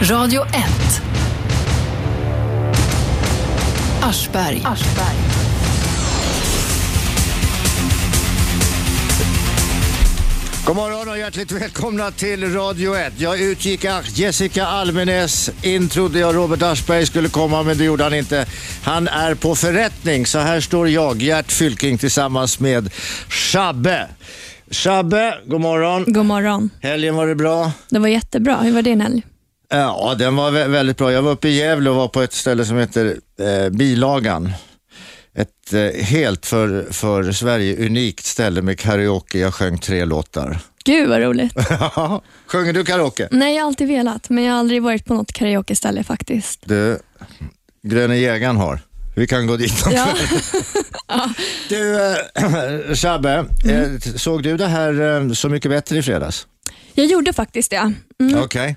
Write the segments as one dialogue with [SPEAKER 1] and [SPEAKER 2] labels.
[SPEAKER 1] Radio 1. Aschberg.
[SPEAKER 2] God morgon och hjärtligt välkomna till Radio 1. Jag utgick att Jessica Almenäs introdde jag Robert Aschberg skulle komma, men det gjorde han inte. Han är på förrättning, så här står jag, Gert Fylking, tillsammans med Shabbe. Shabbe, god morgon.
[SPEAKER 3] God morgon.
[SPEAKER 2] Helgen var det bra?
[SPEAKER 3] Det var jättebra. Hur var din helg?
[SPEAKER 2] Ja, den var vä- väldigt bra. Jag var uppe i Gävle och var på ett ställe som heter eh, Bilagan. Ett eh, helt för, för Sverige unikt ställe med karaoke. Jag sjöng tre låtar.
[SPEAKER 3] Gud vad roligt. Mm.
[SPEAKER 2] Sjunger du karaoke?
[SPEAKER 3] Nej, jag har alltid velat, men jag har aldrig varit på något karaokeställe faktiskt.
[SPEAKER 2] Du, gröne jägaren har. Vi kan gå dit också.
[SPEAKER 3] Ja.
[SPEAKER 2] Du, eh, Shabbe,
[SPEAKER 3] Mm.
[SPEAKER 2] eh, såg du det här eh, Så mycket bättre i fredags?
[SPEAKER 3] Jag gjorde faktiskt det. Mm.
[SPEAKER 2] Okej.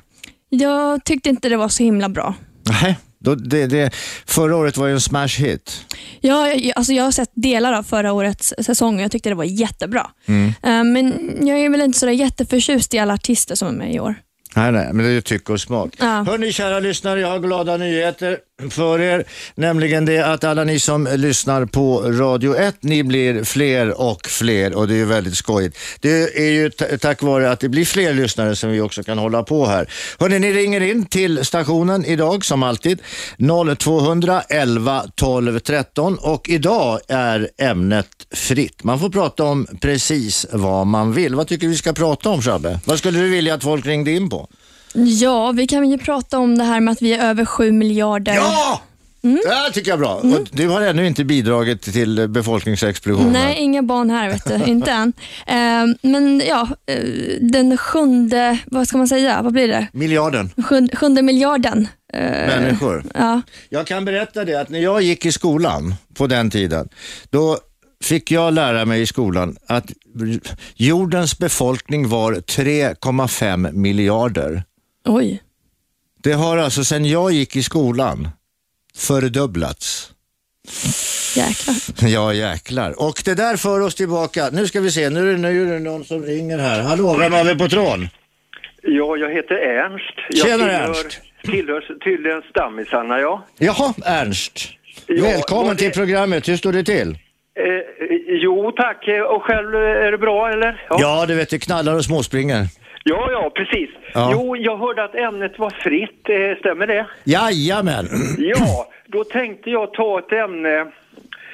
[SPEAKER 3] Jag tyckte inte det var så himla bra.
[SPEAKER 2] Nej, då, det, det, förra året var ju en smash hit.
[SPEAKER 3] Jag, jag, alltså jag har sett delar av förra årets säsong och jag tyckte det var jättebra.
[SPEAKER 2] Mm.
[SPEAKER 3] Eh, Men jag är väl inte så där jätteförtjust i alla artister som är med i år.
[SPEAKER 2] Nej, nej, men det är ju tycke och smak.
[SPEAKER 3] Ja.
[SPEAKER 2] Hörni kära lyssnare, jag har glada nyheter för er. Nämligen det att alla ni som lyssnar på Radio 1, ni blir fler och fler och det är ju väldigt skojigt. Det är ju ta- tack vare att det blir fler lyssnare som vi också kan hålla på här. Hörni, ni ringer in till stationen idag som alltid. 0200 11 12 13 och idag är ämnet fritt. Man får prata om precis vad man vill. Vad tycker du vi ska prata om Shabbe? Vad skulle du vilja att folk ringde in på?
[SPEAKER 3] Ja, vi kan ju prata om det här med att vi är över sju miljarder.
[SPEAKER 2] Ja!
[SPEAKER 3] Mm.
[SPEAKER 2] Det här tycker jag är bra. Och du har ännu inte bidragit till befolkningsexplosionen.
[SPEAKER 3] Nej, inga barn här, vet du. inte än. Eh, men ja, eh, den sjunde, vad ska man säga, vad blir det?
[SPEAKER 2] Miljarden
[SPEAKER 3] Sjunde, sjunde miljarden. Eh,
[SPEAKER 2] människor.
[SPEAKER 3] ja.
[SPEAKER 2] Jag kan berätta det att när jag gick i skolan på den tiden, då fick jag lära mig i skolan att jordens befolkning var 3,5 miljarder.
[SPEAKER 3] Oj.
[SPEAKER 2] Det har alltså sedan jag gick i skolan fördubblats.
[SPEAKER 3] Jäklar.
[SPEAKER 2] Ja, jäklar. Och det där för oss tillbaka. Nu ska vi se, nu är det, nu är det någon som ringer här. Hallå, vem har vi på tråd?
[SPEAKER 4] Ja, jag heter Ernst. Jag
[SPEAKER 2] Tjena,
[SPEAKER 4] tillhör,
[SPEAKER 2] Ernst.
[SPEAKER 4] Tillhör tydligen stammisarna, ja.
[SPEAKER 2] Jaha, Ernst.
[SPEAKER 4] Ja,
[SPEAKER 2] Välkommen
[SPEAKER 4] vad det-
[SPEAKER 2] till programmet. Hur står det till?
[SPEAKER 4] Eh, eh, jo, tack. Eh, Och själv, eh, är det bra eller?
[SPEAKER 2] Ja, du vet, det knallar och småspringer.
[SPEAKER 4] ja, ja, precis.
[SPEAKER 2] Ja.
[SPEAKER 4] Jo, jag hörde att ämnet var fritt. Eh, stämmer det?
[SPEAKER 2] Jajamän.
[SPEAKER 4] Ja, då tänkte jag ta ett ämne.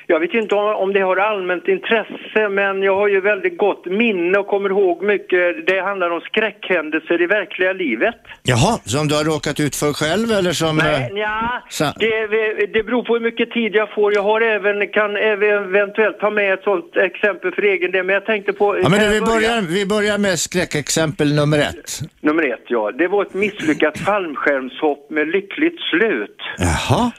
[SPEAKER 4] Jag vet inte om om det har allmänt intresse, men jag har ju väldigt gott minne och kommer ihåg mycket. Det handlar om skräckhändelser i verkliga livet.
[SPEAKER 2] Jaha, som du har råkat ut för själv eller som...
[SPEAKER 4] Nej,
[SPEAKER 2] eh,
[SPEAKER 4] nja,
[SPEAKER 2] Så-
[SPEAKER 4] det, det beror på hur mycket tid jag får. Jag har även, kan även eventuellt ta med ett sånt exempel för egen del, men jag tänkte på...
[SPEAKER 2] Ja, men
[SPEAKER 4] kan
[SPEAKER 2] du, vi,
[SPEAKER 4] jag börja?
[SPEAKER 2] börjar, vi börjar med skräckexempel nummer ett.
[SPEAKER 4] Nummer ett, ja. Det var ett misslyckat fallskärmshopp med lyckligt slut.
[SPEAKER 2] Jaha.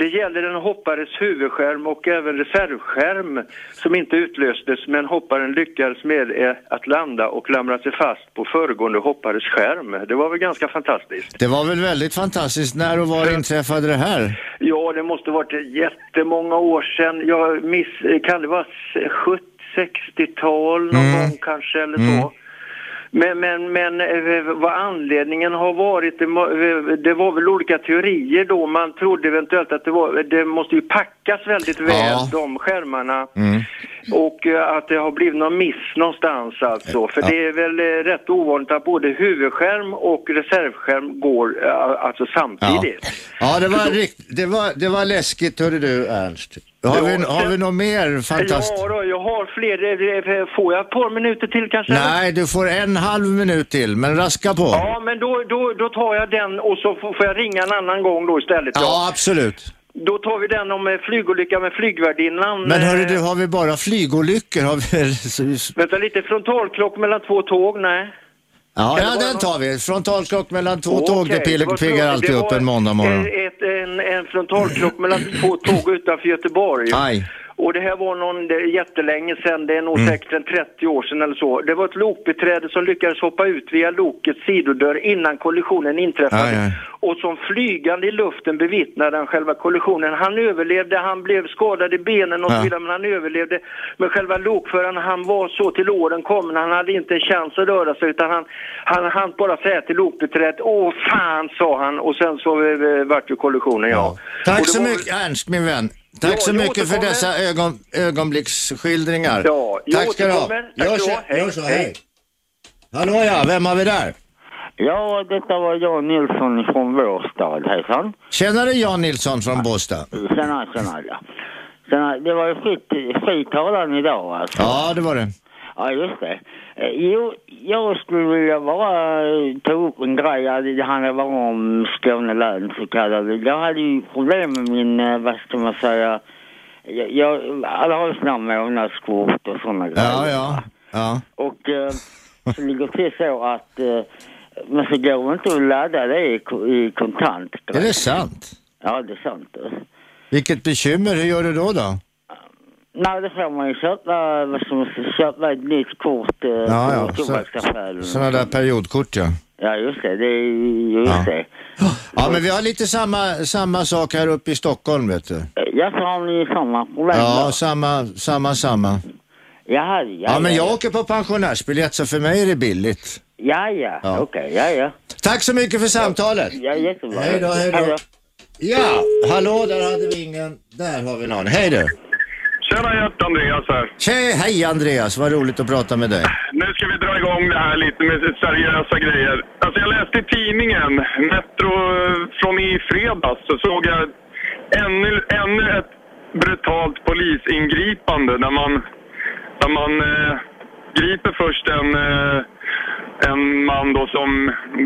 [SPEAKER 4] Det gäller en hoppares huvudskärm och även reservskärm som inte utlöstes, men hopparen lyckades med eh, att landa och klamra sig fast på föregående hoppares skärm. Det var väl ganska fantastiskt.
[SPEAKER 2] Det var väl väldigt fantastiskt. När och var inträffade det här?
[SPEAKER 4] Ja, det måste varit jättemånga år sedan. Jag miss, kan det vara s- 70, 60-tal någon
[SPEAKER 2] Mm.
[SPEAKER 4] gång kanske eller så. Men, men, men eh, vad anledningen har varit, det, må- eh, det var väl olika teorier då. Man trodde eventuellt att det var, det måste ju packas väldigt väl,
[SPEAKER 2] Ja.
[SPEAKER 4] de skärmarna.
[SPEAKER 2] Mm.
[SPEAKER 4] Och eh, att det har blivit någon miss någonstans alltså. För
[SPEAKER 2] Ja.
[SPEAKER 4] det är väl eh, rätt ovanligt att både huvudskärm och reservskärm går eh, alltså samtidigt.
[SPEAKER 2] ja det, var rikt, det, var, det var läskigt, hörde du Ernst. Har vi,
[SPEAKER 4] Ja,
[SPEAKER 2] har
[SPEAKER 4] det-
[SPEAKER 2] vi något mer fantastiskt?
[SPEAKER 4] Ja, då, jag har fler. Eh, eh, Får jag ett par minuter till kanske?
[SPEAKER 2] Nej, du får en halv minut till, men raska på.
[SPEAKER 4] Ja, men då, då, då tar jag den och så får får jag ringa en annan gång då istället.
[SPEAKER 2] Ja, absolut.
[SPEAKER 4] Då tar vi den om eh, flygolycka med flygvärdinnan.
[SPEAKER 2] Men hörru
[SPEAKER 4] Eh,
[SPEAKER 2] du, har vi bara flygolyckor? Har vi...
[SPEAKER 4] Vänta lite, frontalkrock mellan två tåg? Nej. Kan
[SPEAKER 2] Ja,
[SPEAKER 4] det
[SPEAKER 2] ja
[SPEAKER 4] vara
[SPEAKER 2] den
[SPEAKER 4] någon-
[SPEAKER 2] tar vi. Frontalkrock mellan två tåg, det
[SPEAKER 4] Okej,
[SPEAKER 2] pil-
[SPEAKER 4] var
[SPEAKER 2] piggar
[SPEAKER 4] tråkigt.
[SPEAKER 2] alltid
[SPEAKER 4] Det
[SPEAKER 2] upp
[SPEAKER 4] var
[SPEAKER 2] en måndag morgon.
[SPEAKER 4] Ett, ett, en, en frontalkrock mellan två tåg utanför Göteborg.
[SPEAKER 2] Aj. Mm.
[SPEAKER 5] Och det här var någon, det är jättelänge sedan, det är nog säkert en 30 år sedan eller så. Det var ett lokbiträde som lyckades hoppa ut via lokets sidodörr innan kollisionen inträffade.
[SPEAKER 2] Aj, aj.
[SPEAKER 5] Och som flygande i luften bevittnade han själva kollisionen. Han överlevde, han blev skadad i benen och så
[SPEAKER 2] Ja.
[SPEAKER 5] vidare, men han överlevde. Men själva lokföraren, han var så till åren kommen, han hade inte en chans att röra sig utan han, han, han bara säga till lokbiträdet, åh fan sa han och sen så eh, vart ju kollisionen ja. Och
[SPEAKER 2] Tack
[SPEAKER 5] det
[SPEAKER 2] så
[SPEAKER 5] var väl-
[SPEAKER 2] mycket, Ernst min vän. Tack
[SPEAKER 5] Ja,
[SPEAKER 2] så
[SPEAKER 5] jag
[SPEAKER 2] mycket för
[SPEAKER 5] återkommer.
[SPEAKER 2] dessa ögon, ögonblicksskildringar.
[SPEAKER 5] Ja, jag
[SPEAKER 2] Tack ska du ha.
[SPEAKER 5] återkommer. Tack ska
[SPEAKER 2] Gör
[SPEAKER 5] du
[SPEAKER 2] så,
[SPEAKER 5] ha. Hej.
[SPEAKER 2] gör så,
[SPEAKER 5] Hej.
[SPEAKER 2] hej. Hallå ja, vem har vi där?
[SPEAKER 6] Ja, detta var Jan Nilsson från Båstad. Hejsan.
[SPEAKER 2] Tjenare Jan Nilsson från Båstad.
[SPEAKER 6] Tjena, tjena. ja. Tjena, det var ju fritt, fri talan idag alltså.
[SPEAKER 2] Ja, det var det.
[SPEAKER 6] Ja, just det. Eh, Jo, jag skulle vilja bara eh, ta upp en grej. Ja, Det handlar bara om Skåne län så kallade. Jag hade ju problem med min, eh, vad ska man säga, jag, jag, alla har ju sina månadskort och sådana
[SPEAKER 2] Ja,
[SPEAKER 6] grejer.
[SPEAKER 2] ja. ja.
[SPEAKER 6] Och eh, så ligger det till så att eh, men så går det inte att ladda det i, ko- i kontant.
[SPEAKER 2] Är det sant?
[SPEAKER 6] Ja, det är sant.
[SPEAKER 2] Vilket bekymmer, hur gör du då
[SPEAKER 5] Eh,
[SPEAKER 2] då?
[SPEAKER 6] Nej, det får man ju köpa, vad ska man säga, köpa ett nytt kort eh,
[SPEAKER 2] Ja, ja.
[SPEAKER 6] på
[SPEAKER 2] Så,
[SPEAKER 6] tobaksaffären.
[SPEAKER 2] sådana där periodkort ja.
[SPEAKER 6] Ja, just det. det är ju- just
[SPEAKER 2] Ja.
[SPEAKER 6] det.
[SPEAKER 2] Ja, men vi har lite samma, samma sak här uppe i Stockholm vet du.
[SPEAKER 6] Eh, Jag sa om ni är samma problem.
[SPEAKER 2] Ja,
[SPEAKER 6] då.
[SPEAKER 2] samma, samma, samma.
[SPEAKER 6] Jaha, ja,
[SPEAKER 2] Ja, men jag
[SPEAKER 6] ja.
[SPEAKER 2] åker på pensionärsbiljett så för mig är det billigt.
[SPEAKER 6] Ja, ja,
[SPEAKER 2] Ja.
[SPEAKER 6] okej, ja, ja.
[SPEAKER 2] Tack så mycket för samtalet.
[SPEAKER 6] Ja, jättebra.
[SPEAKER 2] Hej då, hej då. Ja, hallå, där hade vi ingen. Där har vi någon. Hej du.
[SPEAKER 7] Tjena Gert, Andreas här.
[SPEAKER 2] Tjej, hej Andreas, vad roligt att prata med dig.
[SPEAKER 7] Nu ska vi dra igång det här lite med seriösa grejer. Alltså jag läste i tidningen, Metro eh, från i fredags, så såg jag ännu, ännu ett brutalt polisingripande där man, där man eh, griper först en, eh, en man då som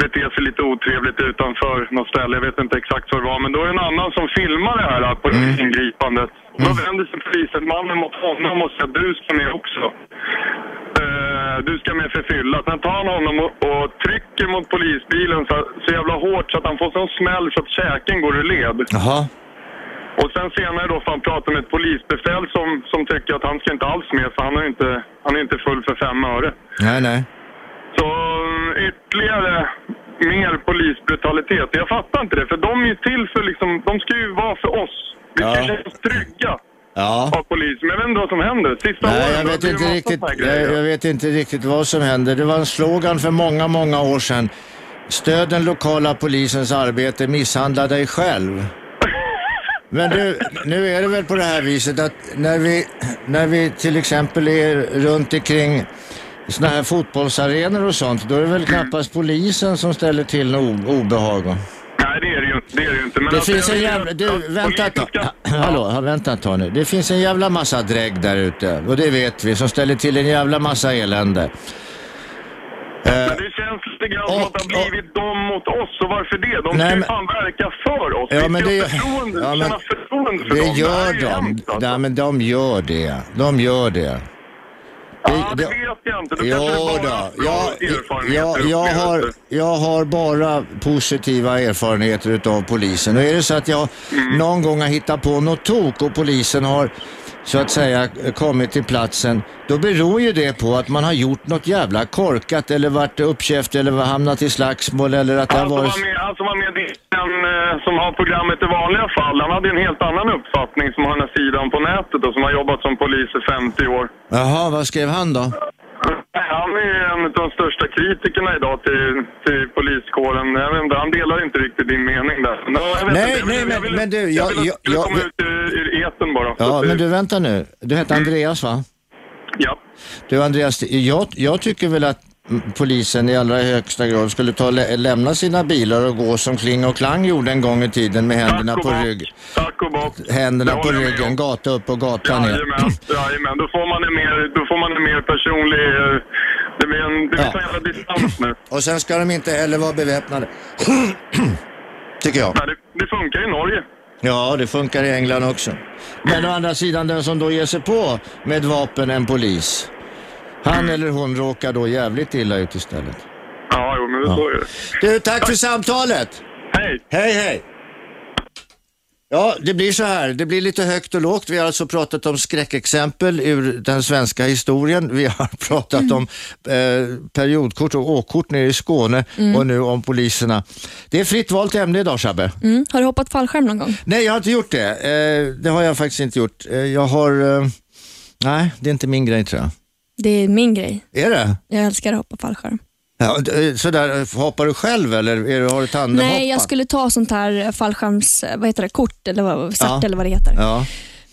[SPEAKER 7] beter sig lite otrevligt utanför något ställe. Jag vet inte exakt vad det var, men då är det en annan som filmar det här eh, polisingripandet. Då vänder sig polisen, mannen mot honom och säger du ska med också. Eh, du ska med för fylla. Sen tar han honom och, och trycker mot polisbilen så, så jävla hårt så att han får sån smäll så att käken går ur led.
[SPEAKER 2] Jaha.
[SPEAKER 7] Och sen senare då får han prata med ett polisbefäl som, som tycker att han ska inte alls med för han är inte, han är inte full för fem öre.
[SPEAKER 2] Nej, nej.
[SPEAKER 7] Så mm, ytterligare mer polisbrutalitet. Jag fattar inte det för de är ju till för liksom, de ska ju vara för oss. Vi ska
[SPEAKER 2] Ja.
[SPEAKER 7] känna oss trygga
[SPEAKER 2] Ja.
[SPEAKER 7] av polisen. Men jag vet inte vad som händer. Sista
[SPEAKER 2] Nej,
[SPEAKER 7] åren
[SPEAKER 2] jag
[SPEAKER 7] då
[SPEAKER 2] vet,
[SPEAKER 7] blir det
[SPEAKER 2] inte
[SPEAKER 7] massa
[SPEAKER 2] riktigt,
[SPEAKER 7] såna här
[SPEAKER 2] jag,
[SPEAKER 7] grejer.
[SPEAKER 2] jag vet inte riktigt vad som händer. Det var en slogan för många, många år sedan. Stöd den lokala polisens arbete, misshandla dig själv. Men du, nu är det väl på det här viset att när vi, när vi till exempel är runt omkring sådana här fotbollsarenor och sånt, då är det väl knappast polisen som ställer till något o- obehag. va?
[SPEAKER 7] Nej, det är det ju inte. Det, är det ju inte. Men
[SPEAKER 2] Det
[SPEAKER 7] alltså,
[SPEAKER 2] finns
[SPEAKER 7] jag
[SPEAKER 2] en
[SPEAKER 7] vet
[SPEAKER 2] jävla...
[SPEAKER 7] att-
[SPEAKER 2] Du,
[SPEAKER 7] att
[SPEAKER 2] vänta ett tag.
[SPEAKER 7] politiska-
[SPEAKER 2] Hallå, ha- vänta ett tag nu. Det finns en jävla massa drägg där ute och det vet vi som ställer till en jävla massa elände. Eh,
[SPEAKER 7] Men det känns lite grann som
[SPEAKER 2] Och-
[SPEAKER 7] att det har blivit dem mot oss. Och varför det? De
[SPEAKER 2] Nej,
[SPEAKER 7] ska ju
[SPEAKER 2] men-
[SPEAKER 7] fan verka för oss.
[SPEAKER 2] Ja,
[SPEAKER 7] vi
[SPEAKER 2] men
[SPEAKER 7] ska
[SPEAKER 2] det-
[SPEAKER 7] ha förtroende,
[SPEAKER 2] ja, men-
[SPEAKER 7] känna förtroende för
[SPEAKER 2] Det
[SPEAKER 7] dem. här
[SPEAKER 2] gör
[SPEAKER 7] är ju
[SPEAKER 2] de.
[SPEAKER 7] hemskt, alltså.
[SPEAKER 2] Nej, men de gör det. De gör det.
[SPEAKER 7] ja, det
[SPEAKER 2] det-
[SPEAKER 7] vet jag inte. Det kanske
[SPEAKER 2] Jo
[SPEAKER 7] är bara
[SPEAKER 2] då.
[SPEAKER 7] bra
[SPEAKER 2] Jag,
[SPEAKER 7] erfarenheter och
[SPEAKER 2] jag, jag, har,
[SPEAKER 7] upplevelser.
[SPEAKER 2] jag har bara positiva erfarenheter utav polisen. Och är det så att jag någon gång har hittat på något tok och polisen har så att säga kommit till platsen, då beror ju det på att man har gjort något jävla korkat eller varit uppkäft eller hamnat i slagsmål eller att det har
[SPEAKER 7] Han som
[SPEAKER 2] varit...
[SPEAKER 7] var med, han som var med i den eh, som har programmet i vanliga fall, han hade en helt annan uppfattning som har den här sidan på nätet och som har jobbat som polis i 50 år.
[SPEAKER 2] Jaha, vad skrev han då?
[SPEAKER 7] Han är en av de största kritikerna idag till, till poliskåren. Jag vet inte, han delar inte riktigt din mening där. Men jag vet
[SPEAKER 2] Nej,
[SPEAKER 7] inte,
[SPEAKER 2] nej,
[SPEAKER 7] jag
[SPEAKER 2] men-
[SPEAKER 7] ville-
[SPEAKER 2] men du,
[SPEAKER 7] jag,
[SPEAKER 2] jag-
[SPEAKER 7] ville att det skulle
[SPEAKER 2] jag-
[SPEAKER 7] komma
[SPEAKER 2] jag-
[SPEAKER 7] ut ur, ur eten bara. Så
[SPEAKER 2] Ja,
[SPEAKER 7] att
[SPEAKER 2] men
[SPEAKER 7] det-
[SPEAKER 2] du vänta nu. Du hette Andreas va?
[SPEAKER 7] Ja.
[SPEAKER 2] Du Andreas, jag, jag tycker väl att mm, polisen i allra högsta grad skulle ta, lä, lämna sina bilar och gå som Kling och Klang gjorde en gång i tiden med händerna
[SPEAKER 7] Tack och
[SPEAKER 2] på,
[SPEAKER 7] bock.
[SPEAKER 2] rygg,
[SPEAKER 7] Tack och bock.
[SPEAKER 2] händerna
[SPEAKER 7] Det
[SPEAKER 2] på
[SPEAKER 7] håller jag med
[SPEAKER 2] ryggen,
[SPEAKER 7] om.
[SPEAKER 2] gata upp och gata ner.
[SPEAKER 7] Jajamän, jajamän. Då får man en mer, då får man en mer personlig... eh, Det blir en, det blir
[SPEAKER 2] Ja.
[SPEAKER 7] sån jävla distans nu.
[SPEAKER 2] Och sen ska de inte heller vara beväpnade. tycker jag.
[SPEAKER 7] Nej, det, det funkar i Norge.
[SPEAKER 2] Ja, det funkar i England också. Men å andra sidan, den som då ger sig på med vapen en polis, han eller hon råkar då jävligt illa ut istället.
[SPEAKER 7] Ja, jo, men det står ju.
[SPEAKER 2] Du, tack för samtalet!
[SPEAKER 7] Hej!
[SPEAKER 2] Hej, hej! Ja, det blir så här. Det blir lite högt och lågt. Vi har alltså pratat om skräckexempel ur den svenska historien. Vi har pratat om eh, periodkort och åkkort nere i Skåne och nu om poliserna. Det är fritt valt ämne idag, Shabbe.
[SPEAKER 3] Mm. Har du hoppat fallskärm någon gång?
[SPEAKER 2] Nej, jag har inte gjort det. Eh, det har jag faktiskt inte gjort. Eh, jag har... Eh, nej, det är inte min grej tror jag.
[SPEAKER 3] Det är min grej.
[SPEAKER 2] Är det?
[SPEAKER 3] Jag älskar att hoppa fallskärm.
[SPEAKER 2] Ja, d- eh, sådär, hoppar du själv eller är du, har du tandemhoppa?
[SPEAKER 3] Nej, jag skulle ta sånt här fallskärms... Vad heter det? Kort eller vad, cert
[SPEAKER 2] Ja.
[SPEAKER 3] eller vad det heter.
[SPEAKER 2] Ja.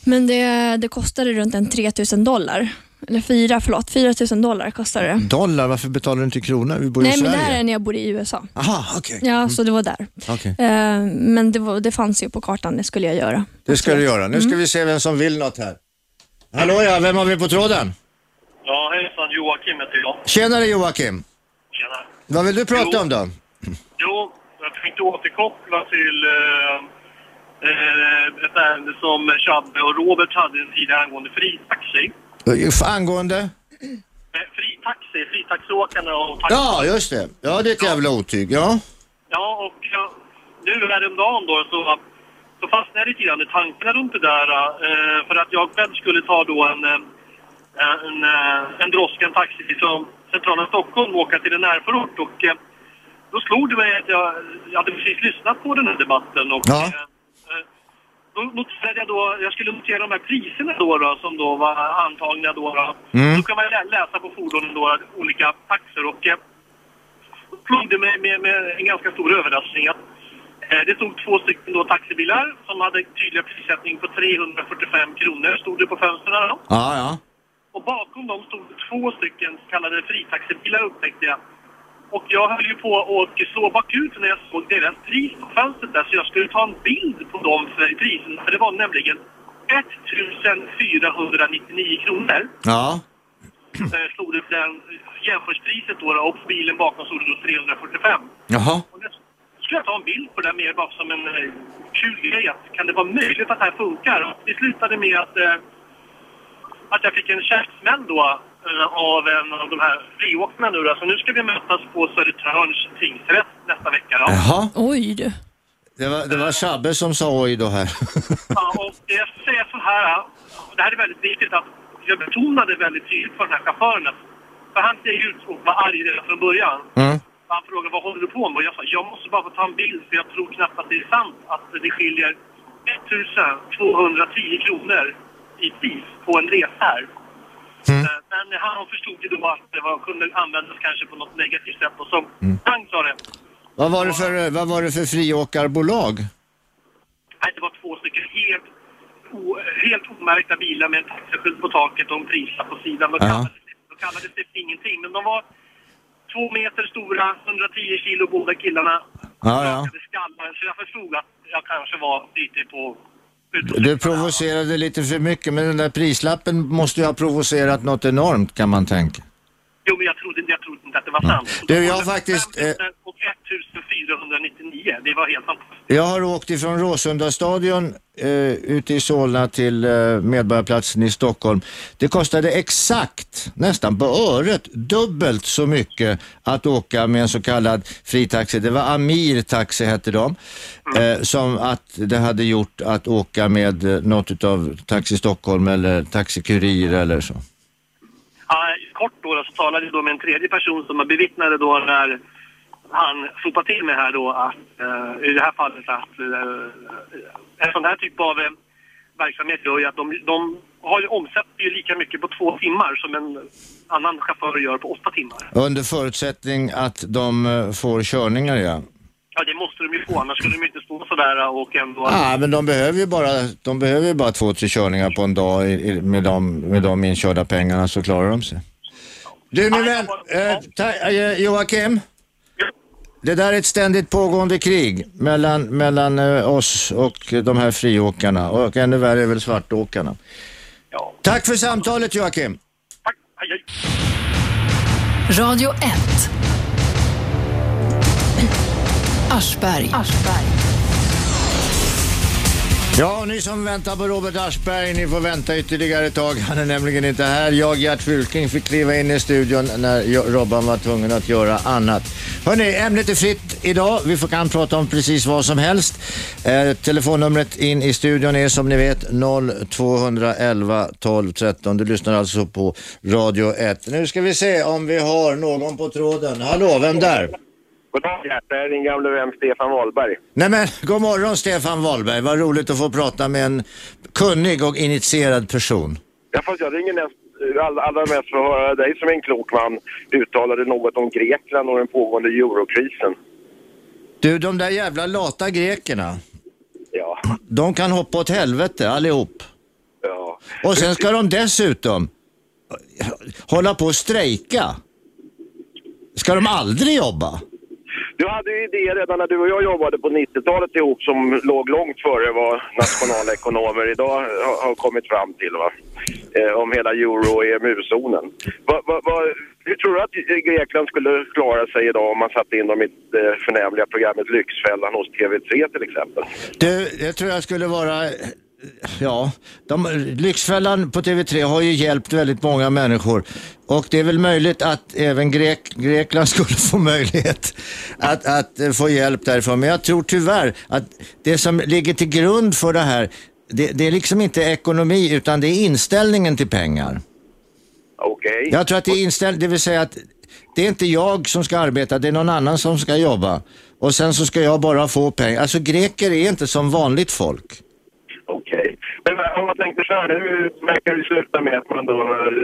[SPEAKER 3] Men det, det kostade runt en 3000 dollar. Eller fyra, förlåt. 4000 dollar kostade det.
[SPEAKER 2] Dollar, varför betalar du inte i kronor? Vi bor i
[SPEAKER 3] Nej, men
[SPEAKER 2] Sverige. Mm.
[SPEAKER 3] det här är när jag bodde i USA.
[SPEAKER 2] Aha, okej.
[SPEAKER 3] Ja, så det var där.
[SPEAKER 2] Okej.
[SPEAKER 3] Eh, Men det, var, det fanns ju på kartan, det skulle jag göra.
[SPEAKER 2] Det ska du göra. Nu
[SPEAKER 3] Mm.
[SPEAKER 2] ska vi se vem som vill något här. Hallå ja, vem har vi på tråden?
[SPEAKER 8] Ja, hejsan. Joakim heter jag.
[SPEAKER 2] Tjenare Joakim.
[SPEAKER 8] Tjena.
[SPEAKER 2] Vad vill du prata
[SPEAKER 8] Jo.
[SPEAKER 2] om då?
[SPEAKER 8] Jo, jag tänkte återkoppla till eh, eh, ett ärende som Chabbe och Robert hade tidigare angående fritaxi.
[SPEAKER 2] F- Angående?
[SPEAKER 8] Eh, fritaxi, fritaxåkarna och taxi.
[SPEAKER 2] Ja, just det. Ja, det är ett jävla otyg. Ja.
[SPEAKER 8] Ja, och ja, nu häromdagen då så, så fastnade jag lite grann i tankarna runt det där. Eh, för att jag själv skulle ta då en, eh, en, eh, en droska, en taxi från centrala Stockholm och åka till en närförort. Och eh, då slog det mig att jag, jag hade precis lyssnat på den här debatten. Och,
[SPEAKER 2] Ja.
[SPEAKER 8] eh, eh, då noterade jag då, jag skulle notera de här priserna då, då som då var antagna då. då. Då kan man ju lä- läsa på fordonen då olika taxor och eh, slog det mig med, med en ganska stor överraskning att eh, det stod två stycken då taxibilar som hade tydliga prissättning på 345 kronor stod det på fönstren. Då.
[SPEAKER 2] Ja, ja.
[SPEAKER 8] Och bakom dem stod två stycken så kallade fritaxibilar upptäckte jag. Och jag höll ju på att slå bakut när jag såg deras pris på fönstret där så jag skulle ta en bild på dem för priserna. För det var nämligen 1499 kronor
[SPEAKER 2] Ja.
[SPEAKER 8] eh, stod det för den jämförspriset då och på bilen bakom stod det då 345.
[SPEAKER 2] Jaha.
[SPEAKER 8] Och nu skulle jag ta en bild på det där mer bara som en eh, kul grej. Att kan det vara möjligt att det här funkar? Och det slutade med att, eh, att jag fick en käftsmäll då eh, av en av de här friåkarna nu då. Så nu ska vi mötas på Södertörns tingsrätt nästa vecka då.
[SPEAKER 2] Jaha.
[SPEAKER 3] Oj du.
[SPEAKER 2] Det var, det var Shabbe som sa oj då här.
[SPEAKER 8] Ja, och jag ska säga så här, eh, och det här är väldigt viktigt att jag betonade väldigt tydligt för den här chauffören. att- För han ser ju ut att vara arg redan från början.
[SPEAKER 2] Mm.
[SPEAKER 8] Han frågade vad håller du på med? Och jag sa jag måste bara få ta en bild för jag tror knappt att det är sant att det skiljer 1210 kronor i pris på en resa här. Eh, Men han förstod ju då att det var, kunde användas kanske på något negativt sätt och som han sa det.
[SPEAKER 2] Vad var det för, vad var det för friåkarbolag?
[SPEAKER 8] Nej, det var två stycken helt, o, helt omärkta bilar med en taxiskylt på taket och en prislapp på sidan. De
[SPEAKER 2] Ja.
[SPEAKER 8] kallades, de kallades det för ingenting, men de var två meter stora, 110 kilo båda killarna.
[SPEAKER 2] Ja, ja.
[SPEAKER 8] Rakade Skallar, så jag förstod att jag kanske var lite på...
[SPEAKER 2] Du provocerade lite för mycket, men den där prislappen måste ju ha provocerat något enormt kan man tänka.
[SPEAKER 8] Jo, men jag trodde, jag trodde inte att det var sant.
[SPEAKER 2] Du, jag har faktiskt, eh,
[SPEAKER 8] Och 1499, det var helt fantastiskt.
[SPEAKER 2] Jag har åkt ifrån Råsundastadion eh, ute i Solna till eh, Medborgarplatsen i Stockholm. Det kostade exakt, nästan på öret, dubbelt så mycket att åka med en så kallad fritaxi. Det var Amir Taxi hette de. Eh, som att det hade gjort att åka med eh, något av Taxi Stockholm eller Taxi Kurir eller så.
[SPEAKER 8] Ja, kort då, då så talade jag då med en tredje person som bevittnade då när han sopade till mig här då att eh, i det här fallet att eh, en sån här typ av eh, verksamhet gör ju att de, de har ju omsätter ju lika mycket på två timmar som en annan chaufför gör på åtta timmar.
[SPEAKER 2] Under förutsättning att de eh, får körningar ja.
[SPEAKER 8] Ja, det måste de ju få, annars skulle de ju inte stå sådär och ändå...
[SPEAKER 2] Ja, Ah, men de behöver ju bara, de behöver ju bara två, tre körningar på en dag i- i- med de, med de inkörda pengarna så klarar de sig. Du min vän, eh, ta, eh, Joakim. Det där är ett ständigt pågående krig mellan, mellan eh, oss och de här friåkarna och ännu värre är väl svartåkarna.
[SPEAKER 8] Ja.
[SPEAKER 2] Tack för samtalet Joakim.
[SPEAKER 8] Tack! Aj, aj.
[SPEAKER 1] Radio 1. Aschberg.
[SPEAKER 2] Ja, och ni som väntar på Robert Aschberg, ni får vänta ytterligare ett tag. Han är nämligen inte här. Jag, Gert Fylking, fick kliva in i studion när jag- Robban var tvungen att göra annat. Hörrni, ämnet är fritt idag. Vi får- kan prata om precis vad som helst. Eh, telefonnumret in i studion är som ni vet 0211 12 13. Du lyssnar alltså på Radio 1. Nu ska vi se om vi har någon på tråden. Hallå, vem där?
[SPEAKER 9] Goddag, det är din gamle vän Stefan Wahlberg.
[SPEAKER 2] Nej men, god morgon Stefan Wahlberg. Vad roligt att få prata med en kunnig och initierad person.
[SPEAKER 9] Ja, fast jag ringer näst, all, allra mest för att höra dig som en klok man uttalade något om Grekland och den pågående eurokrisen.
[SPEAKER 2] Du, de där jävla lata grekerna.
[SPEAKER 9] Ja,
[SPEAKER 2] De kan hoppa åt helvete allihop.
[SPEAKER 9] ja.
[SPEAKER 2] Och sen ska de dessutom hålla på och strejka. Ska de aldrig jobba?
[SPEAKER 9] Du hade ju idéer redan när du och jag jobbade på 90-talet ihop som låg långt före vad nationalekonomer idag har, har kommit fram till, va? Eh, om hela euro och EMU-zonen. Va, va, va, hur tror du att Grekland skulle klara sig idag om man satte in dem i det förnämliga programmet Lyxfällan hos TV3 till exempel?
[SPEAKER 2] Du, jag tror jag skulle vara... Ja, de, Lyxfällan på TV3 har ju hjälpt väldigt många människor. Och det är väl möjligt att även Grek, Grekland skulle få möjlighet att, att eh, få hjälp därifrån. Men jag tror tyvärr att det som ligger till grund för det här, det, det är liksom inte ekonomi utan det är inställningen till pengar.
[SPEAKER 9] Okej.
[SPEAKER 2] Jag tror att det är inställt, det vill säga att det är inte jag som ska arbeta, det är någon annan som ska jobba. Och sen så ska jag bara få pengar. Alltså greker är inte som vanligt folk.
[SPEAKER 9] Okej. Men om man tänker så här, nu verkar det sluta med att man då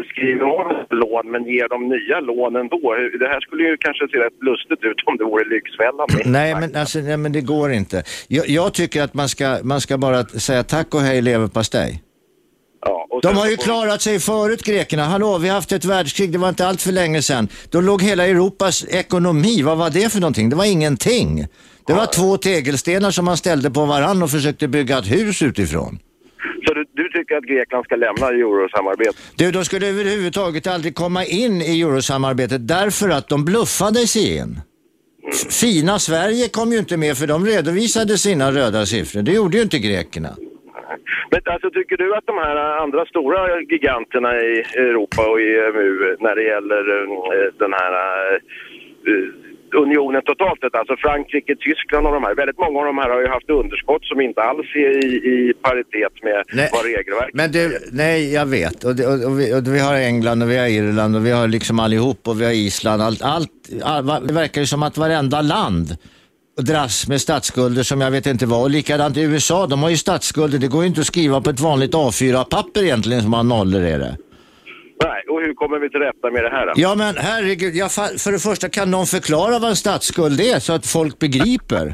[SPEAKER 9] skriver av lån men ger dem nya lån ändå. Det här skulle ju kanske se rätt lustigt ut om det vore Lyxfällan.
[SPEAKER 2] Nej men, alltså, nej, men det går inte. Jag, jag tycker att man ska, man ska bara säga tack och hej leverpastej.
[SPEAKER 9] Ja, och
[SPEAKER 2] De
[SPEAKER 9] sen
[SPEAKER 2] har
[SPEAKER 9] så
[SPEAKER 2] ju
[SPEAKER 9] får-
[SPEAKER 2] klarat sig förut grekerna. Hallå, vi har haft ett världskrig, det var inte allt för länge sedan. Då låg hela Europas ekonomi, vad var det för någonting? Det var ingenting. Det var två tegelstenar som man ställde på varann och försökte bygga ett hus utifrån.
[SPEAKER 9] Så du, du tycker att Grekland ska lämna eurosamarbetet?
[SPEAKER 2] Du, de skulle överhuvudtaget aldrig komma in i eurosamarbetet därför att de bluffade sig in. F- Fina Sverige kom ju inte med för de redovisade sina röda siffror. Det gjorde ju inte grekerna.
[SPEAKER 9] Men alltså, tycker du att de här andra stora giganterna i Europa och i EMU när det gäller eh, den här eh, unionen totalt sett, alltså Frankrike, Tyskland och de här, väldigt många av de här har ju haft underskott som inte alls är i, i paritet med vad regelverket
[SPEAKER 2] Men du, nej, jag vet. Och, det, och, och, vi, och vi har England och vi har Irland och vi har liksom allihop och vi har Island. Allt, allt, all, va- det verkar ju som att varenda land dras med statsskulder som jag vet inte vad. Och likadant i USA, de har ju statsskulder. Det går ju inte att skriva på ett vanligt A4-papper egentligen som har nollor i det.
[SPEAKER 9] Nej, och hur kommer vi till rätta med det här då?
[SPEAKER 2] Ja men herregud, jag fa- för det första kan någon förklara vad en statsskuld är så att folk begriper?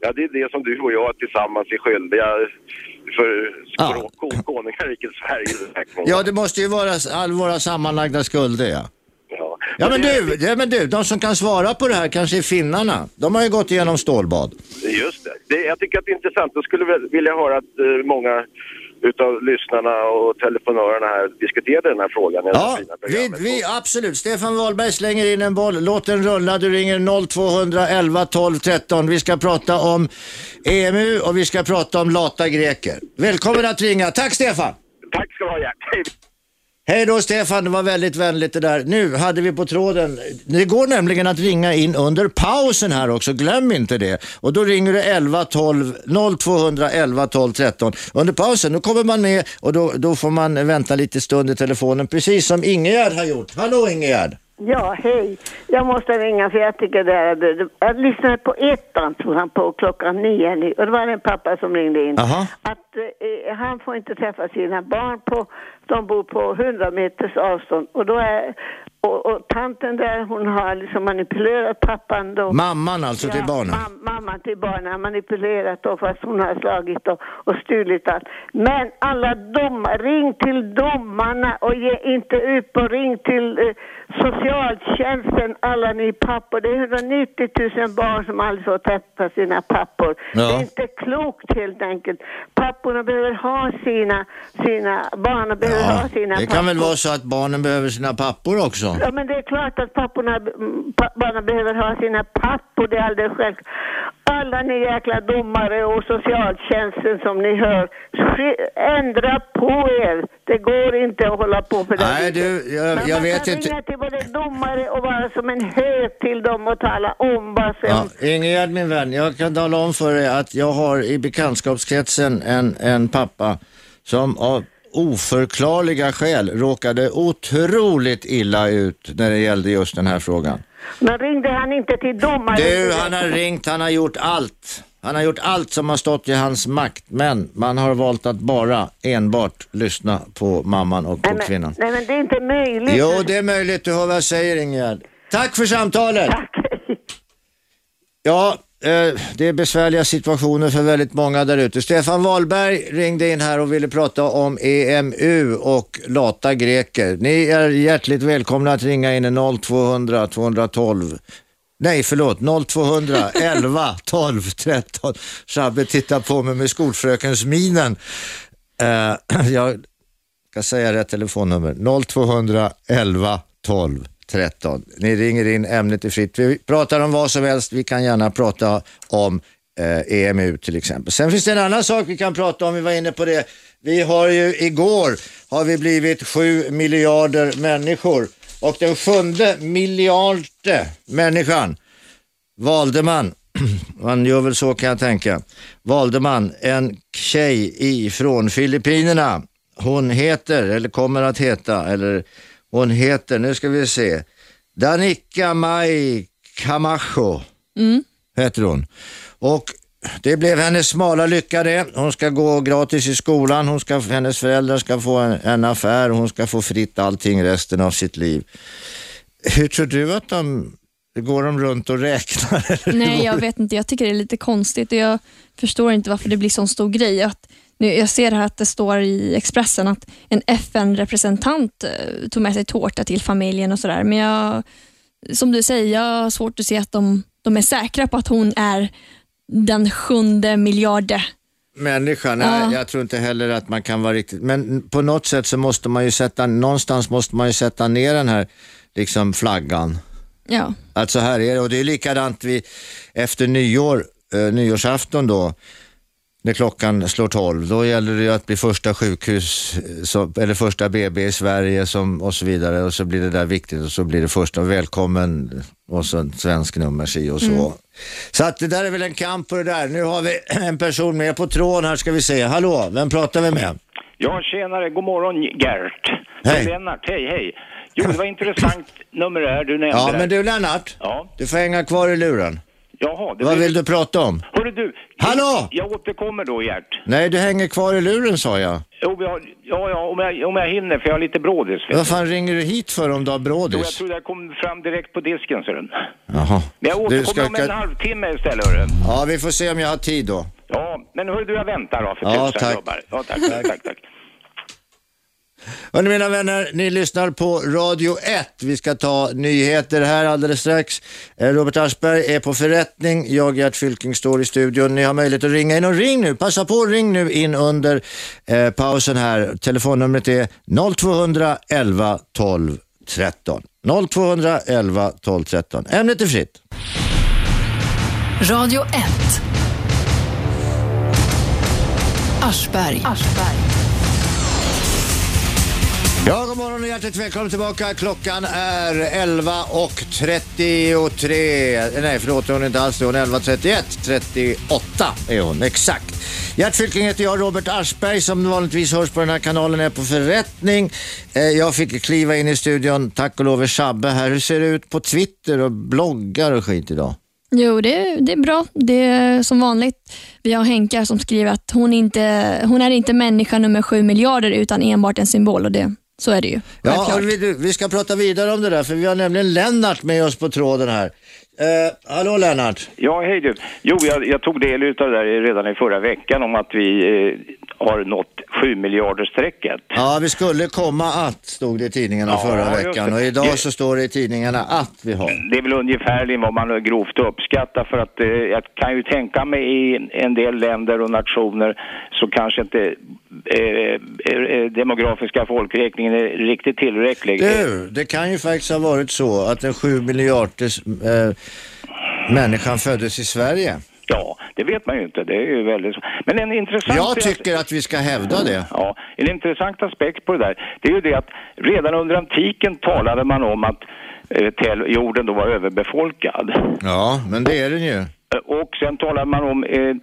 [SPEAKER 9] Ja, det är det som du och jag tillsammans är skyldiga för
[SPEAKER 2] Ja.
[SPEAKER 9] språk, konungariket Sverige.
[SPEAKER 2] Ja det måste ju vara s- all våra sammanlagda skulder ja.
[SPEAKER 9] Ja.
[SPEAKER 2] Ja men du, ja, men du, de som kan svara på det här kanske är finnarna. De har ju gått igenom stålbad.
[SPEAKER 9] Just det. det. Jag tycker att det är intressant. Jag skulle väl vilja höra att eh, många utav lyssnarna och telefonörerna här diskuterade den här frågan i det
[SPEAKER 2] Ja,
[SPEAKER 9] här fina
[SPEAKER 2] vi,
[SPEAKER 9] programmet.
[SPEAKER 2] vi, absolut. Stefan Wahlberg slänger in en boll. Låt den rulla. Du ringer 0211 12 13. Vi ska prata om EMU och vi ska prata om lata greker. Välkommen att ringa. Tack Stefan!
[SPEAKER 9] Tack ska du ha, Gert. Hej.
[SPEAKER 2] Hej då Stefan, det var väldigt vänligt det där. Nu hade vi på tråden, det går nämligen att ringa in under pausen här också, glöm inte det. Och då ringer du 11 12 0211 12 13. Under pausen, då kommer man med och då, då får man vänta lite stund i telefonen, precis som Ingegerd har gjort. Hallå Ingegerd!
[SPEAKER 10] Ja, hej. Jag måste ringa för jag tycker det här är dumt. Jag lyssnade på ettan, tror han på, klockan nio nu. Och det var en pappa som ringde in.
[SPEAKER 2] Aha.
[SPEAKER 10] Att eh, han får inte träffa sina barn på, de bor på 100 meters avstånd. Och då är, och, och tanten där hon har liksom manipulerat pappan då.
[SPEAKER 2] Mamman alltså till barnen.
[SPEAKER 10] Mam, mamman till barnen har manipulerat då fast hon har slagit och, och stulit allt. Men alla domar, ring till domarna och ge inte upp och ring till eh, socialtjänsten alla ni pappor. Det är 190 000 barn som aldrig får träffa sina pappor.
[SPEAKER 2] Ja.
[SPEAKER 10] Det är inte klokt helt enkelt. Papporna behöver ha sina, sina barnen behöver ha sina
[SPEAKER 2] det kan
[SPEAKER 10] pappor.
[SPEAKER 2] väl vara så att barnen behöver sina pappor också?
[SPEAKER 10] Ja, men det är klart att papporna, mm, pa- barnen behöver ha sina pappor, det är alldeles självklart. Ja, alla ni jäkla domare och socialtjänsten som ni hör, sk- ändra på er. Det går inte att hålla på för det
[SPEAKER 2] Nej, du, jag- jag vet
[SPEAKER 10] Man
[SPEAKER 2] inte.
[SPEAKER 10] kan ringa till både domare och vara som en hö till dem och tala om vad som...
[SPEAKER 2] Ja, Ingegerd min vän, jag kan tala om för dig att jag har i bekantskapskretsen en, en pappa som av oförklarliga skäl råkade otroligt illa ut när det gällde just den här frågan.
[SPEAKER 10] Men ringde han inte till domare?
[SPEAKER 2] Du, han har ringt, han har gjort allt. Han har gjort allt som har stått i hans makt, men man har valt att bara enbart lyssna på mamman och på
[SPEAKER 10] nej, men,
[SPEAKER 2] kvinnan.
[SPEAKER 10] nej, men det är inte möjligt.
[SPEAKER 2] Jo, det är möjligt. Du hör vad jag säger, Ingegerd. Tack för samtalet! Ja, eh, det är besvärliga situationer för väldigt många där ute. Stefan Wahlberg ringde in här och ville prata om EMU och lata greker. Ni är hjärtligt välkomna att ringa in 0200 212 Nej, förlåt. 0200 11 12 13. Shabbe tittar på mig med skolfrökensminen. Eh, jag ska säga rätt telefonnummer. 0200 11 12 13. Ni ringer in, ämnet är fritt. Vi pratar om vad som helst. Vi kan gärna prata om eh, EMU till exempel. Sen finns det en annan sak vi kan prata om, vi var inne på det. Vi har ju igår, har vi blivit 7 miljarder människor och den sjunde miljarde människan valde man, man gör väl så kan jag tänka, valde man en tjej ifrån Filippinerna. Hon heter, eller kommer att heta, eller hon heter, nu ska vi se, Danica Mai Camacho heter hon. Och det blev hennes smala lycka det. Hon ska gå gratis i skolan, hon ska, hennes föräldrar ska få en, en affär och hon ska få fritt allting resten av sitt liv. Hur tror du att de, går de runt och räknar? eller hur
[SPEAKER 3] Nej,
[SPEAKER 2] går
[SPEAKER 3] jag
[SPEAKER 2] det?
[SPEAKER 3] vet inte. Jag tycker det är lite konstigt och jag förstår inte varför det blir sån stor grej. Att, nu, jag ser här att det står i Expressen att en FN-representant eh, tog med sig tårta till familjen och sådär. Men jag, som du säger, jag har svårt att se att de, de är säkra på att hon är den sjunde miljarde.
[SPEAKER 2] människa. Nej,
[SPEAKER 3] Ja.
[SPEAKER 2] Jag tror inte heller att man kan vara riktigt, men på något sätt så måste man ju sätta, någonstans måste man ju sätta ner den här liksom flaggan.
[SPEAKER 3] Ja.
[SPEAKER 2] Att så här är det och det är likadant vi, efter nyår, eh, nyårsafton då, när klockan slår tolv, då gäller det ju att bli första sjukhus, eh, så, eller första BB i Sverige som, och så vidare och så blir det där viktigt och så blir det första välkommen och så en svensk nummer si och så. Så att det där är väl en kamp på det där. Nu har vi en person med på tråden här ska vi se. Hallå, vem pratar vi med?
[SPEAKER 11] Ja, tjenare. God morgon, Gert.
[SPEAKER 2] Hej.
[SPEAKER 11] Det är Lennart, hej, hej. Jo, det var intressant nummer det här du nämnde.
[SPEAKER 2] Ja
[SPEAKER 11] där.
[SPEAKER 2] men du Lennart,
[SPEAKER 11] Ja.
[SPEAKER 2] du får hänga kvar i luren.
[SPEAKER 11] Jaha, det
[SPEAKER 2] Vad
[SPEAKER 11] blir-
[SPEAKER 2] vill du prata om?
[SPEAKER 11] Hörru du.
[SPEAKER 2] Hallå!
[SPEAKER 11] Jag återkommer då, Gert.
[SPEAKER 2] Nej, du hänger kvar i luren sa jag.
[SPEAKER 11] Jo, jag, ja, ja, om jag, om jag hinner, för jag har lite brådis. vet
[SPEAKER 2] Vad fan ringer du hit för om du har
[SPEAKER 11] du. Jo, jag
[SPEAKER 2] brådis?
[SPEAKER 11] trodde jag kom fram direkt på disken, ser du. Men
[SPEAKER 2] Jaha.
[SPEAKER 11] jag
[SPEAKER 2] Du ska...
[SPEAKER 11] återkommer om en halvtimme istället, hörru.
[SPEAKER 2] Ja, vi får se om jag har tid då.
[SPEAKER 11] Ja, men hörru du, jag väntar då, för
[SPEAKER 2] Ja,
[SPEAKER 11] tusan
[SPEAKER 2] tack.
[SPEAKER 11] gubbar. Ja, tack, tack, tack, tack.
[SPEAKER 2] Hörrni mina vänner, ni lyssnar på Radio 1. Vi ska ta nyheter här alldeles strax. Eh, Robert Aschberg är på förrättning. Jag, Gert Fylking, står i studion. Ni har möjlighet att ringa in och ring nu. Passa på ring nu in under eh, pausen här. Telefonnumret är 0211 12 13. 0211 12 13. Ämnet är fritt.
[SPEAKER 1] Radio 1. Aschberg.
[SPEAKER 2] Ja, god morgon och hjärtligt välkommen tillbaka. Klockan är 11.33. Nej, förlåt, hon är inte alls det. Hon är 11.31. 38 är hon, exakt. Gert Fylking heter jag, Robert Aschberg som vanligtvis hörs på den här kanalen är på förrättning. Eh, Jag fick kliva in i studion, tack och lov är Shabbe här. Hur ser det ut på Twitter och bloggar och skit idag?
[SPEAKER 3] Jo, det, det är bra. Det är som vanligt. Vi har Henka här som skriver att hon, inte, hon är inte människa nummer sju miljarder utan enbart en symbol. Och det, så är det ju.
[SPEAKER 2] Ja,
[SPEAKER 3] självklart.
[SPEAKER 2] och vi, du, vi ska prata vidare om det där för vi har nämligen Lennart med oss på tråden här. Eh, hallå Lennart!
[SPEAKER 11] Ja, hej du. Jo, jag, jag tog del utav det där redan i förra veckan om att vi eh, har nått 7 miljarderstrecket.
[SPEAKER 2] Ja, vi skulle komma att, stod det i tidningarna
[SPEAKER 11] Ja,
[SPEAKER 2] förra
[SPEAKER 11] just
[SPEAKER 2] veckan.
[SPEAKER 11] det.
[SPEAKER 2] Och idag
[SPEAKER 11] Det-
[SPEAKER 2] så står det i tidningarna att vi har.
[SPEAKER 11] Det är väl ungefärligen vad man grovt uppskattar för att eh, jag kan ju tänka mig i en del länder och nationer så kanske inte eh, eh, demografiska folkräkningen är riktigt tillräcklig.
[SPEAKER 2] Du, det kan ju faktiskt ha varit så att den sju miljarders eh, människan föddes i Sverige.
[SPEAKER 11] Ja, det vet man ju inte. Det är ju väldigt... Men en intressant...
[SPEAKER 2] Jag tycker att vi ska hävda det.
[SPEAKER 11] Ja, en intressant aspekt på det där, det är ju det att redan under antiken talade man om att eh, tel- jorden då var överbefolkad.
[SPEAKER 2] Ja, men det är den ju.
[SPEAKER 11] Eh, Och sen talar man om, eh,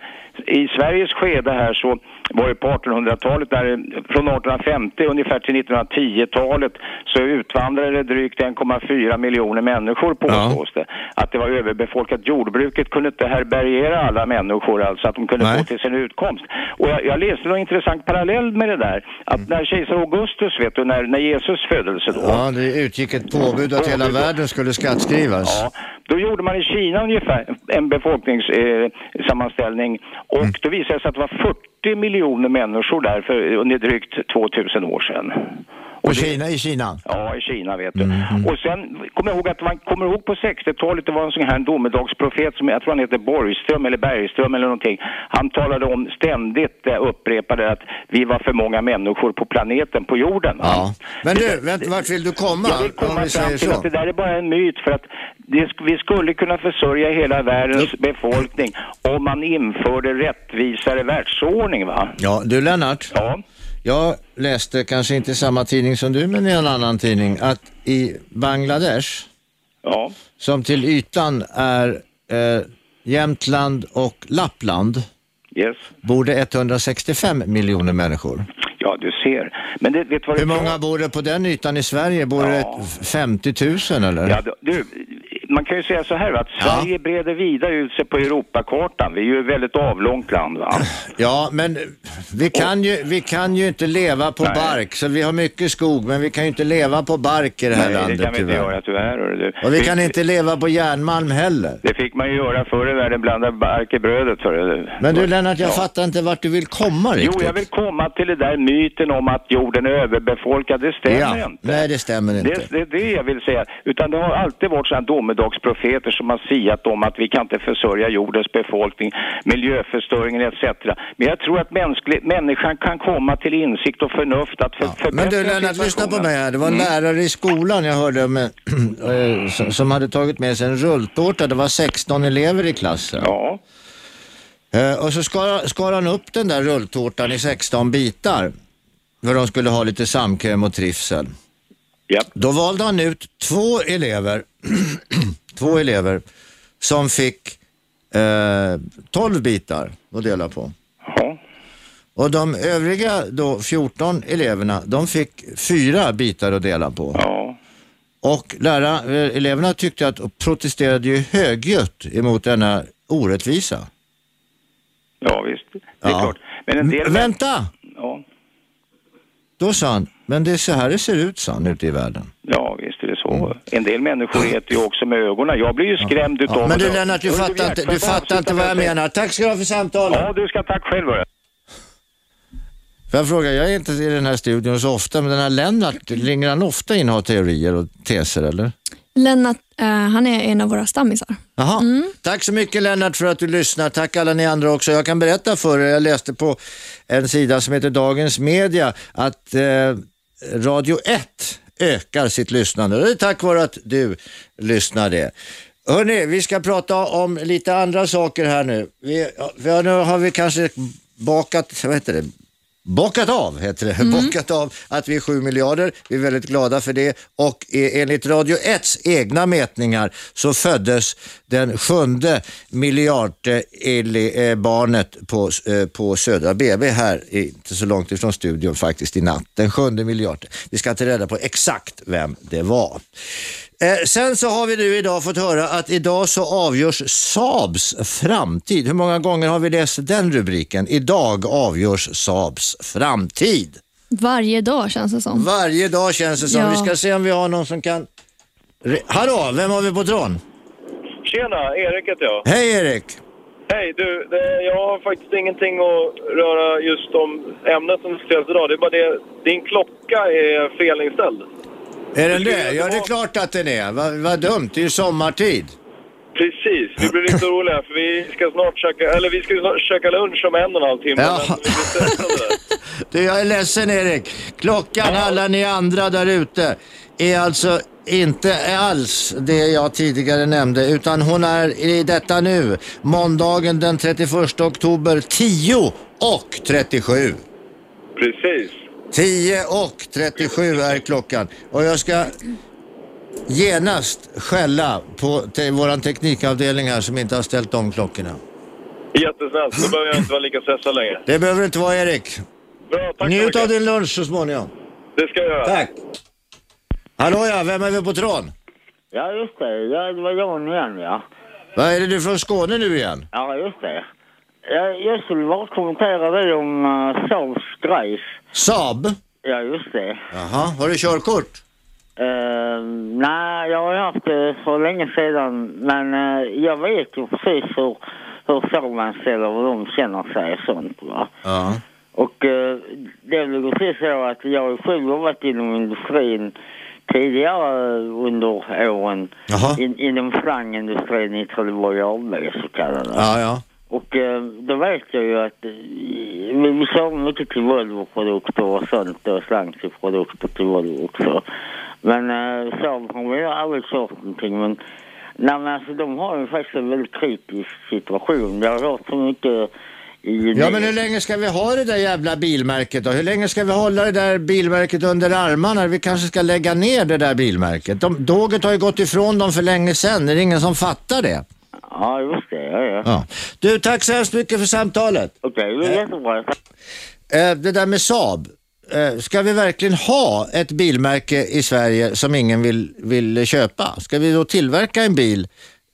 [SPEAKER 11] i Sveriges skede här så var det på 1800-talet, där, eh, från 1850 ungefär till 1910-talet så utvandrade drygt 1,4 miljoner människor påstås det. Att det var överbefolkat. Jordbruket kunde inte härbärgera alla människor alltså, att de kunde
[SPEAKER 12] Nej.
[SPEAKER 11] få till sin utkomst. Och jag, jag läste någon intressant parallell med det där, att
[SPEAKER 2] Mm.
[SPEAKER 11] när kejsar Augustus, vet du, när, när Jesus födelse då,
[SPEAKER 2] Ja, det utgick ett påbud att hela världen skulle skattskrivas.
[SPEAKER 11] Ja, då gjorde man i Kina ungefär en befolkningssammanställning eh, sammanställning. och då visade det sig att det var 40 miljoner människor där för under drygt 2000 år sedan.
[SPEAKER 2] Och Kina i Kina.
[SPEAKER 11] Ja, i Kina vet du. Och sen kommer jag ihåg att man kommer ihåg på 60-talet, det var en sån här domedagsprofet som jag tror han heter Borgström eller Bergström eller någonting. Han talade om ständigt, eh, upprepade att vi var för många människor på planeten, på jorden. va?
[SPEAKER 2] Men du, vänt, vart vill du komma?
[SPEAKER 11] Jag vill
[SPEAKER 2] om
[SPEAKER 11] komma
[SPEAKER 2] vi
[SPEAKER 11] fram
[SPEAKER 2] säger
[SPEAKER 11] till att
[SPEAKER 2] så.
[SPEAKER 11] det där är bara en myt för att det, sk- vi skulle kunna försörja hela världens befolkning om man införde rättvisare världsordning va?
[SPEAKER 2] Ja, du Lennart.
[SPEAKER 11] Ja.
[SPEAKER 2] Jag läste, kanske inte i samma tidning som du, men i en annan tidning, att i Bangladesh,
[SPEAKER 11] ja.
[SPEAKER 2] som till ytan är eh, Jämtland och Lappland,
[SPEAKER 11] Yes.
[SPEAKER 2] bor det 165 miljoner människor.
[SPEAKER 11] Ja, du ser. Men det, vet du vad det
[SPEAKER 2] Hur många bor det på den ytan i Sverige? Bor det 50 000 eller?
[SPEAKER 11] Ja, du, man kan ju säga så här va, att Sverige breder vidare ut sig på Europakartan. Vi är ju ett väldigt avlångt land va?
[SPEAKER 2] Ja, men vi kan, ju, vi kan ju inte leva på
[SPEAKER 11] Nej.
[SPEAKER 2] bark, så vi har mycket skog, men vi kan ju inte leva på bark i det här
[SPEAKER 11] Nej,
[SPEAKER 2] landet
[SPEAKER 11] det kan vi inte
[SPEAKER 2] tyvärr.
[SPEAKER 11] göra tyvärr. hörru Du.
[SPEAKER 2] Och vi kan inte leva på järnmalm heller.
[SPEAKER 11] Det fick man ju göra förr i världen, blanda bark i brödet. För,
[SPEAKER 2] Men du Lennart, jag fattar inte vart du vill komma riktigt.
[SPEAKER 11] Jo, jag vill komma till det där myten om att jorden är överbefolkad. Det stämmer
[SPEAKER 2] ja.
[SPEAKER 11] inte.
[SPEAKER 2] Nej, det stämmer inte.
[SPEAKER 11] Det, det är det jag vill säga. Utan det har alltid varit sådana domedagsprofeter som har siat om att vi kan inte försörja jordens befolkning, miljöförstöringen etc. Men jag tror att mänsklig, människan kan komma till insikt och förnuft att för, förbättra
[SPEAKER 2] Men du Lennart,
[SPEAKER 11] situationen. Mm.
[SPEAKER 2] lyssna på mig här. Det var en lärare i skolan jag hörde om, eh, som- som hade tagit med sig en rulltårta. Det var 16 elever i klassen. Eh,
[SPEAKER 11] Ja.
[SPEAKER 2] Och så skar, skar han upp den där rulltårtan i 16 bitar. För de skulle ha lite samkväm och trivsel. Då valde han ut två elever, två elever som fick eh, 12 bitar att dela på. Och de övriga då 14 eleverna, de fick fyra bitar att dela på. Och lära, eh, eleverna tyckte att, och protesterade ju högljutt emot denna orättvisa.
[SPEAKER 11] Ja, visst. Det är
[SPEAKER 2] Ja.
[SPEAKER 11] klart. Men en del...
[SPEAKER 2] Vänta!
[SPEAKER 11] Ja,
[SPEAKER 2] Då sa han, men det är så här det ser ut, sa han, ute i världen. Mm.
[SPEAKER 11] ja, visst är det så. En del människor äter ju också med ögonen. Jag blir ju skrämd utav
[SPEAKER 2] Ja, men du
[SPEAKER 11] det.
[SPEAKER 2] Lennart, du
[SPEAKER 11] Hörru,
[SPEAKER 2] fattar inte,
[SPEAKER 11] Bjärt,
[SPEAKER 2] du
[SPEAKER 11] får jag
[SPEAKER 2] fattar inte
[SPEAKER 11] avsluta
[SPEAKER 2] vad jag
[SPEAKER 11] med att-
[SPEAKER 2] menar. Tack ska du ha för samtalet.
[SPEAKER 11] Ja, du ska tack själv. hörru.
[SPEAKER 2] Får jag fråga, jag är inte i den här studion så ofta, men den här Lennart, ringer han ofta in och har teorier och teser eller?
[SPEAKER 3] Lennart, eh, han är en av våra stammisar.
[SPEAKER 2] Jaha. Tack så mycket Lennart för att du lyssnar. Tack alla ni andra också. Jag kan berätta för er, jag läste på en sida som heter Dagens Media att eh, Radio 1 ökar sitt lyssnande. Det är tack vare att du lyssnar det. Hörni, vi ska prata om lite andra saker här nu. Vi, ja, nu har vi kanske bakat, vad heter det? Bockat av heter det. Bockat av att vi är 7 miljarder. Vi är väldigt glada för det. Och eh, enligt Radio 1s egna mätningar så föddes den sjunde miljardbarnet på, eh, på Södra BB här, eh, inte så långt ifrån studion faktiskt, i natt. Den sjunde miljarden. Vi ska inte reda på exakt vem det var. Eh, sen så har vi nu idag fått höra att idag så avgörs Saabs framtid. Hur många gånger har vi läst den rubriken? Idag avgörs Saabs framtid.
[SPEAKER 3] Varje dag känns det som.
[SPEAKER 2] Varje dag känns det som.
[SPEAKER 3] Ja.
[SPEAKER 2] Vi ska se om vi har någon som kan... Re- Hallå, vem har vi på tråden?
[SPEAKER 13] Tjena, Erik heter jag.
[SPEAKER 2] Hej Erik!
[SPEAKER 13] Hej, du. det- Jag har faktiskt ingenting att röra just om ämnet som diskuteras idag. Det är bara det, din klocka är felinställd.
[SPEAKER 2] Är den det? Ja, det är klart att den är. Vad vad dumt, det är ju sommartid.
[SPEAKER 13] Precis, vi blir lite oroliga för vi ska snart käka, eller vi ska snart käka lunch om en och en halv timme.
[SPEAKER 2] Ja.
[SPEAKER 13] Men vi blir stressade.
[SPEAKER 2] Du, jag är ledsen Erik. Klockan, alla ni andra där ute, är alltså inte alls det jag tidigare nämnde utan hon är i detta nu, måndagen den 31 oktober 10 och 37.
[SPEAKER 13] Precis.
[SPEAKER 2] 10 och 37 är klockan och jag ska genast skälla på te- våran teknikavdelning här som inte har ställt om klockorna.
[SPEAKER 13] Jättesnällt, då behöver jag inte vara lika stressad längre.
[SPEAKER 2] Det behöver inte vara Erik.
[SPEAKER 13] Bra, tack
[SPEAKER 2] Njut
[SPEAKER 13] så
[SPEAKER 2] av
[SPEAKER 13] mycket.
[SPEAKER 2] din lunch så småningom.
[SPEAKER 13] Det ska jag göra.
[SPEAKER 2] Tack. Hallå ja, vem är vi på tråden?
[SPEAKER 6] Ja, just det. Ja, det var Jan igen, ja.
[SPEAKER 2] Vad är det du från Skåne nu igen?
[SPEAKER 6] Ja, just det. Jag, jag skulle bara kommentera det om uh, Saabs grejs.
[SPEAKER 2] Saab?
[SPEAKER 6] Ja, just det.
[SPEAKER 2] Jaha, har du körkort?
[SPEAKER 6] Eh, nej, jag har ju haft det för länge sedan, men eh, jag vet ju precis hur, hur förmanställda och hur de känner sig och sånt. Va?
[SPEAKER 2] Ja.
[SPEAKER 6] Och eh, det är väl precis så att jag själv har varit inom industrin tidigare under åren. In, inom slangindustrin i Trelleborg AB så kallade.
[SPEAKER 2] Ja, ja.
[SPEAKER 6] Och eh, då vet jag ju att eh, vi, vi kör mycket till Volvo-produkter och sånt och slang till produkter till Volvo också. Men eh, Saab har vi aldrig kört någonting. Men, nej, men alltså, de har ju faktiskt en väldigt kritisk situation. Jag har hört så mycket i...
[SPEAKER 2] Ja men hur länge ska vi ha det där jävla bilmärket då? Hur länge ska vi hålla det där bilmärket under armarna? Vi kanske ska lägga ner det där bilmärket. De, tåget har ju gått ifrån dem för länge sedan. Det är ingen som fattar det.
[SPEAKER 6] Ja, just det. Ja, ja.
[SPEAKER 2] Ja. Du, tack så hemskt mycket för samtalet.
[SPEAKER 6] Okej, det är jättebra.
[SPEAKER 2] Eh, det där med Saab. Eh, Ska vi verkligen ha ett bilmärke i Sverige som ingen vill, vill köpa? Ska vi då tillverka en bil?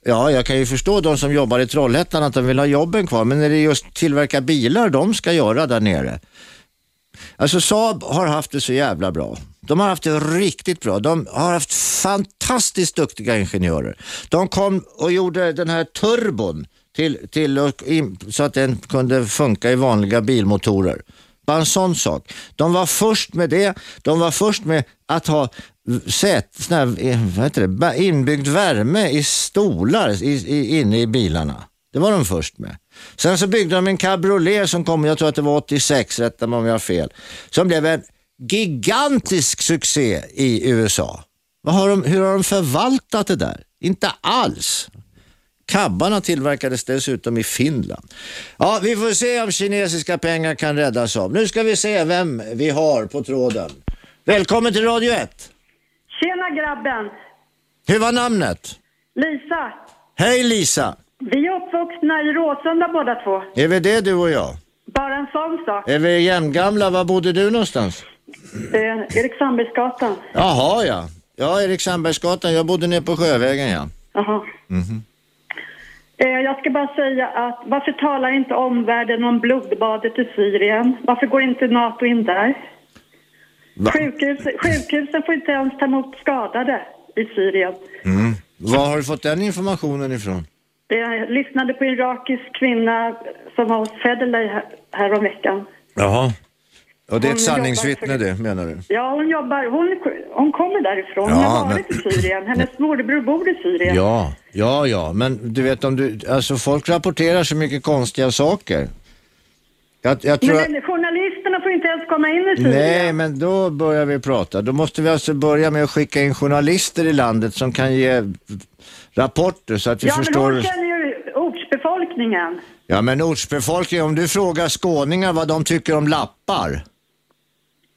[SPEAKER 2] Ja, jag kan ju förstå de som jobbar i Trollhättan att de vill ha jobben kvar, men är det just tillverka bilar de ska göra där nere? Alltså Saab har haft det så jävla bra. De har haft det riktigt bra. De har haft fantastiskt duktiga ingenjörer. De kom och gjorde den här turbon till, till och in, så att den kunde funka i vanliga bilmotorer. Bara en sån sak. De var först med det. De var först med att ha sät, sån här, eh, vad heter det, ba- inbyggd värme i stolar i, i, inne i bilarna. Det var de först med. Sen så byggde de en cabriolet som kom, jag tror att det var 86, rätta mig om jag har fel, som blev en gigantisk succé i USA. Vad har de, hur har de förvaltat det där? Inte alls. Kabbarna tillverkades dessutom i Finland. Ja, vi får se om kinesiska pengar kan räddas av. Nu ska vi se vem vi har på tråden. Välkommen till Radio 1.
[SPEAKER 12] Tjena grabben!
[SPEAKER 2] Hur var namnet?
[SPEAKER 12] Lisa,
[SPEAKER 2] Hej Lisa.
[SPEAKER 12] vi är uppvuxna i Råsunda båda två.
[SPEAKER 2] Är vi det du och jag?
[SPEAKER 12] Bara en sån sak.
[SPEAKER 2] Är vi jämngamla? Var bodde du någonstans?
[SPEAKER 12] Eh, Erik Sandbergsgatan.
[SPEAKER 2] Jaha ja. Ja, Erik Sandbergsgatan. Jag bodde nere på Sjövägen ja.
[SPEAKER 12] Jaha. Eh, jag ska bara säga att varför talar inte omvärlden om blodbadet i Syrien? Varför går inte NATO in där?
[SPEAKER 2] Va?
[SPEAKER 12] Sjukhus, sjukhusen får inte ens ta emot skadade i Syrien.
[SPEAKER 2] Mm. Var har du fått den informationen ifrån?
[SPEAKER 12] Eh, Jag lyssnade på en irakisk kvinna som var hos Federley här, häromveckan.
[SPEAKER 2] Jaha. Och det är ett
[SPEAKER 12] Hon jobbar
[SPEAKER 2] sanningsvittne det, menar du?
[SPEAKER 12] Ja, hon jobbar. Hon, hon kommer därifrån. Hon
[SPEAKER 2] Ja,
[SPEAKER 12] har varit
[SPEAKER 2] men-
[SPEAKER 12] i Syrien. Hennes morbror bor i Syrien.
[SPEAKER 2] Ja, ja, ja. Men du vet om du, alltså folk rapporterar så mycket konstiga saker. Jag, jag tror...
[SPEAKER 12] Men journalisterna får inte ens komma in i Syrien.
[SPEAKER 2] Nej, men då börjar vi prata. Då måste vi alltså börja med att skicka in journalister i landet som kan ge rapporter så att vi
[SPEAKER 12] ja,
[SPEAKER 2] förstår.
[SPEAKER 12] men hon känner ju ortsbefolkningen.
[SPEAKER 2] Ja, men ortsbefolkningen, om du frågar skåningar vad de tycker om lappar.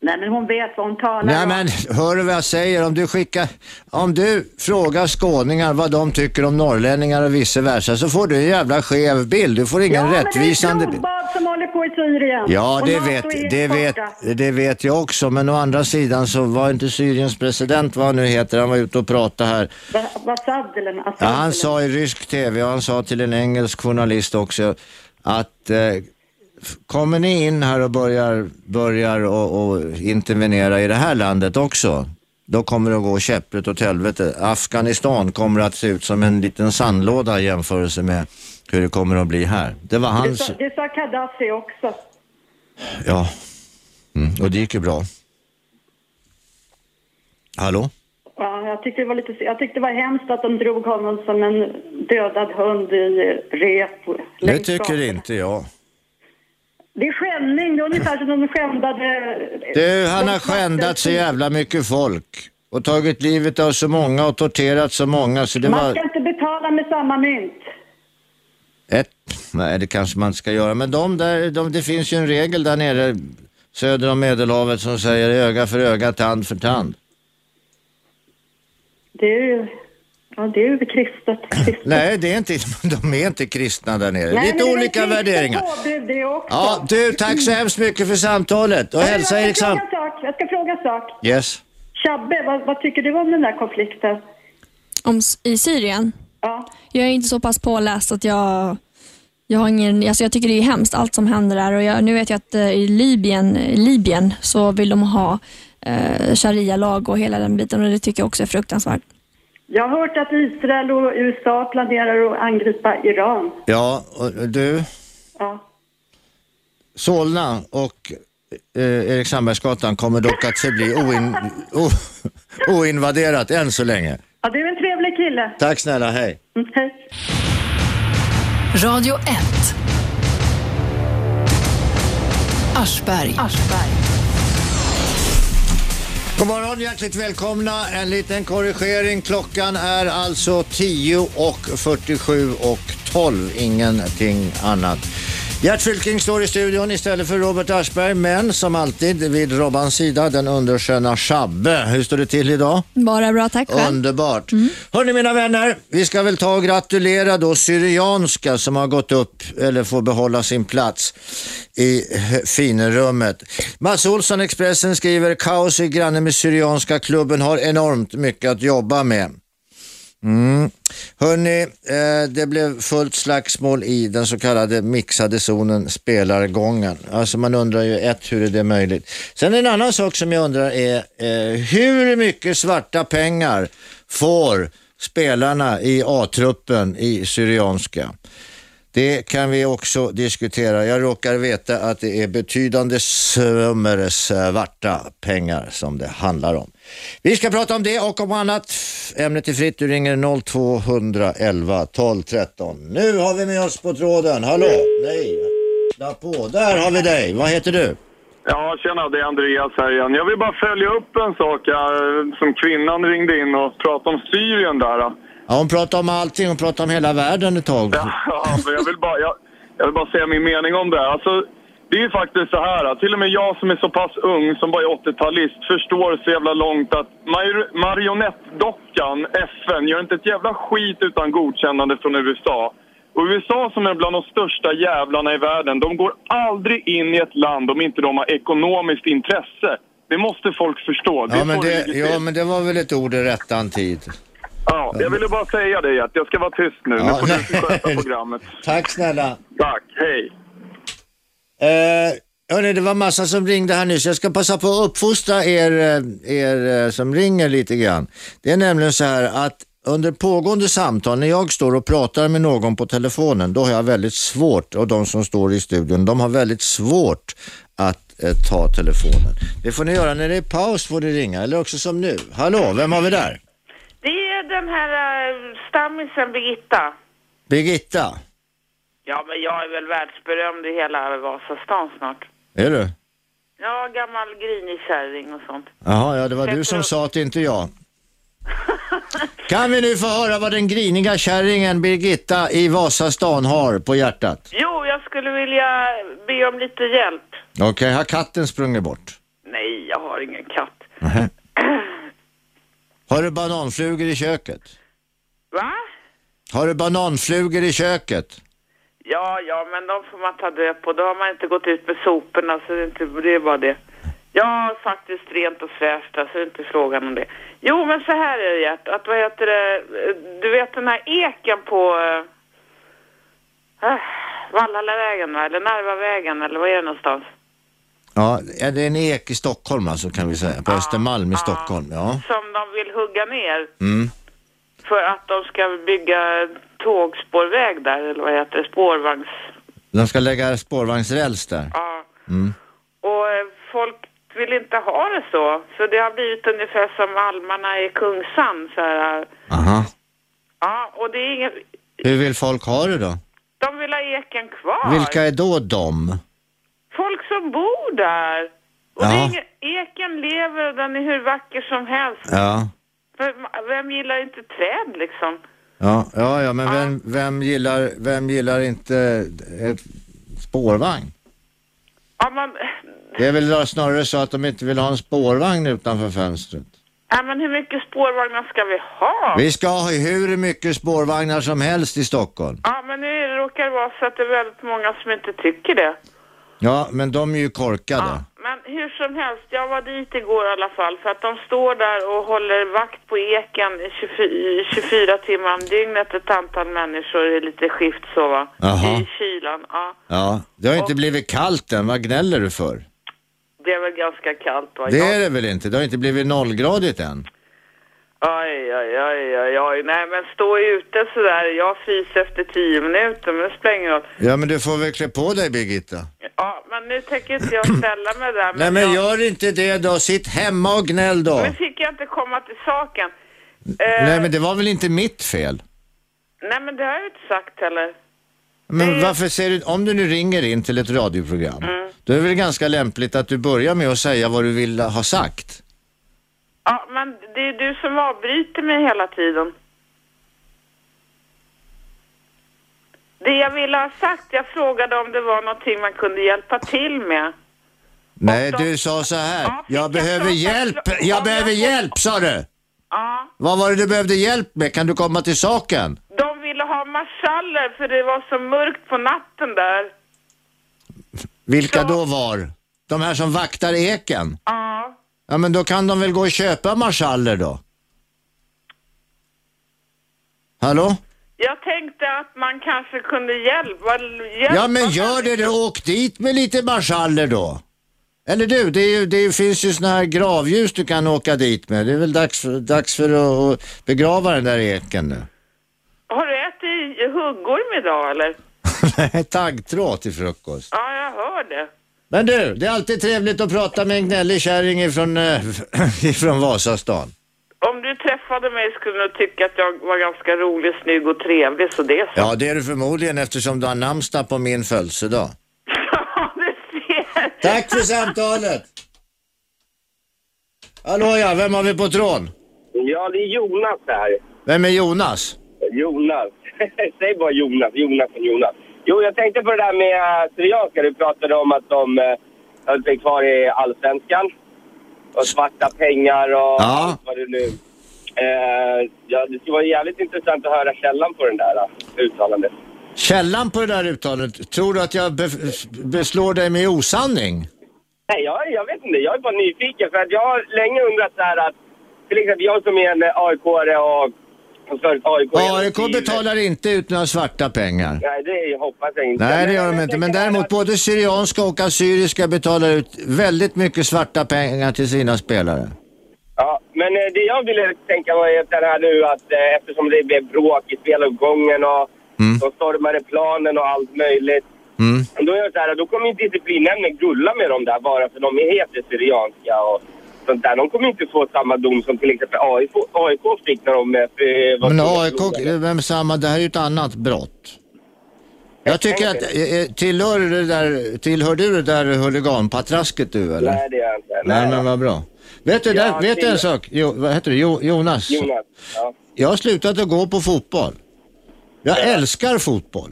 [SPEAKER 12] Nej, men hon vet vad hon talar
[SPEAKER 2] Nej,
[SPEAKER 12] om.
[SPEAKER 2] men hör du vad jag säger? Om du skickar, om du frågar skåningar vad de tycker om norrlänningar och vice versa så får du en jävla skev bild. Du får ingen
[SPEAKER 12] ja,
[SPEAKER 2] rättvisande
[SPEAKER 12] men
[SPEAKER 2] bild.
[SPEAKER 12] det är ett blodbad som håller på i Syrien.
[SPEAKER 2] Ja,
[SPEAKER 12] Och
[SPEAKER 2] det
[SPEAKER 12] NATO
[SPEAKER 2] vet,
[SPEAKER 12] är
[SPEAKER 2] det, vet,
[SPEAKER 12] borta.
[SPEAKER 2] det vet jag också. Men å andra sidan så var inte Syriens president, vad han nu heter, han var ute och pratade här.
[SPEAKER 12] Va- Assad eller Alltså, Assad.
[SPEAKER 2] Ja, han sa i rysk tv och han sa till en engelsk journalist också att eh, f- kommer ni in här och börjar, börjar och, och intervenera i det här landet också, då kommer det att gå käpprätt åt helvete. Afghanistan kommer att se ut som en liten sandlåda i jämförelse med hur det kommer att bli här. Det var
[SPEAKER 12] det,
[SPEAKER 2] hans,
[SPEAKER 12] sa, det sa Gaddafi också.
[SPEAKER 2] ja. Mm, och det gick ju bra. Hallå?
[SPEAKER 12] Ja, jag, tyckte det var lite, jag tyckte det var hemskt att de drog honom som en dödad hund i rep.
[SPEAKER 2] Det tycker inte jag.
[SPEAKER 12] Det är skändning. Det är ungefär som de skändade...
[SPEAKER 2] Du, han har skändat så jävla mycket folk. och tagit livet av så många och torterat så många så det
[SPEAKER 12] Man ska
[SPEAKER 2] var...
[SPEAKER 12] inte betala med samma mynt.
[SPEAKER 2] Ett, nej det kanske man inte ska göra, men de där, de, det finns ju en regel där nere söder om Medelhavet som säger öga för öga, tand för tand.
[SPEAKER 12] Det är ju, ja, det är ju kristet. kristet.
[SPEAKER 2] Nej, det är inte, de är inte kristna där nere.
[SPEAKER 12] Nej, men
[SPEAKER 2] Eh, Lite
[SPEAKER 12] det är
[SPEAKER 2] olika
[SPEAKER 12] kristet
[SPEAKER 2] värderingar.
[SPEAKER 12] påbud det också.
[SPEAKER 2] Ja, du, tack så hemskt mycket för samtalet och
[SPEAKER 12] Men
[SPEAKER 2] hälsa
[SPEAKER 12] jag
[SPEAKER 2] Erik
[SPEAKER 12] ska
[SPEAKER 2] Sam...
[SPEAKER 12] fråga en sak. Jag ska fråga en sak.
[SPEAKER 2] Yes.
[SPEAKER 12] Shabbe, vad, vad tycker du om den där konflikten?
[SPEAKER 3] Om, s- I Syrien?
[SPEAKER 12] Ja.
[SPEAKER 3] Jag är inte så pass påläst att jag jag, har ingen, alltså jag tycker det är hemskt allt som händer där. Och jag, nu vet jag att eh, i Libyen, i Libyen så vill de ha eh, sharia-lag och hela den biten och det tycker jag också är fruktansvärt.
[SPEAKER 12] Jag har hört att Israel och USA planerar att angripa Iran.
[SPEAKER 2] Ja, och du?
[SPEAKER 12] Ja.
[SPEAKER 2] Solna och eh, Erik Sandbergsgatan kommer dock att förbli oin, o, oinvaderat än så länge.
[SPEAKER 12] Ja, du är en trevlig kille.
[SPEAKER 2] Tack snälla, hej.
[SPEAKER 12] Mm, hej.
[SPEAKER 1] Radio 1. Aschberg.
[SPEAKER 2] God morgon, hjärtligt välkomna. En liten korrigering. Klockan är alltså 10 och 47 och 12, ingenting annat. Gert Fylking står i studion istället för Robert Aschberg, men som alltid vid Robbans sida, den undersköna Shabbe. Hur står det till idag?
[SPEAKER 3] Bara bra, tack själv. Mm.
[SPEAKER 2] Underbart. Hörni mina vänner, vi ska väl ta och gratulera då Syrianska som har gått upp eller får behålla sin plats i hö- finrummet. Mats Olsson, Expressen skriver kaos i granne med Syrianska klubben har enormt mycket att jobba med. Mm. Hörni, eh, det blev fullt slagsmål i den så kallade mixade zonen spelargången. Alltså man undrar ju ett, hur är det möjligt? Sen en annan sak som jag undrar är eh, hur mycket svarta pengar får spelarna i A-truppen i Syrianska? Det kan vi också diskutera. Jag råkar veta att det är betydande summor svarta pengar som det handlar om. Vi ska prata om det och om annat. Ämnet är fritt. Du ringer 0211 12 13. Nu har vi med oss på tråden. Hallå? Nej, öppna på. Där har vi dig. Vad heter du?
[SPEAKER 7] Ja, tjena, det är Andreas här igen. Jag vill bara följa upp en sak eh, som kvinnan ringde in och pratade om Syrien där.
[SPEAKER 2] Ja, hon pratar om allting. Hon pratar om hela världen ett tag.
[SPEAKER 7] Ja, men jag vill bara, jag, jag vill bara säga min mening om det. Alltså, det är ju faktiskt så här, att till och med jag som är så pass ung, som bara är 80-talist, förstår så jävla långt att mar- marionettdockan FN gör inte ett jävla skit utan godkännande från USA. Och USA som är bland de största jävlarna i världen, de går aldrig in i ett land om inte de har ekonomiskt intresse. Det måste folk förstå. Det
[SPEAKER 2] Ja men
[SPEAKER 7] får
[SPEAKER 2] det,
[SPEAKER 7] ligga
[SPEAKER 2] ja,
[SPEAKER 7] till.
[SPEAKER 2] men det var väl ett ord i rättan tid.
[SPEAKER 7] ja, jag ville bara säga det, att jag ska vara tyst nu. nu
[SPEAKER 2] Ja,
[SPEAKER 7] får
[SPEAKER 2] nej.
[SPEAKER 7] du sköta programmet.
[SPEAKER 2] Tack snälla.
[SPEAKER 7] Tack, hej.
[SPEAKER 2] Eh, hörni, det var massa som ringde här nyss. Jag ska passa på att uppfostra er, eh, er eh, som ringer lite grann. Det är nämligen så här att under pågående samtal, när jag står och pratar med någon på telefonen, då har jag väldigt svårt, och de som står i studion, de har väldigt svårt att eh, ta telefonen. Det får ni göra när det är paus, får ni ringa, eller också som nu. Hallå, vem har vi där?
[SPEAKER 14] Det är den här eh, stammisen Birgitta.
[SPEAKER 2] Birgitta,
[SPEAKER 14] Ja, men jag är väl världsberömd i hela Vasastan snart.
[SPEAKER 2] är du?
[SPEAKER 14] Ja, gammal grinig kärring och sånt.
[SPEAKER 2] Jaha, ja, det var du som sa att inte jag. Kan vi nu få höra vad den griniga kärringen Birgitta i Vasastan har på hjärtat?
[SPEAKER 14] Jo, jag skulle vilja be om lite hjälp.
[SPEAKER 2] Okej, har katten sprungit bort?
[SPEAKER 14] Nej, jag har ingen katt.
[SPEAKER 2] Nähä. Har du bananflugor i köket?
[SPEAKER 14] Va?
[SPEAKER 2] Har du bananflugor i köket?
[SPEAKER 14] Ja, ja, men de får man ta död på. Då har man inte gått ut med soporna, så det är, inte, det är bara det. Ja, faktiskt rent och fräscht, alltså det är inte frågan om det. Jo, men så här är det, Gert, att vad heter det, eh, du vet den här eken på äh, Vallhallavägen, va? eller Narvavägen, eller var är det någonstans?
[SPEAKER 2] Ja, är det är en ek i Stockholm alltså kan vi säga, på Östermalm i Stockholm. Ja.
[SPEAKER 14] Som de vill hugga ner
[SPEAKER 2] Mm.
[SPEAKER 14] för att de ska bygga tågspårväg där, eller vad heter det, spårvagns...
[SPEAKER 2] De ska lägga spårvagnsräls där.
[SPEAKER 14] Ja.
[SPEAKER 2] Mm.
[SPEAKER 14] Och eh, folk vill inte ha det så. Så det har blivit ungefär som almarna i Kungsan. Så här.
[SPEAKER 2] Aha.
[SPEAKER 14] Ja, och det är ingen...
[SPEAKER 2] Hur vill folk ha det då?
[SPEAKER 14] De Ah. vill ha eken kvar.
[SPEAKER 2] Vilka är då de?
[SPEAKER 14] Folk som bor där. Och det
[SPEAKER 2] Ja.
[SPEAKER 14] är inget, eken lever och den är hur vacker som helst.
[SPEAKER 2] Ja.
[SPEAKER 14] För ma- vem gillar inte träd liksom?
[SPEAKER 2] Ja, ja, ja men vem, vem, gillar, vem gillar inte ett spårvagn?
[SPEAKER 14] Ja, man,
[SPEAKER 2] Det är väl då snarare så att de inte vill ha en spårvagn utanför fönstret.
[SPEAKER 14] ja, äh, men hur mycket spårvagnar ska vi ha?
[SPEAKER 2] Vi ska ha hur mycket spårvagnar som helst i Stockholm.
[SPEAKER 14] Ja, men nu råkar det vara så att det är väldigt många som inte tycker det.
[SPEAKER 2] Ja, men de är ju korkade.
[SPEAKER 14] Men hur som helst, jag var dit igår i alla fall för att de står där och håller vakt på eken i 24, 24 timmar om dygnet ett antal människor i lite skift så va.
[SPEAKER 2] Jaha.
[SPEAKER 14] I kylan, ja.
[SPEAKER 2] Ja, det har inte blivit kallt än. Vad gnäller du för?
[SPEAKER 14] Det är väl ganska kallt va?
[SPEAKER 2] Det
[SPEAKER 14] Jag-
[SPEAKER 2] är det väl inte? Det har inte blivit nollgradigt än.
[SPEAKER 14] Aj, aj, aj, aj, aj. Nej men stå ute sådär, jag fryser efter 10 minuter men det spelar ingen roll.
[SPEAKER 2] Ja, men du får väl klä på dig, Birgitta.
[SPEAKER 14] Ja, men nu tänker inte jag ställa mig där.
[SPEAKER 2] Nej, men gör inte det då. Sitt hemma och gnäll då.
[SPEAKER 14] Nu fick jag inte komma till saken. Eh,
[SPEAKER 2] Nej, men det var väl inte mitt fel?
[SPEAKER 14] Nej men det har jag ju inte sagt heller.
[SPEAKER 2] Men varför säger du, om du nu ringer in till ett radioprogram,
[SPEAKER 14] Mm.
[SPEAKER 2] då är det väl ganska lämpligt att du börjar med att säga vad du vill ha sagt?
[SPEAKER 14] Ja, men det är du som avbryter mig hela tiden. Det jag ville ha sagt, jag frågade om det var någonting man kunde hjälpa till med.
[SPEAKER 2] Nej, du sa så här, jag behöver hjälp, jag behöver hjälp sa du!
[SPEAKER 14] Ja,
[SPEAKER 2] Vad var det du behövde hjälp med? Kan du komma till saken?
[SPEAKER 14] de ville ha marschaller för det var så mörkt på natten där.
[SPEAKER 2] Vilka då var? De här som vaktar eken?
[SPEAKER 14] Ja,
[SPEAKER 2] Ja, men då kan de väl gå och köpa marschaller då? Hallå?
[SPEAKER 14] jag tänkte att man kanske kunde hjälpa. hjälpa.
[SPEAKER 2] Ja, men gör det då. Åk dit med lite marschaller då. Eller du, det, är ju, det är ju- finns ju såna här gravljus du kan åka dit med. Det är väl dags för, dags för att, att begrava den där eken nu.
[SPEAKER 14] Har du ätit huggorm idag eller?
[SPEAKER 2] Taggtråd till frukost.
[SPEAKER 14] Ja, jag hör det.
[SPEAKER 2] Men du, det är alltid trevligt att prata med en gnällig kärring ifrån, eh, ifrån Vasastan.
[SPEAKER 14] Om du träffade mig skulle du tycka att jag var ganska rolig, snygg och trevlig, så det är så.
[SPEAKER 2] Ja, det är du förmodligen eftersom du har namnsdag på min födelsedag. Tack för samtalet! Hallå ja, vem har vi på tråden?
[SPEAKER 15] Ja, det är Jonas här.
[SPEAKER 2] Vem är Jonas?
[SPEAKER 15] Jonas. Säg bara Jonas, Jonas och Jonas. Jo, jag tänkte på det där med eh, Syrianska. Du pratade om att de eh, höll sig kvar i allsvenskan. Och svarta pengar och
[SPEAKER 2] Ja.
[SPEAKER 15] allt vad det nu... Eh, ja, det skulle vara jävligt intressant att höra källan på den där eh, uttalandet.
[SPEAKER 2] Källan på det där uttalet, tror du att jag be- beslår dig med osanning?
[SPEAKER 15] Nej, jag, jag vet inte. Jag är bara nyfiken. För att jag har länge undrat så här att... Till exempel jag som är en eh, AIK-are och... Som följt AIK... hela
[SPEAKER 2] AIK
[SPEAKER 15] tiden.
[SPEAKER 2] betalar inte ut några svarta pengar.
[SPEAKER 15] Nej, det hoppas jag inte.
[SPEAKER 2] Nej, det gör
[SPEAKER 15] Men-
[SPEAKER 2] de inte. Men däremot både syrianska och assyriska betalar ut väldigt mycket svarta pengar till sina spelare.
[SPEAKER 15] Ja, men eh, det jag ville tänka var just det här nu att eh, eftersom det blev bråk i speluppgången och de stormade planen och allt möjligt.
[SPEAKER 2] Mm.
[SPEAKER 15] Då, är det så här, då kommer inte disciplinnämnden gulla med dem där bara för de heter Syrianska och sånt där. De kommer inte få samma dom som till exempel AIK, AIK fick när de... eh, var
[SPEAKER 2] Men
[SPEAKER 15] tvungna att
[SPEAKER 2] AIK,
[SPEAKER 15] förlora.
[SPEAKER 2] vem samma, det här är ju ett annat brott. Jag tycker att, eh, eh, tillhör, det där, tillhör du det där huliganpatrasket du eller?
[SPEAKER 15] Nej, det gör jag inte.
[SPEAKER 2] Nej, men vad bra. Vet du,
[SPEAKER 15] Ja,
[SPEAKER 2] där, vet du en
[SPEAKER 15] det-
[SPEAKER 2] sak? Jo, vad heter du? Jo, Jonas?
[SPEAKER 15] Jonas, ja.
[SPEAKER 2] Jag har slutat att gå på fotboll. Jag älskar fotboll.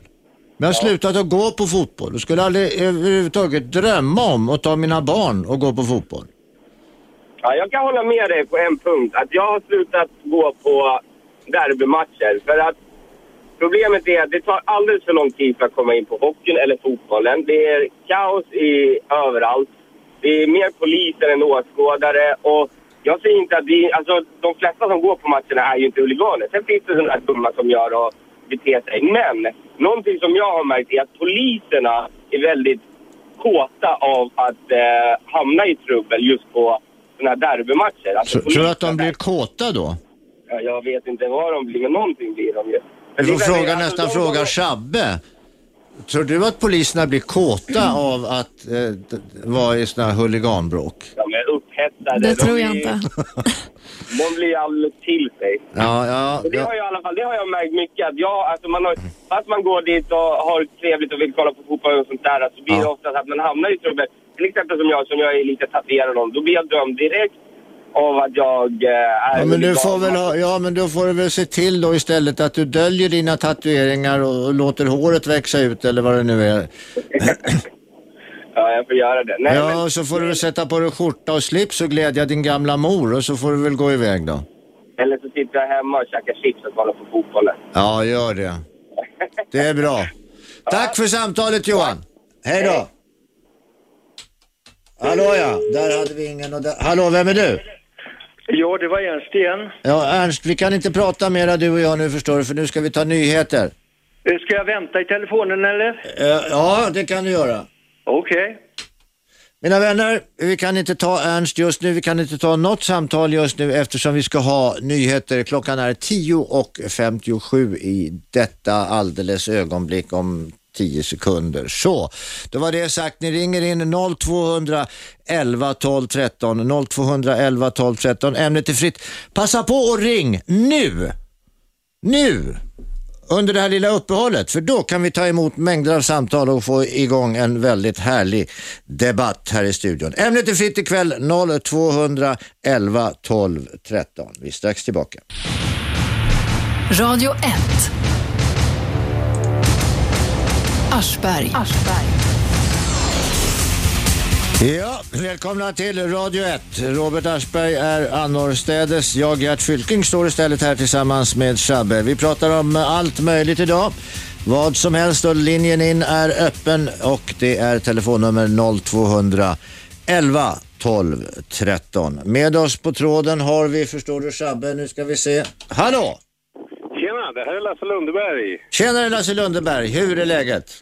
[SPEAKER 2] Men jag har slutat att gå på fotboll och skulle aldrig överhuvudtaget drömma om att ta mina barn och gå på fotboll.
[SPEAKER 15] Ja, jag kan hålla med dig på en punkt. Att jag har slutat gå på derbymatcher. För att problemet är att det tar alldeles för lång tid för att komma in på hockeyn eller fotbollen. Det är kaos i, överallt. Det är mer poliser än åskådare. Och jag säger inte att vi... Alltså, de flesta som går på matcherna är ju inte huliganer. Sen finns det sådana där dumma som gör och beter sig. Men någonting som jag har märkt är att poliserna är väldigt kåta av att eh, hamna i trubbel just på såna här derbymatcher. Alltså,
[SPEAKER 2] Tr- Tror du att de blir kåta då?
[SPEAKER 15] ja, jag vet inte vad de blir, men någonting blir de ju. Det är
[SPEAKER 2] Du får
[SPEAKER 15] väldigt-
[SPEAKER 2] fråga,
[SPEAKER 15] alltså,
[SPEAKER 2] nästan
[SPEAKER 15] de-
[SPEAKER 2] fråga Shabbe. Tror du att
[SPEAKER 15] Mm.
[SPEAKER 2] poliserna blir kåta av att eh, d- d- vara i sådana här huliganbråk?
[SPEAKER 15] De är upphetsade upphetsade.
[SPEAKER 3] Det
[SPEAKER 15] De
[SPEAKER 3] tror jag
[SPEAKER 15] blir-
[SPEAKER 3] inte.
[SPEAKER 15] De blir alldeles till sig.
[SPEAKER 2] Ja, ja,
[SPEAKER 15] Och det har jag i alla fall, det har jag märkt mycket att jag, alltså man har, fast man går dit och har trevligt och vill kolla på fotboll och sånt där så blir det ofta så att man hamnar i trubbel. Till exempel som jag, som jag är lite tatuerad om, då blir jag dömd direkt av att jag eh, är
[SPEAKER 2] Ja men, du
[SPEAKER 15] huligan.
[SPEAKER 2] får väl ha, ja, men då får du väl se till då istället att du döljer dina tatueringar och, och låter håret växa ut eller vad det nu är.
[SPEAKER 15] Ja, jag får göra det. Nej,
[SPEAKER 2] ja,
[SPEAKER 15] men,
[SPEAKER 2] och så får du väl sätta på dig skjorta och slips och glädja din gamla mor och så får du väl gå iväg då.
[SPEAKER 15] Eller så sitter jag hemma och käkar chips och kollar på fotbollen.
[SPEAKER 2] Ja, gör det. Det är bra. Tack för samtalet Johan. Hej då. Hallå ja, där hade vi ingen och där... Hallå, vem är du?
[SPEAKER 4] Ja, det var Ernst igen.
[SPEAKER 2] Ja, Ernst, vi kan inte prata mera du och jag nu förstår du, för nu ska vi ta nyheter.
[SPEAKER 4] Eh, Ska jag vänta i telefonen eller?
[SPEAKER 2] Eh, Ja, det kan du göra.
[SPEAKER 4] Okej.
[SPEAKER 2] Mina vänner, vi kan inte ta Ernst just nu, vi kan inte ta något samtal just nu eftersom vi ska ha nyheter. Klockan är 10.57 i detta alldeles ögonblick om 10 sekunder. Så, då var det sagt. Ni ringer in 0211 12 13, 0211 12 13. Ämnet är fritt. Passa på och ring nu! Nu! under det här lilla uppehållet, för då kan vi ta emot mängder av samtal och få igång en väldigt härlig debatt här i studion. Ämnet är fritt ikväll 0211 12 13. Vi är strax tillbaka.
[SPEAKER 1] Radio 1. Aschberg.
[SPEAKER 2] Ja, välkomna till Radio 1. Robert Aschberg är annorstädes. Jag, Gert Fylking, står istället här tillsammans med Shabbe. Vi pratar om allt möjligt idag. Vad som helst och linjen in är öppen och det är telefonnummer 0200 11 12 13. Med oss på tråden har vi, förstår du Shabbe, nu ska vi se. Hallå!
[SPEAKER 16] Tjena, det här är Lasse Lundberg.
[SPEAKER 2] Tjenare Lasse Lundeberg, hur är läget?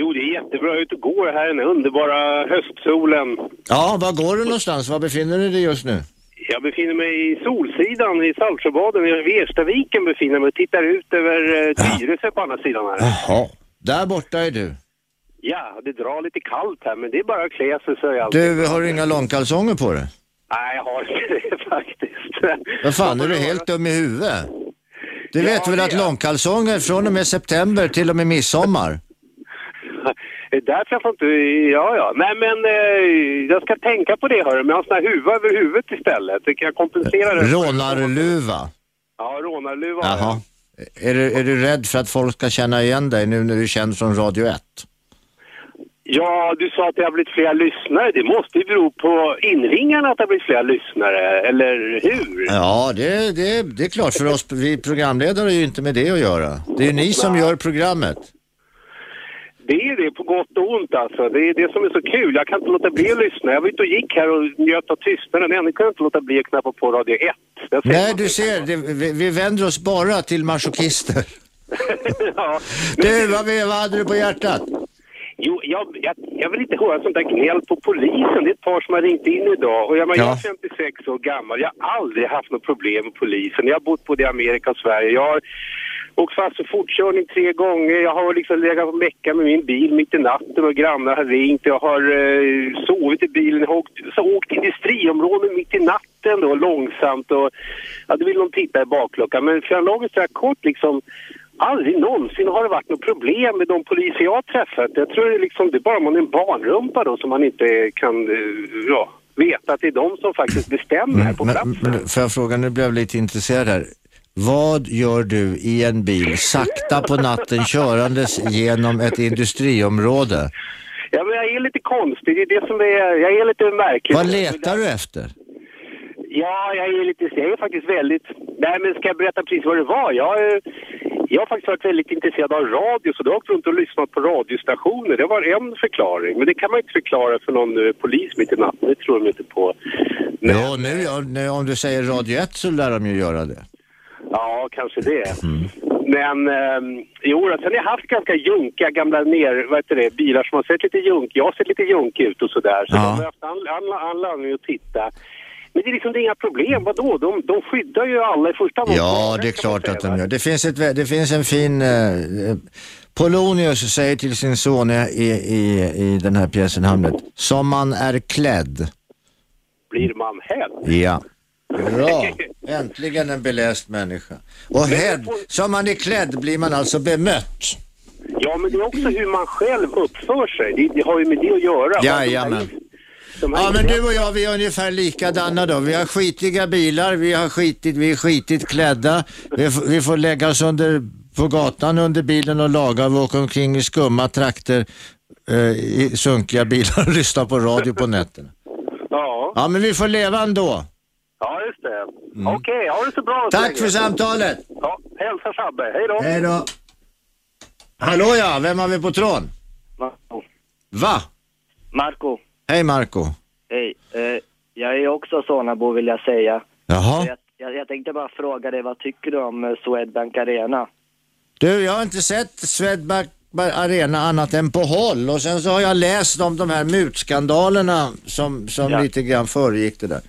[SPEAKER 16] Jo, det är jättebra ut och går här i den underbara höstsolen.
[SPEAKER 2] Ja, var går du någonstans? Var befinner du dig just nu?
[SPEAKER 16] Jag befinner mig i Solsidan i Saltsjöbaden. Jag är vid Erstaviken befinner mig och tittar ut över eh, Tyresö på andra sidan här.
[SPEAKER 2] Jaha, där borta är du.
[SPEAKER 16] Ja, det drar lite kallt här men det är bara att klä sig så är allt.
[SPEAKER 2] Du, har du inga långkalsonger på dig?
[SPEAKER 16] Nej, jag har inte det faktiskt.
[SPEAKER 2] Vad fan, är du helt dum i huvudet? Du vet väl att långkalsonger från och med september till och med midsommar?
[SPEAKER 16] Det är därför jag får inte... Ja, ja. Nej, men eh, jag ska tänka på det hörru, men jag har en sån här huva över huvudet istället. Det kan jag kompensera det.
[SPEAKER 2] Rånarluva.
[SPEAKER 16] Ja, rånarluva.
[SPEAKER 2] Jaha. Är du, är du rädd för att folk ska känna igen dig nu när du är känd från Radio 1?
[SPEAKER 16] Ja, du sa att det har blivit fler lyssnare. Det måste ju bero på inringarna att det har blivit fler lyssnare, eller hur?
[SPEAKER 2] Ja, det, det, det är klart för oss. Vi programledare har ju inte med det att göra. Det är ju ni som gör programmet.
[SPEAKER 16] Det är det på gott och ont alltså. Det är det som är så kul. Jag kan inte låta bli att lyssna. Jag var ute och gick här och njöt av tystnaden. Ändå kunde jag inte låta bli att knappa på radio 1. Jag säger-
[SPEAKER 2] Nej, du ser, det, vi, vi vänder oss bara till masochister.
[SPEAKER 16] ja.
[SPEAKER 2] Du, vad, vad hade du på hjärtat?
[SPEAKER 16] Jo, jag, jag, jag vill inte höra sånt där gnäll på polisen. Det är ett par som har ringt in idag. Och jag, men, jag
[SPEAKER 2] Ja.
[SPEAKER 16] är 56 år gammal. Jag har aldrig haft något problem med polisen. Jag har bott både i Amerika och Sverige. Jag har åkt fast för fortkörning tre gånger. Jag har liksom legat på mecka med min bil mitt i natten och grannar har ringt. Jag har eh, sovit i bilen. Jag har åkt, så åkt till industriområden mitt i natten då, långsamt. Och, ja, då vill de titta i bakluckan. Men för en lång sträcka kort liksom Aldrig någonsin har det varit något problem med de poliser jag har träffat. Jag tror det, är liksom, det är bara man är en barnrumpa då som man inte kan eh, ja, veta att det är de som faktiskt bestämmer här på plats.
[SPEAKER 2] Mm, Men, men, får jag fråga, nu blev jag lite intresserad här. Vad gör du i en bil sakta på natten körandes genom ett industriområde?
[SPEAKER 16] Ja, men jag är lite konstig, det är det som är, jag är lite märklig.
[SPEAKER 2] Vad letar du efter?
[SPEAKER 16] Ja, jag är lite, jag är faktiskt väldigt, nej men ska jag berätta precis vad det var? Jag, eh, jag har faktiskt varit väldigt intresserad av radio så då har jag åkt runt och lyssnat på radiostationer. Det var en förklaring, men det kan man inte förklara för någon eh, polis mitt i natten, det tror de inte på.
[SPEAKER 2] Ja, nu, ja, nu, om du säger Radio 1 så lär de ju göra det.
[SPEAKER 16] Ja, kanske det. Men eh, jo, då, sen har jag haft ganska junkiga gamla ner, vad heter det, bilar som har sett lite junk, jag har sett lite junk ut och sådär. Så
[SPEAKER 17] Ja.
[SPEAKER 16] de har haft all, all, all anledning att titta. Men det är liksom det är inga problem, vadå? De, de skyddar ju alla i första hand.
[SPEAKER 2] Ja, det är klart att de gör. Det finns, ett, vä- det finns en fin... Eh, eh, Polonius säger till sin son i, i, i den här pjäsen Hamlet, som man är klädd.
[SPEAKER 16] blir man hädd.
[SPEAKER 2] Ja. Bra, äntligen en beläst människa. Och hädd, som man är klädd blir man alltså bemött.
[SPEAKER 16] Ja, men det är också hur man själv uppför sig. Det, det har ju med det att göra. De
[SPEAKER 2] Jajamän.
[SPEAKER 16] här-
[SPEAKER 2] Ja men du och jag vi är ungefär likadana då. Vi har skitiga bilar, vi har skitit, vi är skitigt klädda. Vi, f- vi får lägga oss under, på gatan under bilen och laga. Vi åker omkring i skumma trakter eh, i sunkiga bilar och lyssnar på radio på nätterna.
[SPEAKER 16] Ja.
[SPEAKER 2] Ja men vi får leva ändå.
[SPEAKER 16] Ja, just det.
[SPEAKER 2] Mm.
[SPEAKER 16] Okej, ha det så bra. så
[SPEAKER 2] Tack
[SPEAKER 16] länge.
[SPEAKER 2] för samtalet.
[SPEAKER 16] Ja, hälsa Fabbe. Hej då.
[SPEAKER 2] Hej då. Hallå ja, vem har vi på tråden?
[SPEAKER 17] Marco.
[SPEAKER 2] Va?
[SPEAKER 17] Marco,
[SPEAKER 2] Hej Marco.
[SPEAKER 17] hej. Eh, jag är också Sonabo vill jag säga.
[SPEAKER 2] Jaha.
[SPEAKER 17] Jag, jag, jag tänkte bara fråga dig, vad tycker du om eh, Swedbank Arena?
[SPEAKER 2] Du, jag har inte sett Swedbank Arena annat än på håll och sen så har jag läst om de här mutskandalerna som, som lite grann föregick det där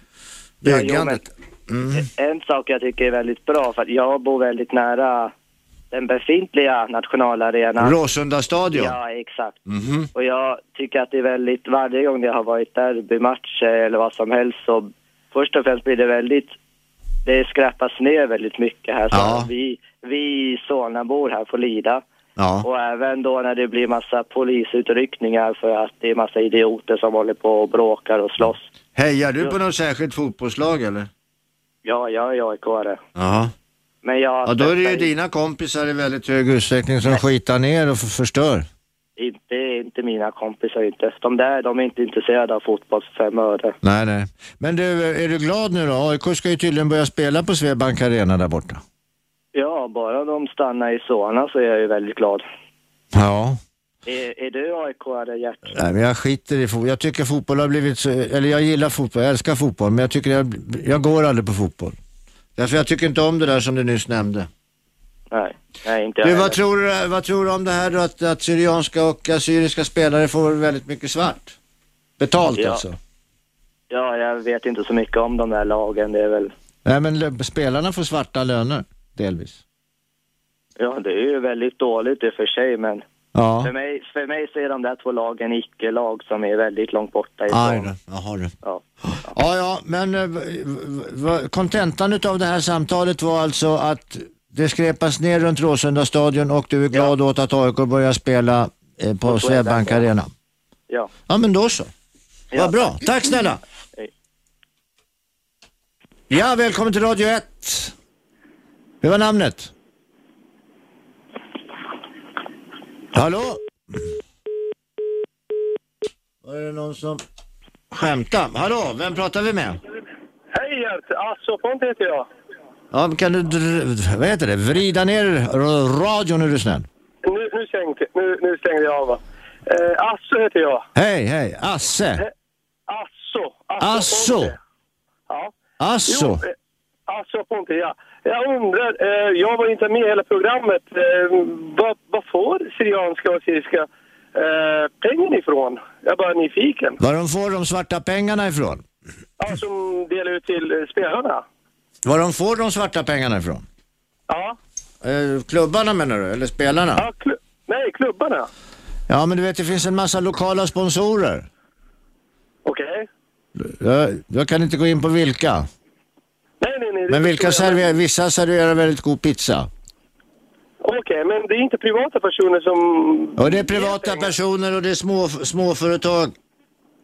[SPEAKER 17] Ja,
[SPEAKER 2] byggandet. Mm.
[SPEAKER 17] Eh, En sak jag tycker är väldigt bra, för att jag bor väldigt nära den befintliga nationalarenan.
[SPEAKER 2] Råsunda stadion?
[SPEAKER 17] Ja, exakt.
[SPEAKER 2] Mhm.
[SPEAKER 17] Och jag tycker att det är väldigt, varje gång det har varit derbymatcher eller vad som helst så först och främst blir det väldigt, det skräpas ner väldigt mycket här. Så
[SPEAKER 2] Ja.
[SPEAKER 17] vi, vi Solnabor här får lida.
[SPEAKER 2] Ja.
[SPEAKER 17] Och även då när det blir massa polisutryckningar för att det är massa idioter som håller på och bråkar och slåss.
[SPEAKER 2] Hejar du på något särskilt fotbollslag eller?
[SPEAKER 17] Ja, jag är AIK-are.
[SPEAKER 2] Ja.
[SPEAKER 17] Men jag...
[SPEAKER 2] Ja, då är det ju dina kompisar i väldigt hög utsträckning som skitar ner och f- förstör.
[SPEAKER 17] Inte, inte mina kompisar inte. De där, de är inte intresserade av fotboll för fem öre.
[SPEAKER 2] Nej, nej. Men du, är du glad nu då? AIK ska ju tydligen börja spela på Swedbank Arena där borta.
[SPEAKER 17] Ja, bara de stannar i Solna så är jag ju väldigt glad.
[SPEAKER 2] Ja.
[SPEAKER 17] Är, är du AIK-are, Gert?
[SPEAKER 2] Nej, men jag skiter i fotboll. Jag tycker fotboll har blivit så, eller jag gillar fotboll, jag älskar fotboll, men jag tycker jag, jag går aldrig på fotboll. Därför jag tycker inte om det där som du nyss nämnde.
[SPEAKER 17] Nej, nej inte
[SPEAKER 2] Du,
[SPEAKER 17] jag
[SPEAKER 2] vad
[SPEAKER 17] heller.
[SPEAKER 2] tror, du, vad tror du om det här då att, att syrianska och assyriska spelare får väldigt mycket svart? Betalt
[SPEAKER 17] Ja.
[SPEAKER 2] alltså?
[SPEAKER 17] Ja, jag vet inte så mycket om de där lagen. Det är väl...
[SPEAKER 2] Nej men lö- spelarna får svarta löner, delvis.
[SPEAKER 17] Ja, det är ju väldigt dåligt i och för sig, men...
[SPEAKER 2] Ja.
[SPEAKER 17] För, mig, för mig så är de där två lagen icke-lag som är väldigt långt borta
[SPEAKER 2] Aj
[SPEAKER 17] ifrån.
[SPEAKER 2] då, jaha du.
[SPEAKER 17] Ja.
[SPEAKER 2] Ja, ja, men eh, v- v- v- kontentan utav det här samtalet var alltså att det skräpas ner runt Råsunda stadion och du är glad åt att AIK börjar spela eh, på Swedbank
[SPEAKER 17] På Swedbank, ja.
[SPEAKER 2] Arena.
[SPEAKER 17] ja.
[SPEAKER 2] Ja, men då så. Vad bra. Tack snälla.
[SPEAKER 17] Hej.
[SPEAKER 2] Ja, välkommen till Radio 1. Hur var namnet? Hallå? Var det någon som skämtade? Hallå, vem pratar vi med?
[SPEAKER 13] Hej Gert! Asso Ponti heter jag.
[SPEAKER 2] Ja, men kan du, dr- vad heter det, vrida ner r- radion är du snäll.
[SPEAKER 13] Nu, nu, sänkte, nu, nu stängde jag av va. Eh, Asso heter jag.
[SPEAKER 2] Hej, hej, Asse.
[SPEAKER 13] Asso.
[SPEAKER 2] Asso.
[SPEAKER 13] Ja.
[SPEAKER 2] Asso.
[SPEAKER 13] Jo, eh, Asso Ponti, ja. Jag undrar, eh, jag var inte med i hela programmet. Eh, vad, vad får Syrianska och Syriska eh, pengen ifrån? Jag är bara nyfiken.
[SPEAKER 2] Var de får de svarta pengarna ifrån?
[SPEAKER 13] Ja, som delar ut till eh, spelarna.
[SPEAKER 2] Var de får de svarta pengarna ifrån?
[SPEAKER 13] Ja.
[SPEAKER 2] Eh, Klubbarna menar du, eller spelarna?
[SPEAKER 13] ja klu- nej, klubbarna.
[SPEAKER 2] Ja, men du vet det finns en massa lokala sponsorer.
[SPEAKER 13] Okej.
[SPEAKER 2] Jag, jag kan inte gå in på vilka.
[SPEAKER 13] Nej, nej, nej. det
[SPEAKER 2] Men vilka
[SPEAKER 13] förstår jag.
[SPEAKER 2] serverar, vissa serverar väldigt god pizza.
[SPEAKER 13] Okej, men det är inte privata personer som...
[SPEAKER 2] Och det är privata personer och det är små, småföretag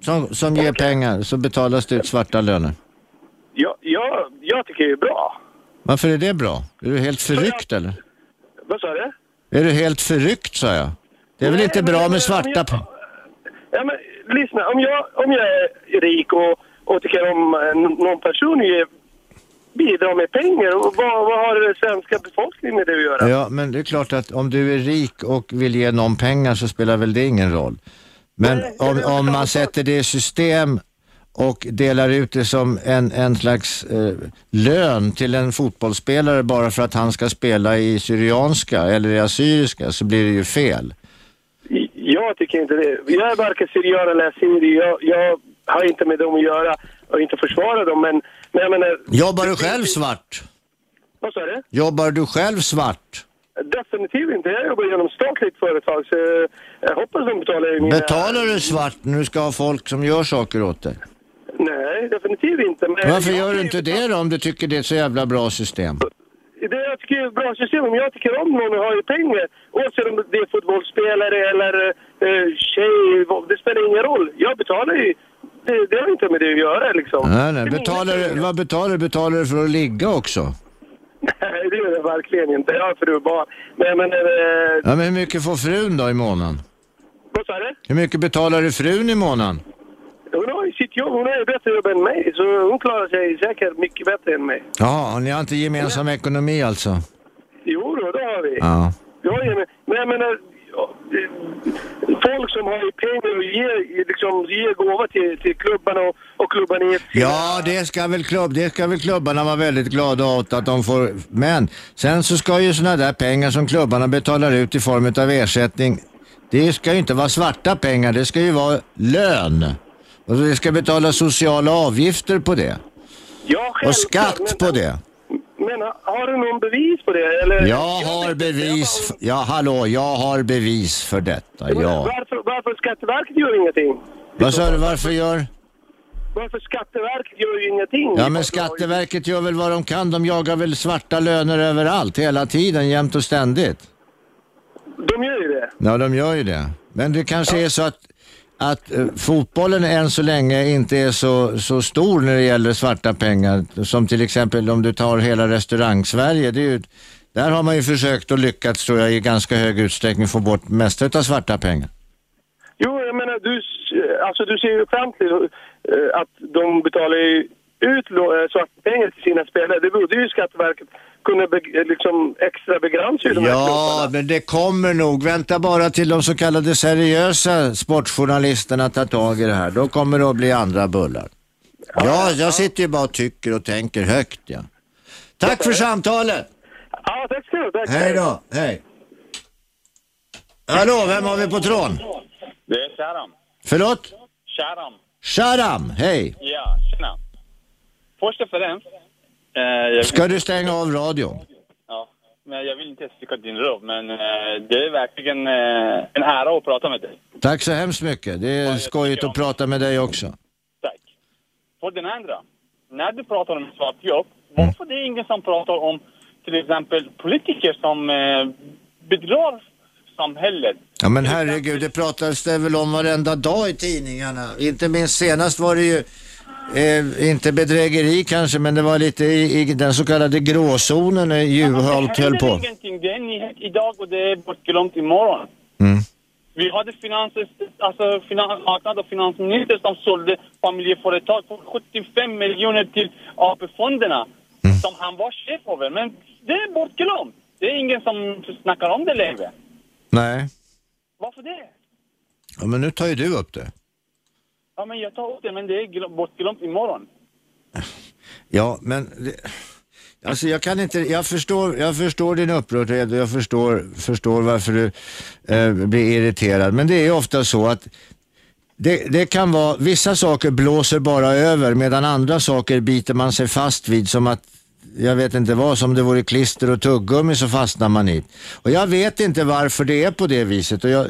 [SPEAKER 2] som, som ger pengar. Så betalas det ut svarta löner.
[SPEAKER 13] Jag, jag, jag tycker det är bra.
[SPEAKER 2] Varför är det bra? Är du helt förryckt eller?
[SPEAKER 13] Vad sa du?
[SPEAKER 2] Är du helt förryckt sa jag? Det är väl inte bra med svarta... pe-
[SPEAKER 13] Ja, men lyssna, om jag, om jag är rik och, och tycker om eh, n- någon person ger, bidrar med pengar, och vad, vad har den svenska befolkningen med det att göra?
[SPEAKER 2] Ja, men det är klart att om du är rik och vill ge någon pengar så spelar väl det ingen roll. Men om, om man sätter det i system och delar ut det som en, en slags eh, lön till en fotbollsspelare bara för att han ska spela i syrianska eller i assyriska så blir det ju fel.
[SPEAKER 13] Jag tycker inte det. Jag är varken syrian eller assyrier. Jag, jag har inte med dem att göra och inte försvara dem, men, men jag menar...
[SPEAKER 2] Jobbar du själv svart?
[SPEAKER 13] Vad sa du?
[SPEAKER 2] Jobbar du själv svart?
[SPEAKER 13] Definitivt inte. Jag jobbar genom statligt företag, så eh, jag hoppas de betalar mina...
[SPEAKER 2] Betalar du svart när du ska ha folk som gör saker åt dig?
[SPEAKER 13] Nej, nej, definitivt inte. Men
[SPEAKER 2] Varför gör du inte det då om du tycker det är ett så jävla bra system?
[SPEAKER 13] Det jag tycker är ett bra system, om jag tycker om någon och har ju pengar, oavsett om det är fotbollsspelare eller eh, tjej, vad- det spelar ingen roll. Jag betalar ju. Det, det har inte med det att göra liksom.
[SPEAKER 2] Nej, nej. Betalar, du- vad betalar du? Betalar du för att ligga också?
[SPEAKER 13] Nej, det gör jag verkligen inte. Jag har fru och barn. Men, men, eh,
[SPEAKER 2] Ja, men hur mycket får frun då i månaden?
[SPEAKER 13] vad sa du?
[SPEAKER 2] Hur mycket betalar du frun i månaden?
[SPEAKER 13] Hon har ju sitt jobb, hon är ju bättre jobb än mig. Så hon klarar sig säkert mycket bättre än mig.
[SPEAKER 2] Jaha, ni har inte gemensam ekonomi alltså?
[SPEAKER 13] Jo, då, det har vi.
[SPEAKER 2] Ja.
[SPEAKER 13] Ja, ja, men, men jag menar, ja, eh, folk som har ju pengar och ger, liksom, ger gåva till, till klubbarna och, och klubbarna är...
[SPEAKER 2] Ja, det ska, väl klubb, det ska väl klubbarna vara väldigt glada åt att de får. Men sen så ska ju sådana där pengar som klubbarna betalar ut i form av ersättning, det ska ju inte vara svarta pengar, det ska ju vara lön. Och det ska betala sociala avgifter på det.
[SPEAKER 13] Ja,
[SPEAKER 2] Och skatt på det.
[SPEAKER 13] Men ha- har du någon bevis på det? Eller?
[SPEAKER 2] Jag har bevis, f- ja hallå, jag har bevis för detta, ja.
[SPEAKER 13] Varför, varför Skatteverket gör ingenting?
[SPEAKER 2] Vad sa du, varför gör?
[SPEAKER 13] Varför Skatteverket gör ju ingenting?
[SPEAKER 2] Ja men Skatteverket gör väl vad de kan, de jagar väl svarta löner överallt, hela tiden, jämt och ständigt.
[SPEAKER 13] De gör ju det.
[SPEAKER 2] Ja, de gör ju det. Men det kanske är så att, att eh, fotbollen än så länge inte är så, så stor när det gäller svarta pengar. Som till exempel om du tar hela restaurang-Sverige. Det är ju, där har man ju försökt och lyckats tror jag i ganska hög utsträckning få bort mesta av svarta pengar.
[SPEAKER 13] Jo, jag menar, du, s- alltså, du ser ju fram till eh, att de betalar ju ut lo- eh, svarta pengar till sina spelare. Det borde ju Skatteverket kunna be, eh, liksom extra begränsa ju de här
[SPEAKER 2] Ja, men det kommer nog. Vänta bara till de så kallade seriösa sportjournalisterna tar tag i det här. Då kommer det att bli andra bullar. Ja, jag sitter ju bara och tycker och tänker högt. Ja. Tack för samtalet!
[SPEAKER 13] Ja, tack ska du ha.
[SPEAKER 2] Hej då, hej. Hallå, vem har vi på tråden?
[SPEAKER 18] Det är Sharam.
[SPEAKER 2] Förlåt?
[SPEAKER 18] Sharam.
[SPEAKER 2] Sharam, hej.
[SPEAKER 18] Ja, tjena. Först och främst. eh, jag vill-
[SPEAKER 2] Ska du stänga av radion?
[SPEAKER 18] Ja, men jag vill inte sticka din röv, men eh, det är verkligen eh, en ära att prata med dig.
[SPEAKER 2] Tack så hemskt mycket. Det är skojigt att prata med dig också.
[SPEAKER 18] För den andra, när du pratar om svartjobb, varför det är ingen som pratar om till exempel politiker som eh, bedrar samhället?
[SPEAKER 2] Ja men herregud, det pratades det väl om varenda dag i tidningarna. Inte minst senast var det ju, eh, inte bedrägeri kanske, men det var lite i, i den så kallade gråzonen när Juholt höll
[SPEAKER 18] Det
[SPEAKER 2] på.
[SPEAKER 18] händer ingenting. Det är en nyhet idag och det är bortglömt imorgon.
[SPEAKER 2] Mm.
[SPEAKER 18] Vi hade finans, alltså finans, marknad och finansminister som sålde familjeföretag för 75 miljoner till AP-fonderna
[SPEAKER 2] Mm.
[SPEAKER 18] som han var chef över. Men det är bortglömt. Det är ingen som snackar om det längre.
[SPEAKER 2] Nej,
[SPEAKER 18] Varför det?
[SPEAKER 2] ja, men nu tar ju du upp det.
[SPEAKER 18] Ja, men jag tar upp det, men det är glö- bortglömt imorgon.
[SPEAKER 2] Ja, men... det- Alltså jag kan inte, jag förstår, jag förstår din upprördhet och jag förstår, förstår varför du eh, blir irriterad. Men det är ju ofta så att det, det kan vara, vissa saker blåser bara över medan andra saker biter man sig fast vid som att jag vet inte vad, som det vore klister och tuggummi så fastnar man i. Och jag vet inte varför det är på det viset. Och jag,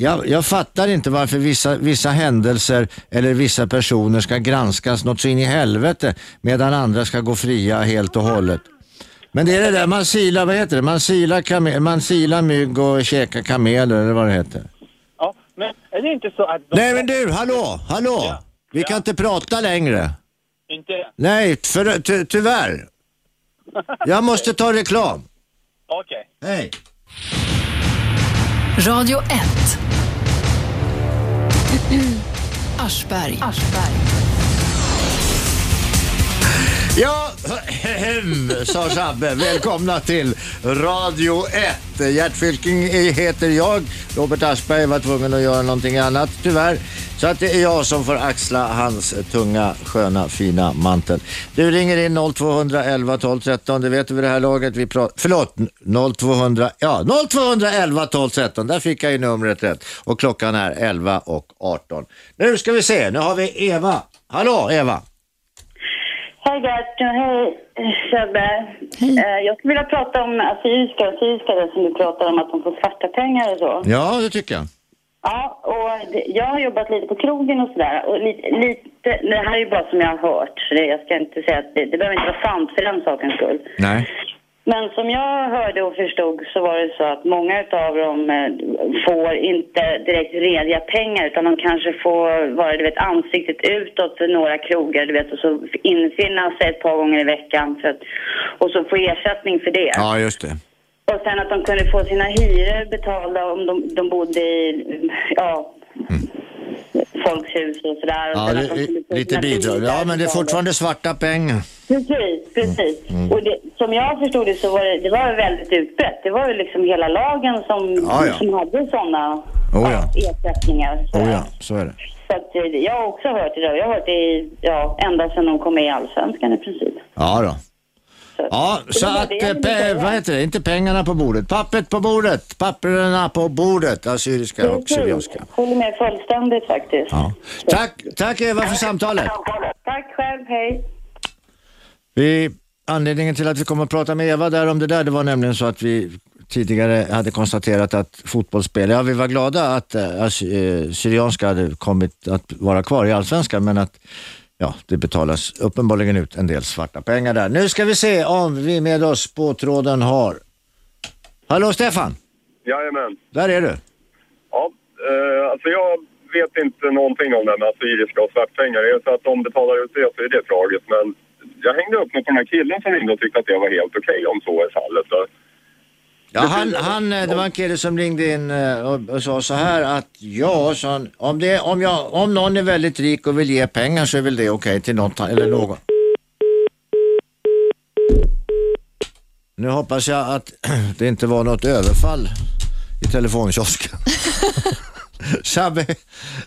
[SPEAKER 2] jag, jag fattar inte varför vissa, vissa händelser eller vissa personer ska granskas något så in i helvete medan andra ska gå fria helt och hållet. Men det är det där, man silar, vad heter det, man silar, kame, man silar mygg och käkar kameler eller vad det heter.
[SPEAKER 18] Ja, men är det inte så att...
[SPEAKER 2] Nej men du, hallå, hallå! Vi kan inte prata längre.
[SPEAKER 18] Inte?
[SPEAKER 2] Nej, för, ty, tyvärr. Jag måste ta reklam.
[SPEAKER 18] Okej.
[SPEAKER 2] Hej.
[SPEAKER 1] Radio 1. Aschberg.
[SPEAKER 2] Ja, sa Sabbe. Välkomna till Radio 1. Gert Fylking heter jag. Robert Aschberg var tvungen att göra någonting annat tyvärr. Så att det är jag som får axla hans tunga, sköna, fina mantel. Du ringer in 0211 12 13. Det vet du vid det här laget. Vi pratar... Förlåt, 0200... Ja, 0211 12 13. Där fick jag ju numret rätt. Och klockan är 11 och 18. Nu ska vi se. Nu har vi Eva. Hallå Eva.
[SPEAKER 19] Hej Gertrud, hej Sebbe. Eh, Jag skulle vilja prata om assyriska och syriska där som du pratar om att de får svarta pengar och så.
[SPEAKER 2] Ja, det tycker jag.
[SPEAKER 19] Ja, och det- jag har jobbat lite på krogen och sådär. Och li, lite, det här är ju bara som jag har hört. Så det, jag ska inte säga att det, det behöver inte vara sant för den sakens skull.
[SPEAKER 2] Nej.
[SPEAKER 19] Men som jag hörde och förstod så var det så att många av dem eh, får inte direkt rediga pengar utan de kanske får vara du vet, ansiktet utåt för några krogar du vet, och så infinna sig ett par gånger i veckan för att, och så få ersättning för det.
[SPEAKER 2] Ja, just det.
[SPEAKER 19] Och sen att de kunde få sina hyror betalda om de, de bodde i ja, folks hus och sådär. Och sen
[SPEAKER 2] Mm. Ja, det,
[SPEAKER 19] att de kunde få
[SPEAKER 2] är lite
[SPEAKER 19] sina
[SPEAKER 2] bidrag.
[SPEAKER 19] bilar
[SPEAKER 2] Ja, men det är
[SPEAKER 19] betalda.
[SPEAKER 2] fortfarande svarta pengar.
[SPEAKER 19] Precis, precis.
[SPEAKER 2] Mm,
[SPEAKER 19] Och det, som jag förstod det så var det, det var väldigt utbrett. Det var ju liksom hela lagen som,
[SPEAKER 2] Ja, ja.
[SPEAKER 19] som hade sådana
[SPEAKER 2] Oh, ja.
[SPEAKER 19] ersättningar. Så,
[SPEAKER 2] Oh, ja, så är det.
[SPEAKER 19] så att, eh, jag har också hört det där. Jag har hört det i, ja, ända sedan de kom med i Allsvenskan i princip.
[SPEAKER 2] Ja då. Ja, så att, eh, pe- vad heter det, inte pengarna på bordet, pappret på bordet, papperna på bordet, assyriska och syrianska.
[SPEAKER 19] Håller med fullständigt faktiskt.
[SPEAKER 2] Ja. Tack, tack Eva för samtalet.
[SPEAKER 19] Tack själv, hej.
[SPEAKER 2] Vi, anledningen till att vi kommer att prata med Eva där om det där, det var nämligen så att vi tidigare hade konstaterat att fotbollsspelare, ja vi var glada att eh, as- eh, Syrianska hade kommit att vara kvar i Allsvenskan, men att ja, det betalas uppenbarligen ut en del svarta pengar där. Nu ska vi se om vi med oss på tråden har... Hallå Stefan,
[SPEAKER 20] Jajamän.
[SPEAKER 2] där är du.
[SPEAKER 20] Ja, eh, alltså jag vet inte någonting om det här med assyriska och svartpengar. Det är så att de betalar ut det så är det tragiskt. Men jag hängde upp mig på den här killen som ringde och tyckte att det var helt okej om så är fallet. Så,
[SPEAKER 2] Ja, han, han, eh, det var en kille som ringde in eh, och- och sa så här att ja, sa han, om, det, om, jag, om någon är väldigt rik och vill ge pengar så är väl det okej till något eller någon. Nu hoppas jag att det inte var något överfall i telefonkiosken. Shabbe,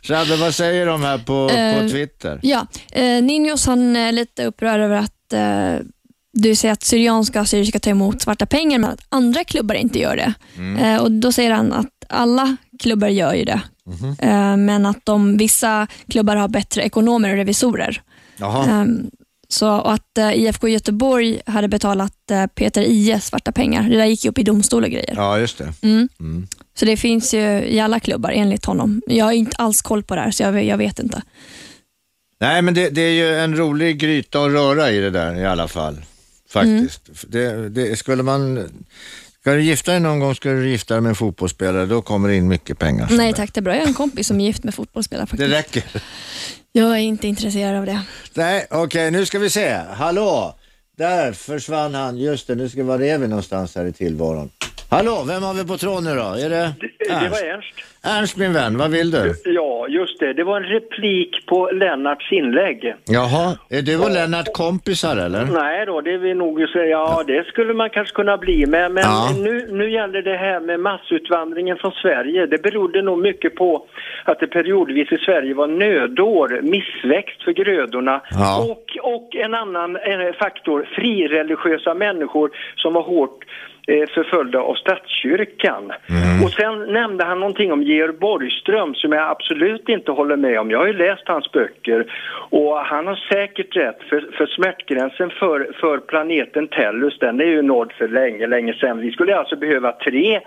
[SPEAKER 2] Shabbe, vad säger de här på,
[SPEAKER 3] Eh,
[SPEAKER 2] på Twitter?
[SPEAKER 3] Ja, eh, Ninjos han är lite upprörd över att eh, du säger att Syrianska och Assyrier ska ta emot svarta pengar men att andra klubbar inte gör det.
[SPEAKER 21] Mm.
[SPEAKER 3] Eh, och Då säger han att alla klubbar gör ju det,
[SPEAKER 2] Mhm.
[SPEAKER 3] eh, men att de, vissa klubbar har bättre ekonomer och revisorer.
[SPEAKER 2] Jaha.
[SPEAKER 3] Ehm, så, och att eh, IFK Göteborg hade betalat eh, Peter Ije svarta pengar. Det där gick ju upp i domstol och grejer.
[SPEAKER 2] Ja, just det.
[SPEAKER 3] Mm. Så det finns ju i alla klubbar enligt honom. Jag har inte alls koll på det här, så jag, jag vet inte.
[SPEAKER 2] Nej, men det, det är ju en rolig gryta att röra i det där i alla fall. Faktiskt. Det, det, skulle man... Ska du gifta dig någon gång ska du gifta dig med en fotbollsspelare. Då kommer det in mycket pengar.
[SPEAKER 3] Nej tack, det är bra. Jag har en kompis som är gift med fotbollsspelare.
[SPEAKER 2] Det
[SPEAKER 3] faktiskt.
[SPEAKER 2] räcker.
[SPEAKER 3] Jag är inte intresserad av det.
[SPEAKER 2] Nej, okej, nu ska vi se. Hallå! Där försvann han. Just det, nu ska var är vi någonstans här i tillvaron? Hallå, vem har vi på tråden nu då? Är det
[SPEAKER 4] Det var
[SPEAKER 2] Ernst?
[SPEAKER 4] Ernst.
[SPEAKER 2] Ernst min vän, vad vill du?
[SPEAKER 4] Ja, just det. Det var en replik på Lennarts inlägg.
[SPEAKER 2] Jaha, är du och Lennart kompisar eller?
[SPEAKER 4] Nej då, det vill nog säga, ja det skulle man kanske kunna bli. Men, men
[SPEAKER 2] Ja.
[SPEAKER 4] nu, nu gäller det här med massutvandringen från Sverige. Det berodde nog mycket på att det periodvis i Sverige var nödår, missväxt för grödorna.
[SPEAKER 22] Ja.
[SPEAKER 4] Och, och en annan eh, faktor, frireligiösa människor som var hårt eh, förföljda av statskyrkan. Och sen nämnde han någonting om Georg Borgström som jag absolut inte håller med om. Jag har ju läst hans böcker och han har säkert rätt för, för smärtgränsen för, för planeten Tellus den är ju nådd för länge, länge sedan. Vi skulle alltså behöva tre eh,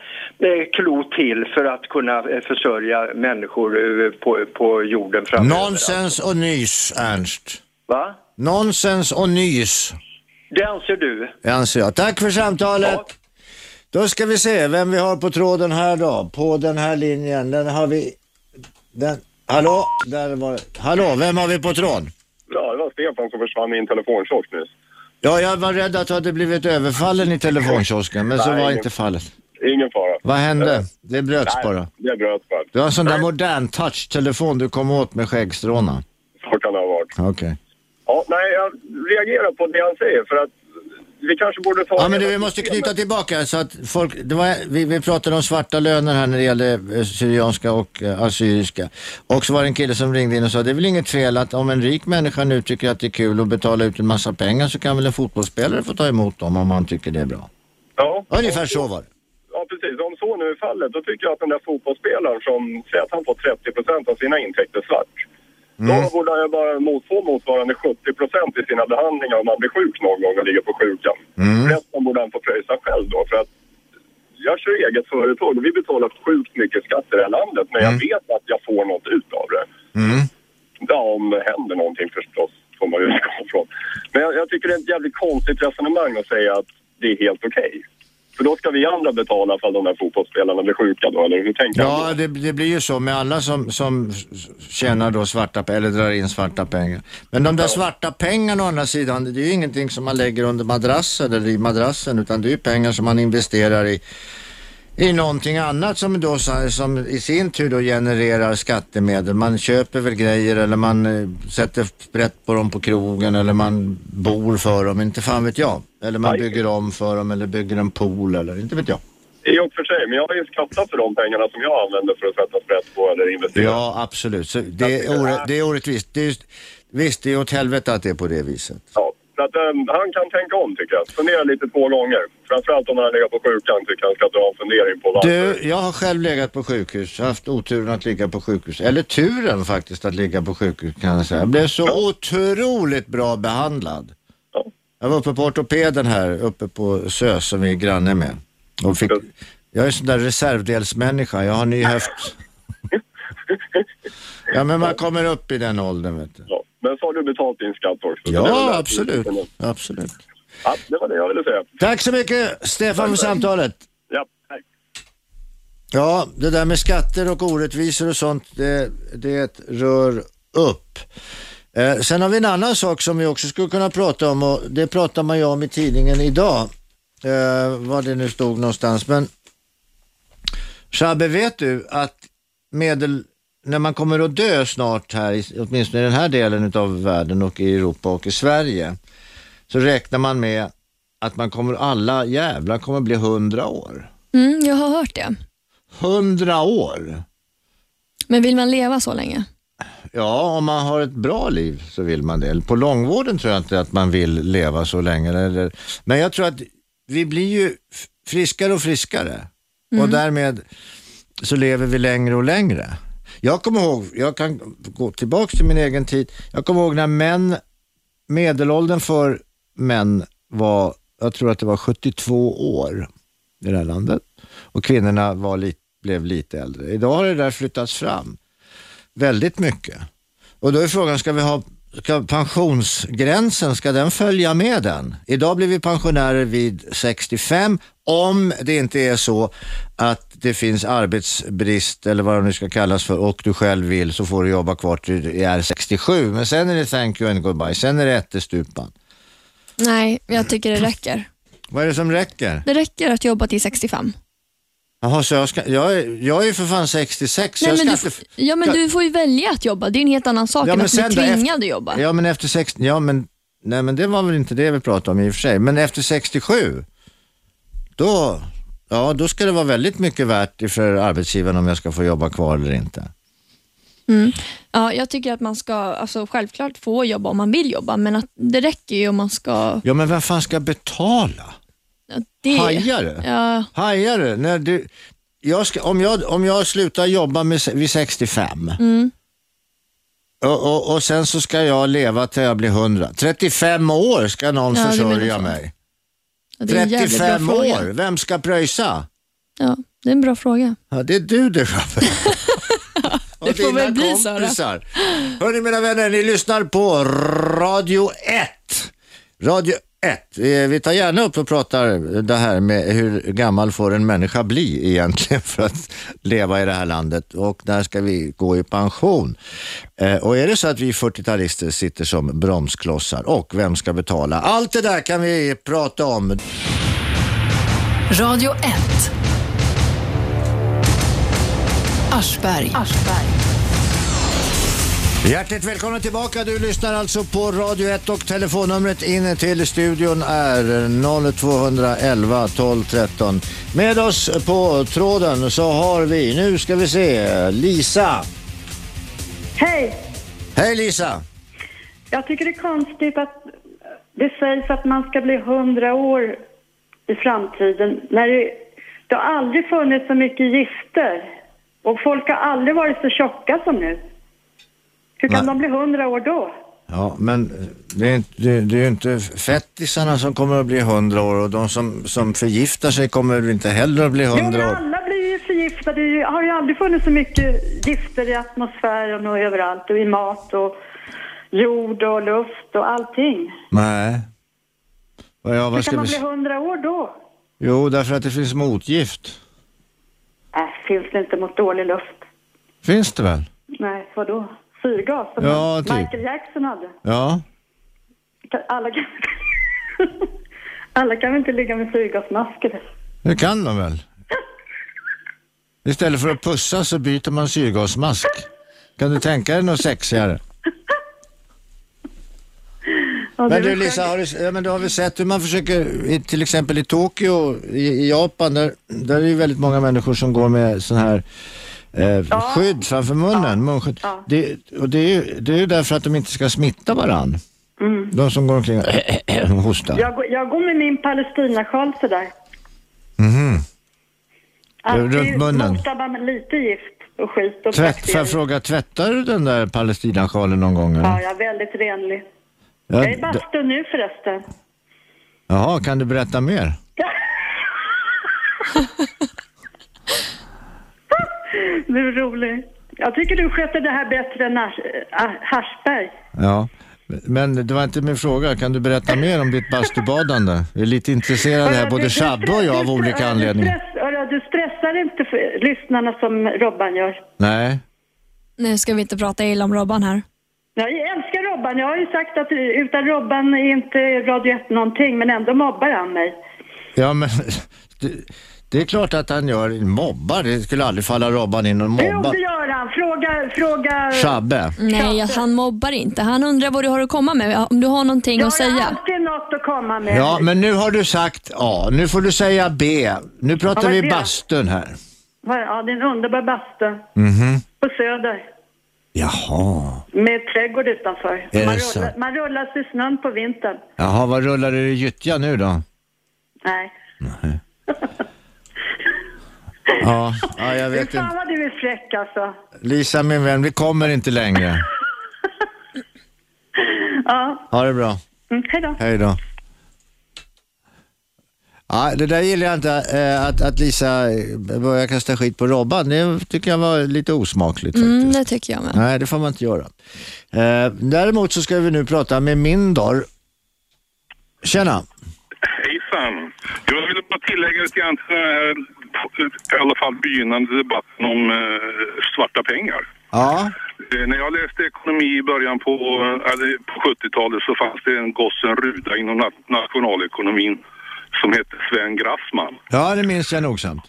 [SPEAKER 4] klot till för att kunna eh, försörja människor eh, på, på jorden framöver.
[SPEAKER 2] Nonsens och nys, Ernst.
[SPEAKER 4] Va?
[SPEAKER 2] Nonsens och nys.
[SPEAKER 4] Det anser du?
[SPEAKER 2] Det anser jag. Tack för samtalet. Då ska vi se vem vi har på tråden här då. På den här linjen, den har vi... Den... Hallå? Där var... Hallå, vem har vi på tråden?
[SPEAKER 20] ja, det var Stefan som försvann i en telefonkiosk nyss.
[SPEAKER 2] Ja, jag var rädd att du hade blivit överfallen i telefonkiosken, men så
[SPEAKER 20] Nej,
[SPEAKER 2] var
[SPEAKER 20] ingen-
[SPEAKER 2] inte fallet.
[SPEAKER 20] Ingen fara.
[SPEAKER 2] Vad hände?
[SPEAKER 20] Eh,
[SPEAKER 2] Det bröts
[SPEAKER 20] nej,
[SPEAKER 2] bara.
[SPEAKER 20] Det bröts bara.
[SPEAKER 2] Du har en sån där modern touchtelefon du kom åt med skäggstråna.
[SPEAKER 20] Så kan det ha varit.
[SPEAKER 2] Okej.
[SPEAKER 20] Ja, nej, jag reagerar på det han säger för att vi kanske borde ta...
[SPEAKER 2] Ja, men du, vi måste knyta tillbaka så att folk, det var, vi, vi pratade om svarta löner här när det gällde eh, syrianska och eh, assyriska. Och så var det en kille som ringde in och sa, det är väl inget fel att om en rik människa nu tycker att det är kul att betala ut en massa pengar så kan väl en fotbollsspelare få ta emot dem om han tycker det är bra.
[SPEAKER 20] Ja.
[SPEAKER 2] Ungefär så var det.
[SPEAKER 20] Ja, precis. Om så nu är fallet, då tycker jag att den där fotbollsspelaren som säger att han får 30 procent av sina intäkter svart, då borde han ju bara mot- få motsvarande 70 procent i sina
[SPEAKER 5] Mm.
[SPEAKER 2] Mm.
[SPEAKER 20] behandlingar om han blir sjuk någon gång och ligger på sjukan. Resten borde han få pröjsa själv då, för att jag kör eget företag och vi betalar sjukt mycket skatt i det här landet. Men jag vet att jag får något ut av det.
[SPEAKER 2] Mm.
[SPEAKER 20] Ja, om det händer någonting förstås, får man ju utgå från. Men jag, jag tycker det är ett jävligt konstigt resonemang att säga att det är helt okej. För då ska vi andra betala för de här fotbollsspelarna blir sjuka då, eller hur tänker du?
[SPEAKER 2] Ja, det, det blir ju så med alla som, som tjänar då svarta pe- eller drar in svarta pengar. Men de där svarta pengarna å andra sidan, det är ju ingenting som man lägger under madrassen eller i madrassen, utan det är ju pengar som man investerar i i någonting annat som, då, så- som i sin tur då genererar skattemedel. Man köper väl grejer eller man eh, sätter sprätt på dem på krogen eller man bor för dem, inte fan vet jag. Eller man bygger om för dem eller bygger en pool eller inte vet jag.
[SPEAKER 20] I och för sig, men jag har ju skattat för de pengarna som jag använder för att sätta sprätt på eller investera.
[SPEAKER 2] Ja, absolut. Så det, är ore, det är orättvist. Det är, just- visst, det är åt helvete att det är på det viset.
[SPEAKER 20] Så att, eh, han kan tänka om tycker jag. Fundera lite två gånger. Framförallt om han ligger på sjukan tycker jag han ska dra en fundering på varför.
[SPEAKER 2] Du, jag har själv legat på sjukhus, haft oturen att ligga på sjukhus. Eller turen faktiskt att ligga på sjukhus kan jag säga. Jag blev så otroligt bra behandlad. Jag var uppe på ortopeden här, uppe på SÖ som vi är granne med. Och fick, jag är sån där reservdelsmänniska, jag har ny höft. Ja, men man kommer upp i den åldern vet du.
[SPEAKER 20] Men så har du betalt din skatt också. Så det är väl
[SPEAKER 2] Ja,
[SPEAKER 20] det.
[SPEAKER 2] absolut. absolut.
[SPEAKER 20] Ja, det var det jag ville säga.
[SPEAKER 2] Tack så mycket Stefan för samtalet.
[SPEAKER 20] Ja, tack.
[SPEAKER 2] Ja, det där med skatter och orättvisor och sånt, det, det rör upp. Eh, sen har vi en annan sak som vi också skulle kunna prata om och det pratar man ju om i tidningen idag. Eh, var det nu stod någonstans. Men Shabbe, vet du att medel, när man kommer att dö snart här, i- åtminstone i den här delen av världen och i Europa och i Sverige, så räknar man med att man kommer, alla jävlar kommer bli hundra år.
[SPEAKER 3] Mm, jag har hört det.
[SPEAKER 2] Hundra år!
[SPEAKER 3] Men vill man leva så länge?
[SPEAKER 2] Ja, om man har ett bra liv så vill man det. Eller På långvården tror jag inte att man vill leva så länge. Eller... Men jag tror att vi blir ju f- friskare och friskare och därmed så lever vi längre och längre. Jag kommer ihåg, jag kan gå tillbaka till min egen tid. Jag kommer ihåg när män, medelåldern för män var, jag tror att det var 72 år i det här landet. Och kvinnorna var lite, blev lite äldre. Idag har det där flyttats fram väldigt mycket. Och då är frågan, ska vi ha ska pensionsgränsen, ska den följa med den? Idag blir vi pensionärer vid 65 om det inte är så att det finns arbetsbrist eller vad det nu ska kallas för och du själv vill så får du jobba kvar till du är 67. Men sen är det thank you and goodbye, sen är det ättestupan.
[SPEAKER 3] Nej, jag tycker det räcker.
[SPEAKER 2] Vad är det som räcker?
[SPEAKER 3] Det räcker att jobba till 65.
[SPEAKER 2] Jaha, så jag, ska, jag, är, jag är ju för fan 66. så
[SPEAKER 3] Nej, men
[SPEAKER 2] jag ska
[SPEAKER 3] du,
[SPEAKER 2] inte
[SPEAKER 3] f- ja, men
[SPEAKER 2] jag-
[SPEAKER 3] du får ju välja att jobba. Det är en helt annan sak än att bli
[SPEAKER 2] då,
[SPEAKER 3] tvingad
[SPEAKER 2] efter-
[SPEAKER 3] att jobba.
[SPEAKER 2] Ja, men efter 60, ja men, nej men det var väl inte det vi pratade om i och för sig. Men efter 67, då, ja då ska det vara väldigt mycket värt för arbetsgivaren om jag ska få jobba kvar eller inte.
[SPEAKER 3] Mm. Ja, jag tycker att man ska alltså, självklart få jobba om man vill jobba, men att det räcker ju om man ska...
[SPEAKER 2] Ja, men vem fan ska betala?
[SPEAKER 3] Det...
[SPEAKER 2] Hajar du?
[SPEAKER 3] Ja.
[SPEAKER 2] Hajar du? När du jag ska, om, jag, om jag slutar jobba med, se- vid 65
[SPEAKER 3] Mm.
[SPEAKER 2] och, och, och sen så ska jag leva till jag blir 100. 35 år ska någon
[SPEAKER 3] Ja, det menar
[SPEAKER 2] försörja
[SPEAKER 3] jag.
[SPEAKER 2] mig.
[SPEAKER 3] Ja, det är en jävligt bra
[SPEAKER 2] 35
[SPEAKER 3] fråga.
[SPEAKER 2] år, vem ska pröjsa?
[SPEAKER 3] Ja, det är en bra fråga.
[SPEAKER 2] Ja, det är du det Schabbe.
[SPEAKER 3] Det får väl bli så då.
[SPEAKER 2] kompisar. Hörni mina vänner, ni lyssnar på Radio 1. Radio 1. Eh, Vi tar gärna upp och pratar det här med hur gammal får en människa bli egentligen för att leva i det här landet och när ska vi gå i pension? Eh, Och är det så att vi 40-talister sitter som bromsklossar och vem ska betala? Allt det där kan vi prata om.
[SPEAKER 1] Radio 1. Aschberg.
[SPEAKER 2] Hjärtligt välkomna tillbaka. Du lyssnar alltså på Radio 1 och telefonnumret in till studion är 0211 12 13. Med oss på tråden så har vi, nu ska vi se, Lisa.
[SPEAKER 12] Hej!
[SPEAKER 2] Hej Lisa!
[SPEAKER 12] Jag tycker det är konstigt att det sägs att man ska bli hundra år i framtiden. När det, det har aldrig funnits så mycket gifter. Och folk har aldrig varit så tjocka som nu. Hur kan de bli hundra år då?
[SPEAKER 2] Ja, men det är, inte, det, det är ju inte fettisarna som kommer att bli 100 år och de som, som förgiftar sig kommer väl inte heller att bli
[SPEAKER 12] Jo,
[SPEAKER 2] 100
[SPEAKER 12] men
[SPEAKER 2] år.
[SPEAKER 12] alla blir ju förgiftade. Det har ju aldrig funnits så mycket gifter i atmosfären och överallt och i mat och jord och luft och allting.
[SPEAKER 2] Nej. Och ja,
[SPEAKER 12] Hur
[SPEAKER 2] vad ska
[SPEAKER 12] kan man
[SPEAKER 2] vi...
[SPEAKER 12] bli hundra år då?
[SPEAKER 2] Jo, därför att det finns motgift.
[SPEAKER 12] Äh, finns det inte mot dålig luft?
[SPEAKER 2] Finns det väl?
[SPEAKER 12] Nej, vadå? Syrgas som
[SPEAKER 2] Ja, typ.
[SPEAKER 12] Michael Jackson hade.
[SPEAKER 2] Ja.
[SPEAKER 12] Alla kan... Alla kan väl inte ligga med syrgasmasker?
[SPEAKER 2] Det kan de väl? Istället för att pussa så byter man syrgasmask. Kan du tänka dig något sexigare?
[SPEAKER 12] Ja, det är
[SPEAKER 2] Men du
[SPEAKER 12] väl
[SPEAKER 2] Lisa, har du, ja, men du har väl sett hur man försöker, i, till exempel i Tokyo i, i Japan, där, där är det ju väldigt många människor som går med sån här eh, skydd framför munnen, munskydd. Det, och det är, ju, det är ju därför att de inte ska smitta varann.
[SPEAKER 12] Mm.
[SPEAKER 2] De som går omkring och hostar.
[SPEAKER 12] Jag, går- jag går med min palestinasjal sådär.
[SPEAKER 2] Mhm.
[SPEAKER 12] Alltid
[SPEAKER 2] Runt munnen.
[SPEAKER 12] Motar bara med lite gift och skit och
[SPEAKER 2] Tvätt, får
[SPEAKER 12] bakterier.
[SPEAKER 2] jag fråga, tvättar du den där palestinasjalen någon gång? eller?
[SPEAKER 12] Ja, jag är väldigt renlig.
[SPEAKER 2] Ja,
[SPEAKER 12] jag är i
[SPEAKER 2] d-
[SPEAKER 12] bastun nu förresten.
[SPEAKER 2] Jaha, kan du berätta mer?
[SPEAKER 12] Du är rolig. Jag tycker du sköter det här bättre än Asch- äh, Aschberg.
[SPEAKER 2] Ja. Men det var inte min fråga. Kan du berätta mer om ditt bastubadande? Jag är lite intresserad här, både Shabbe och jag av olika anledningar.
[SPEAKER 12] Stress, hörru, du stressar inte för lyssnarna som Robban gör.
[SPEAKER 2] Nej.
[SPEAKER 3] Nu ska vi inte prata illa om Robban här.
[SPEAKER 12] Jag älskar Robban. Jag har ju sagt att utan Robban är inte Radio 1 någonting, men ändå mobbar han mig.
[SPEAKER 2] Ja, men det, det är klart att han gör mobbar. Det skulle aldrig falla Robban in och
[SPEAKER 12] Jo,
[SPEAKER 2] mobba
[SPEAKER 12] det gör han. Fråga... fråga...
[SPEAKER 2] Shabbe.
[SPEAKER 3] Nej, jag- han mobbar inte. Han undrar vad du har att komma med, om du har någonting att
[SPEAKER 12] Jag har
[SPEAKER 3] säga.
[SPEAKER 12] alltid något att komma med.
[SPEAKER 2] Ja, men nu har du sagt A. Nu får du säga B. Nu
[SPEAKER 12] Ja,
[SPEAKER 2] pratar
[SPEAKER 12] vad är
[SPEAKER 2] vi
[SPEAKER 12] det?
[SPEAKER 2] bastun här.
[SPEAKER 12] Ja, det är en underbar bastu
[SPEAKER 2] Mhm.
[SPEAKER 12] på Söder
[SPEAKER 2] Jaha.
[SPEAKER 12] med trädgård utanför.
[SPEAKER 2] Är det
[SPEAKER 12] Man
[SPEAKER 2] så?
[SPEAKER 12] rullar, man rullas i snön på vintern.
[SPEAKER 2] Jaha, vad rullar du i gyttja nu då?
[SPEAKER 12] Nej.
[SPEAKER 2] Ja, ja jag vet
[SPEAKER 12] Fy
[SPEAKER 2] inte.
[SPEAKER 12] fan vad du är fräck alltså.
[SPEAKER 2] Lisa, min vän, vi kommer inte längre.
[SPEAKER 12] Ja,
[SPEAKER 2] Ha det bra.
[SPEAKER 12] mm, hej då.
[SPEAKER 2] Hej då. Ja, det där gillar jag inte, eh, att, att Lisa eh, börjar kasta skit på Robban. Det tycker jag var lite osmakligt.
[SPEAKER 3] Mm, det tycker jag med.
[SPEAKER 2] Nej, det får man inte göra. Eh, Däremot så ska vi nu prata med Mindor. Tjena!
[SPEAKER 21] Hejsan! Jag ville bara tillägga lite grann till den här, i alla fall begynnande debatten om eh, svarta pengar.
[SPEAKER 2] Ja,
[SPEAKER 21] Eh, när jag läste ekonomi i början på, eh, eller på 70-talet så fanns det en gossen Ruda inom na- nationalekonomin som hette Sven Grassman.
[SPEAKER 2] ja det minns jag nogsamt.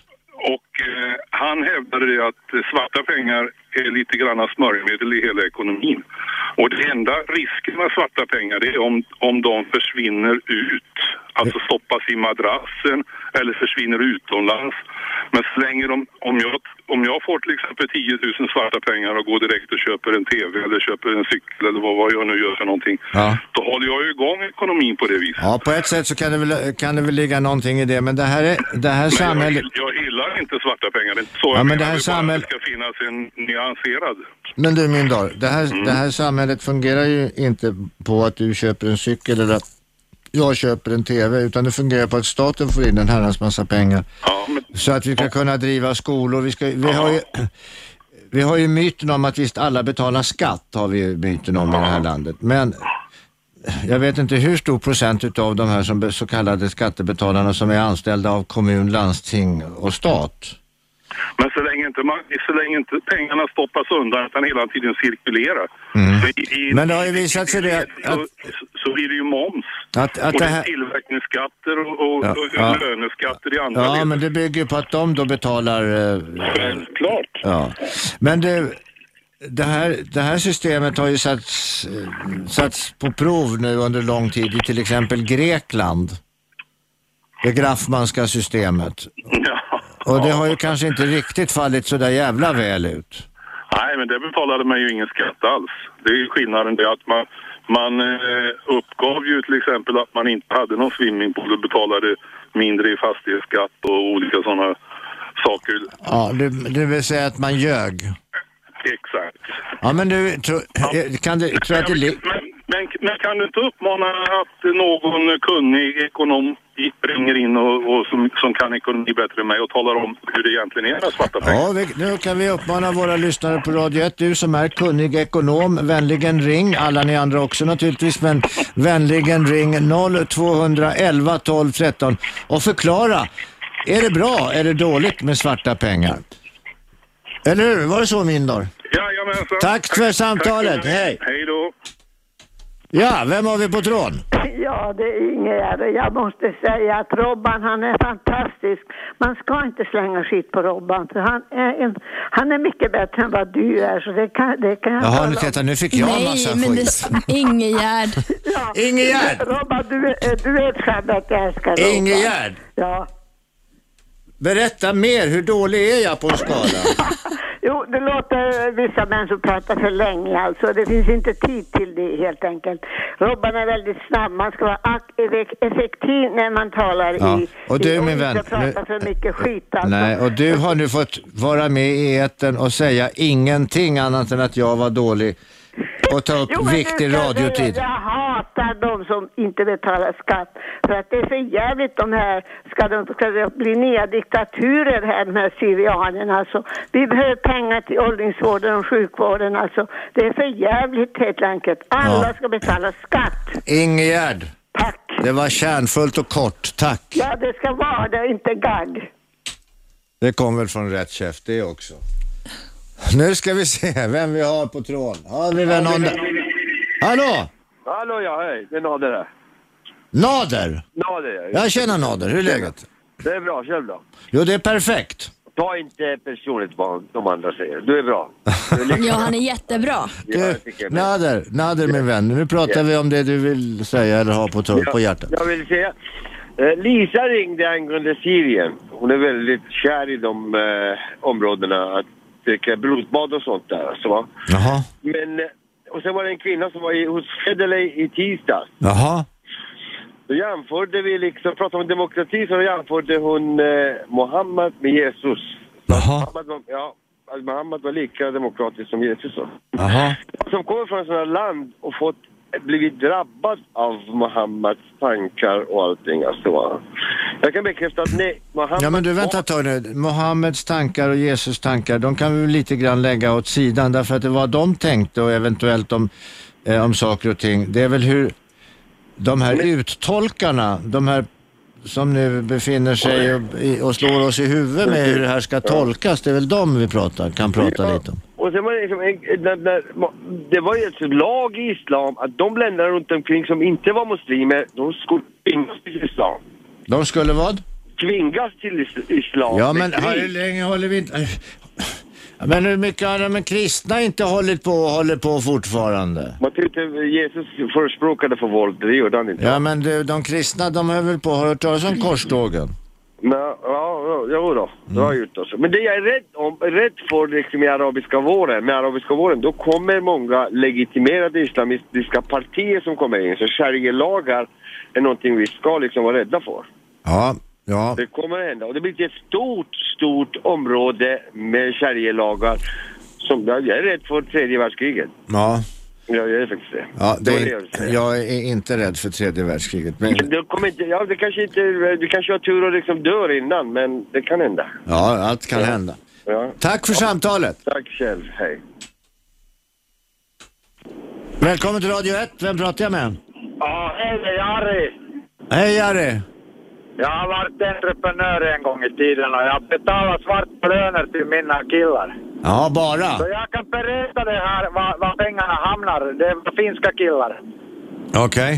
[SPEAKER 21] Och eh, han hävdade det att eh, svarta pengar är lite grann smörjmedel i hela ekonomin. Och det enda risken med svarta pengar det är om, om de försvinner ut, alltså stoppas i madrassen eller försvinner utomlands. Men slänger de, om jag, om jag får till exempel 10 000 svarta pengar och går direkt och köper en TV eller köper en cykel eller vad, vad jag nu gör för någonting,
[SPEAKER 2] Ja.
[SPEAKER 21] då håller jag ju igång ekonomin på det viset.
[SPEAKER 2] ja, på ett sätt så kan det, väl, kan det väl ligga någonting i det, men det här, är, det här
[SPEAKER 21] Men jag,
[SPEAKER 2] samhället...
[SPEAKER 21] gill- jag gillar inte svarta pengar, det är inte så
[SPEAKER 2] Ja,
[SPEAKER 21] jag
[SPEAKER 2] men det här
[SPEAKER 21] menar. är bara att
[SPEAKER 2] samhäll-
[SPEAKER 21] det ska finnas en nyanserad.
[SPEAKER 2] Men du min dag, det här, det här samhället fungerar ju inte på att du köper en cykel eller att jag köper en TV, utan det fungerar på att staten får in en herrans massa pengar. Så att vi ska kunna driva skolor. Vi, ska, vi, har ju, vi har ju myten om att visst alla betalar skatt, har vi ju myten om i det här landet. Men jag vet inte hur stor procent utav de här som be- så kallade skattebetalarna som är anställda av kommun, landsting och stat.
[SPEAKER 21] Men så länge inte, man, så länge inte pengarna stoppas undan utan hela tiden cirkulerar. Så, i, i,
[SPEAKER 2] Mm. Men det har ju visat sig det att-
[SPEAKER 21] så, så blir det ju moms.
[SPEAKER 2] Att- att
[SPEAKER 21] och
[SPEAKER 2] det
[SPEAKER 21] det
[SPEAKER 2] här-
[SPEAKER 21] är tillverkningsskatter och, och,
[SPEAKER 2] Ja,
[SPEAKER 21] och
[SPEAKER 2] ja.
[SPEAKER 21] löneskatter i andra
[SPEAKER 2] Ja,
[SPEAKER 21] led.
[SPEAKER 2] men det bygger ju på att de då betalar eh,
[SPEAKER 21] Självklart.
[SPEAKER 2] Ja, men du, det här, det här systemet har ju satts, eh, satts på prov nu under lång tid i till exempel Grekland. Det Graffmanska systemet. Och det har ju kanske inte riktigt fallit så där jävla väl ut.
[SPEAKER 21] Nej, men det betalade man ju ingen skatt alls. Det är ju skillnaden det att man, man eh, uppgav ju till exempel att man inte hade någon swimmingpool och betalade mindre i fastighetsskatt och olika sådana saker.
[SPEAKER 2] Ja, det, det vill säga att man ljög.
[SPEAKER 21] Exakt.
[SPEAKER 2] Ja, men du, tro, eh, kan du, tror att det li-
[SPEAKER 21] Men
[SPEAKER 7] men kan du inte uppmana att någon kunnig ekonom ringer in och, och som, som kan ekonomi bättre än mig och talar om hur det egentligen är med svarta pengar?
[SPEAKER 2] Ja, vi, nu kan vi uppmana våra lyssnare på Radio 1, du som är kunnig ekonom, vänligen ring, alla ni andra också naturligtvis, men vänligen ring 0211 12 13 och förklara, är det bra, är det dåligt med svarta pengar? Eller hur, var det så Mindor?
[SPEAKER 7] Jajamensan.
[SPEAKER 2] Tack för samtalet, hej!
[SPEAKER 7] Hej då.
[SPEAKER 2] Ja, vem har vi på tråden?
[SPEAKER 10] Ja, det är Ingegärd. Jag måste säga att Robban, han är fantastisk. Man ska inte slänga skit på Robban, för han är, en, han är mycket bättre än vad du är, så det kan, det kan jag
[SPEAKER 2] Jaha,
[SPEAKER 10] tala
[SPEAKER 2] nu
[SPEAKER 10] om.
[SPEAKER 2] titta, nu fick jag en massa
[SPEAKER 3] Nej, men
[SPEAKER 2] skit.
[SPEAKER 3] det, Ingegärd.
[SPEAKER 2] Ingegärd!
[SPEAKER 10] Robban, du, är- du vet själv att jag älskar Robban.
[SPEAKER 2] Ingegärd!
[SPEAKER 10] Ja.
[SPEAKER 2] Berätta mer, hur dålig är jag på en skala?
[SPEAKER 10] Jo, det låter eh, vissa människor prata för länge alltså. Det finns inte tid till det helt enkelt. Robban är väldigt snabb. Man ska vara ak- effektiv när man talar
[SPEAKER 2] Ja,
[SPEAKER 10] i...
[SPEAKER 2] och du,
[SPEAKER 10] i,
[SPEAKER 2] min vän,
[SPEAKER 10] inte prata för mycket skit alltså.
[SPEAKER 2] Nej, och du har nu fått vara med i etern och säga ingenting annat än att jag var dålig och ta upp
[SPEAKER 10] Jo, men nu
[SPEAKER 2] viktig
[SPEAKER 10] ska jag säga,
[SPEAKER 2] radiotid.
[SPEAKER 10] Jag hatar de som inte betalar skatt. För att det är för jävligt de här, ska de, ska det bli nya diktaturer här, de här syrianerna alltså. Vi behöver pengar till åldringsvården och sjukvården alltså. Det är för jävligt helt enkelt. Alla
[SPEAKER 2] Ja.
[SPEAKER 10] ska betala skatt.
[SPEAKER 2] Ingegärd, det var kärnfullt och kort, tack.
[SPEAKER 10] Ja, det ska vara det, inte gagg.
[SPEAKER 2] Det kom väl från rätt chef det också. Nu ska vi se vem vi har på tråden. Har vi väl någon där? Hallå!
[SPEAKER 5] Hallå ja, hej. Det är Nader här.
[SPEAKER 2] Nader!
[SPEAKER 5] Nader ja.
[SPEAKER 2] Jag känner Nader, hur är läget?
[SPEAKER 5] Det är bra, själv då?
[SPEAKER 2] Jo, det är perfekt.
[SPEAKER 5] Ta inte personligt vad de andra säger. Du är bra.
[SPEAKER 3] Ja, han är jättebra.
[SPEAKER 2] Du, Nader, Nader min vän, nu pratar vi om det du vill säga eller ha på, tå- på hjärtat.
[SPEAKER 5] Jag vill säga, eh, Lisa ringde angående Syrien. Hon är väldigt kär i de eh, områdena, att dricka blodbad och sånt där. Alltså, va?
[SPEAKER 2] Jaha.
[SPEAKER 5] Men, eh, och sen var det en kvinna som var i, hos Federley i tisdags.
[SPEAKER 2] Jaha.
[SPEAKER 5] Då jämförde vi liksom, pratade om demokrati, så jämförde hon eh, Mohammed med Jesus.
[SPEAKER 2] Jaha.
[SPEAKER 5] Mohammed var, ja, att Mohammed var lika demokratisk som Jesus. då.
[SPEAKER 2] Jaha.
[SPEAKER 5] Som kommer från sådana land och fått blivit drabbad av Mohammeds tankar och allting. Alltså. va. Jag kan bekräfta att nej, Mohammed...
[SPEAKER 2] Ja men du vänta ett tag nu. Mohammeds tankar och Jesus tankar, de kan vi väl lite grann lägga åt sidan därför att det var de tänkte och eventuellt om, eh, om saker och ting. Det är väl hur de här uttolkarna, de här som nu befinner sig och, i- och slår oss i huvudet med hur det här ska tolkas, det är väl de vi pratar, kan prata lite om.
[SPEAKER 5] Och sen var det liksom, en- när, när, det var ju ett lag i islam att de länder runt omkring som inte var muslimer, de skulle tvingas till islam.
[SPEAKER 2] De skulle vad?
[SPEAKER 5] Tvingas till is- islam.
[SPEAKER 2] Ja men
[SPEAKER 5] Det är krig.
[SPEAKER 2] hur länge håller vi inte... Äh, Men hur mycket har de kristna inte hållit på och håller på fortfarande?
[SPEAKER 5] Man tror inte Jesus förespråkade för våld, det gjorde han inte.
[SPEAKER 2] Ja men du, de kristna de höll väl på att höra talas om korstågen?
[SPEAKER 5] Men, ja, ja, jo då, det har jag gjort alltså. Men det jag är rädd, om, rädd för liksom i arabiska våren, med arabiska våren, då kommer många legitimerade islamistiska partier som kommer in. Så sharialagar är någonting vi ska liksom vara rädda för.
[SPEAKER 2] Ja, ja.
[SPEAKER 5] Det kommer att hända. Och det blir ett stort, stort område med sharialagar som jag är rädd för tredje världskriget.
[SPEAKER 2] Ja,
[SPEAKER 5] Jag är faktiskt det.
[SPEAKER 2] ja det
[SPEAKER 5] Då är
[SPEAKER 2] är, jag är inte rädd för tredje världskriget. Men,
[SPEAKER 5] Det kommer inte, ja, det kanske inte, du kanske har tur och liksom dör innan, men det kan hända.
[SPEAKER 2] ja, allt kan hända.
[SPEAKER 5] Ja.
[SPEAKER 2] Tack för samtalet.
[SPEAKER 5] Tack själv, hej.
[SPEAKER 2] Välkommen till Radio 1. Vem pratar jag med?
[SPEAKER 22] Ja, hej det är Jari.
[SPEAKER 2] Hej Jari.
[SPEAKER 22] Jag har varit entreprenör en gång i tiden och jag betalar svarta löner till mina killar.
[SPEAKER 2] Ja, bara.
[SPEAKER 22] Så jag kan berätta det här, var, var pengarna hamnar. Det är finska killar.
[SPEAKER 2] Okej.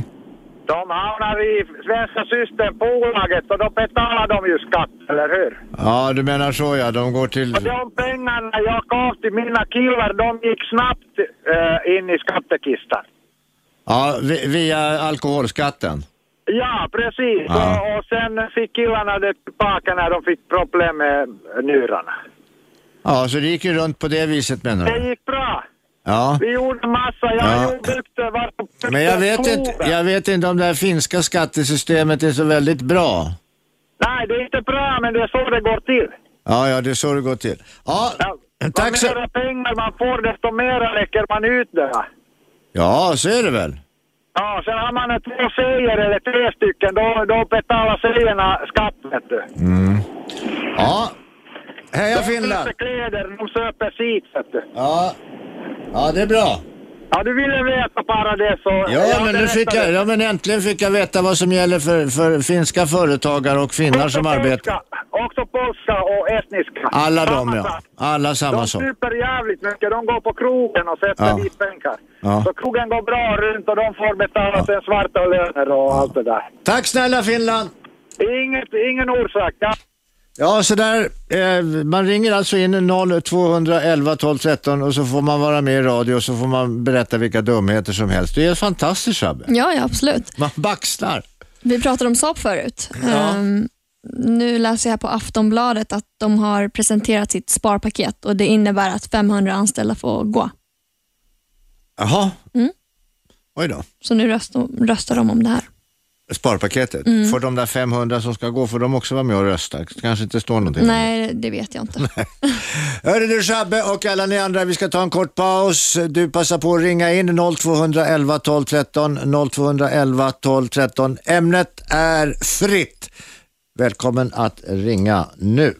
[SPEAKER 22] De hamnar i svenska systembolaget och då betalar de ju skatt, eller hur?
[SPEAKER 2] Ja, du menar så ja. De går
[SPEAKER 22] Och
[SPEAKER 2] till...
[SPEAKER 22] de pengarna jag gav till mina killar, de gick snabbt eh, in i skattekistan.
[SPEAKER 2] Ja, vi- via alkoholskatten.
[SPEAKER 22] Ja, precis.
[SPEAKER 2] Ja.
[SPEAKER 22] Och, och sen fick killarna det tillbaka när de fick problem med eh, njurarna.
[SPEAKER 2] Ja, så det gick ju runt på det viset menar
[SPEAKER 22] Det
[SPEAKER 2] du?
[SPEAKER 22] gick bra.
[SPEAKER 2] Ja.
[SPEAKER 22] Vi gjorde massa. Jag
[SPEAKER 2] Ja.
[SPEAKER 22] ja. jordbrukte eh, var
[SPEAKER 2] Men jag vet, inte, jag vet inte om det här finska skattesystemet är så väldigt bra.
[SPEAKER 22] Nej, det är inte bra, men det är så det går till.
[SPEAKER 2] Ja, ja, det är så det går till. Ja,
[SPEAKER 22] Tack så... mera pengar man får, desto mera läcker man ut det.
[SPEAKER 2] ja så är det väl.
[SPEAKER 22] Ja, sen har man två serier eller tre stycken, då, då betalar serierna skatt vet du.
[SPEAKER 2] Mm. Ja. Heja Finland!
[SPEAKER 22] De köper kläder, de köper skit vet du.
[SPEAKER 2] Ja. Ja, det är bra.
[SPEAKER 22] Ja, du ville veta bara det så...
[SPEAKER 2] Ja, men nu fick jag,
[SPEAKER 22] berättade.
[SPEAKER 2] ja, men äntligen fick jag veta vad som gäller för, för finska företagare och finnar som arbetar.
[SPEAKER 22] Också polska och estniska.
[SPEAKER 2] Alla
[SPEAKER 22] Samma
[SPEAKER 2] de ja.
[SPEAKER 22] sak.
[SPEAKER 2] Alla samma
[SPEAKER 22] de
[SPEAKER 2] sak.
[SPEAKER 22] super jävligt mycket. De går på krogen och sätter
[SPEAKER 2] Ja.
[SPEAKER 22] dit pengar.
[SPEAKER 2] Ja.
[SPEAKER 22] Så krogen går bra runt och de får betala sina svarta löner och allt det där.
[SPEAKER 2] Tack snälla Finland!
[SPEAKER 22] Inget, ingen orsak. Ja.
[SPEAKER 2] Ja, så där. Eh, man ringer alltså in 0211 12 13 och så får man vara med i radio och så får man berätta vilka dumheter som helst. Det är fantastiskt Shabbe.
[SPEAKER 3] Ja, ja, absolut.
[SPEAKER 2] Man baxnar.
[SPEAKER 3] Vi pratade om Saab förut.
[SPEAKER 2] Ja.
[SPEAKER 3] Ehm, nu läser jag här på Aftonbladet att de har presenterat sitt sparpaket och det innebär att 500 anställda får gå.
[SPEAKER 2] Jaha.
[SPEAKER 3] Mm.
[SPEAKER 2] Oj då.
[SPEAKER 3] Så nu röstar, röstar de om det här.
[SPEAKER 2] Sparpaketet.
[SPEAKER 3] Mm.
[SPEAKER 2] Får de där 500 som ska gå, får de också vara med och rösta? Det kanske inte står någonting. om det.
[SPEAKER 3] Nej, det vet jag inte.
[SPEAKER 2] Hörru du Shabbe och alla ni andra, vi ska ta en kort paus. Du passar på att ringa in 0211 12 13 0211 12 13. Ämnet är fritt. Välkommen att ringa nu.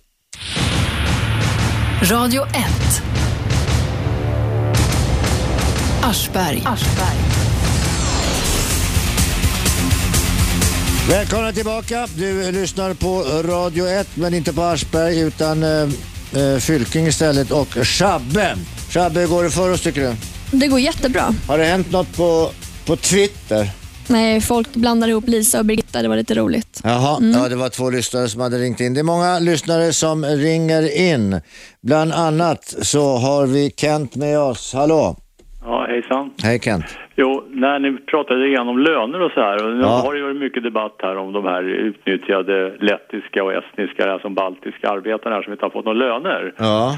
[SPEAKER 1] Radio 1. Aschberg.
[SPEAKER 2] Välkomna tillbaka. Du eh, lyssnar på Radio 1, men inte på Aschberg utan eh, eh, Fylking istället och Shabbe. Shabbe, hur går det för oss tycker du?
[SPEAKER 3] Det går jättebra.
[SPEAKER 2] Har det hänt något på, på Twitter?
[SPEAKER 3] Nej, folk blandar ihop Lisa och Birgitta. Det var lite roligt.
[SPEAKER 2] Jaha,
[SPEAKER 3] Mm.
[SPEAKER 2] ja, det var två lyssnare som hade ringt in. Det är många lyssnare som ringer in. Bland annat så har vi Kent med oss. Hallå!
[SPEAKER 23] Ja, hejsan.
[SPEAKER 2] Hej Kent.
[SPEAKER 23] Jo, när ni pratade igen om löner och så här, och nu
[SPEAKER 2] Ja.
[SPEAKER 23] har det ju varit mycket debatt här om de här utnyttjade lettiska och estniska, alltså baltiska arbetarna här som inte har fått några löner.
[SPEAKER 2] Ja.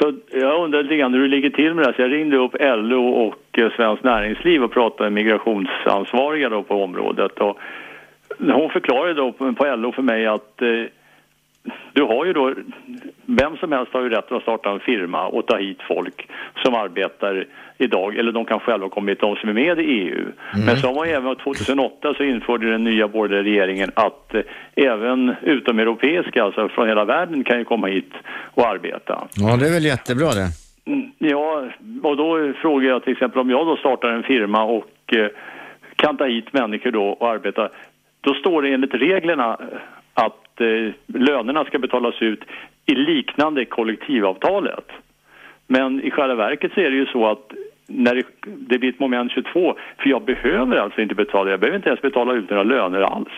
[SPEAKER 23] Så jag undrar lite grann hur det ligger till med det här, så jag ringde upp LO och eh, Svenskt Näringsliv och pratade med migrationsansvariga då på området. Och hon förklarade då på på LO för mig att eh, du har ju då, vem som helst har ju rätt att starta en firma och ta hit folk som arbetar idag, eller de kan själva ha kommit, de som är med i EU. Men så har man ju även 2008 så införde den nya borgerliga regeringen att eh, även utomeuropeiska, alltså från hela världen, kan ju komma hit och arbeta.
[SPEAKER 2] Ja, det är väl jättebra det.
[SPEAKER 23] Mm, Ja, och då frågar jag till exempel om jag då startar en firma och eh, kan ta hit människor då och arbeta. Då står det enligt reglerna att eh, lönerna ska betalas ut i liknande kollektivavtalet. Men i själva verket så är det ju så att när det, det blir ett moment 22, för jag behöver alltså inte betala, jag behöver inte ens betala ut några löner alls.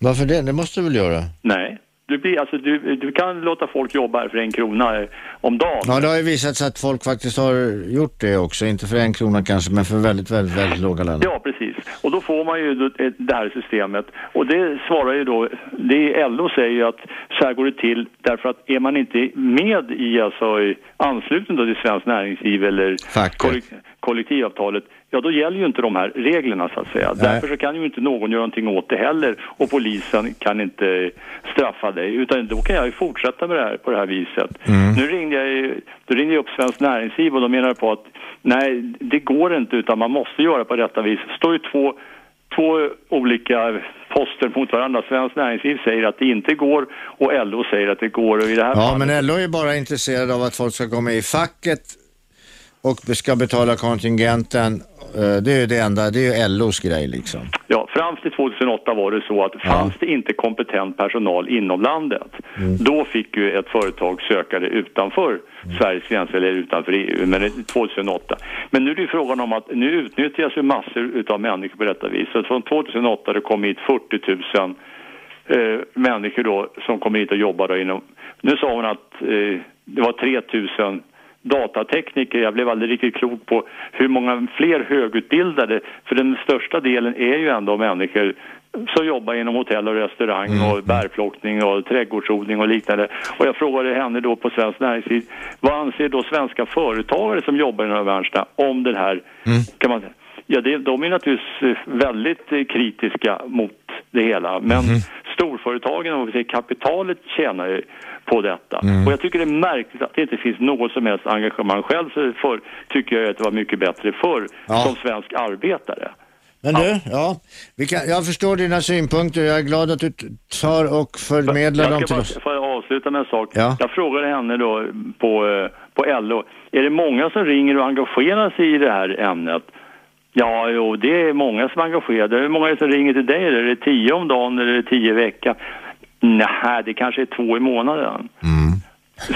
[SPEAKER 2] Varför det? Det måste du väl göra?
[SPEAKER 23] Nej, du, blir, alltså, du, du kan låta folk jobba här för en krona eh, om dagen.
[SPEAKER 2] Ja, det har ju visat sig att folk faktiskt har gjort det också. Inte för en krona kanske, men för väldigt, väldigt, väldigt låga löner.
[SPEAKER 23] Ja, precis. Och då får man ju då ett- det här systemet. Och det svarar ju då, det LO säger ju att så här går det till därför att är man inte med i, alltså i ansluten då till Svenskt Näringsliv eller kollek- kollektivavtalet, ja då gäller ju inte de här reglerna så att säga.
[SPEAKER 24] Nej.
[SPEAKER 23] Därför så kan ju inte någon göra någonting åt det heller och polisen kan inte straffa dig utan då kan jag ju fortsätta med det här på det här viset.
[SPEAKER 2] Mm.
[SPEAKER 23] Nu ringde jag ju, då ringde jag upp Svenskt Näringsliv och de menade på att nej, det går inte utan man måste göra på detta vis. Det står ju två, två olika poster mot varandra. Svenskt Näringsliv säger att det inte går och LO säger att det går och i det här
[SPEAKER 2] Ja, men LO är ju bara intresserad av att folk ska gå med i facket och ska betala kontingenten. Eh, Det är ju det enda, det är ju LOs grej liksom.
[SPEAKER 23] Ja, fram till 2008 var det så att fanns det inte kompetent personal inom landet, då fick ju ett företag söka det utanför Sveriges gränser eller utanför EU, men det- 2008. Men nu är det ju frågan om att nu utnyttjas ju massor av människor på detta vis. Så från 2008 det kom hit 40 000 eh, människor då som kommer hit och jobbar då inom... Nu sa hon att eh, det var 3 000 datatekniker. Jag blev aldrig riktigt klok på hur många fler högutbildade, för den största delen är ju ändå människor som jobbar inom hotell och restaurang och bärplockning och trädgårdsodling och liknande. Och jag frågade henne då på Svenskt Näringsliv, vad anser då svenska företagare som jobbar i de här branscherna om den här, kan man säga, Ja, det, de är naturligtvis eh, väldigt eh, kritiska mot det hela. Men storföretagen och säger, kapitalet tjänar ju på detta. Och jag tycker det är märkligt att det inte finns något som helst engagemang. Själv så för, tycker jag att det var mycket bättre förr
[SPEAKER 2] Ja.
[SPEAKER 23] som svensk arbetare.
[SPEAKER 2] Men du, ja, vi kan, jag förstår dina synpunkter. Jag är glad att du t- tar och förmedlar dem
[SPEAKER 23] Jag
[SPEAKER 2] till
[SPEAKER 23] ska
[SPEAKER 2] oss.
[SPEAKER 23] bara, får jag avsluta med en sak?
[SPEAKER 2] Ja.
[SPEAKER 23] Jag frågade henne då på, eh, på LO, är det många som ringer och engagerar sig i det här ämnet? Ja, jo, det är många som är engagerade. Hur många är det som ringer till dig? Är det tio om dagen eller är det tio i veckan? Nej, det kanske är två i månaden.
[SPEAKER 2] Mm.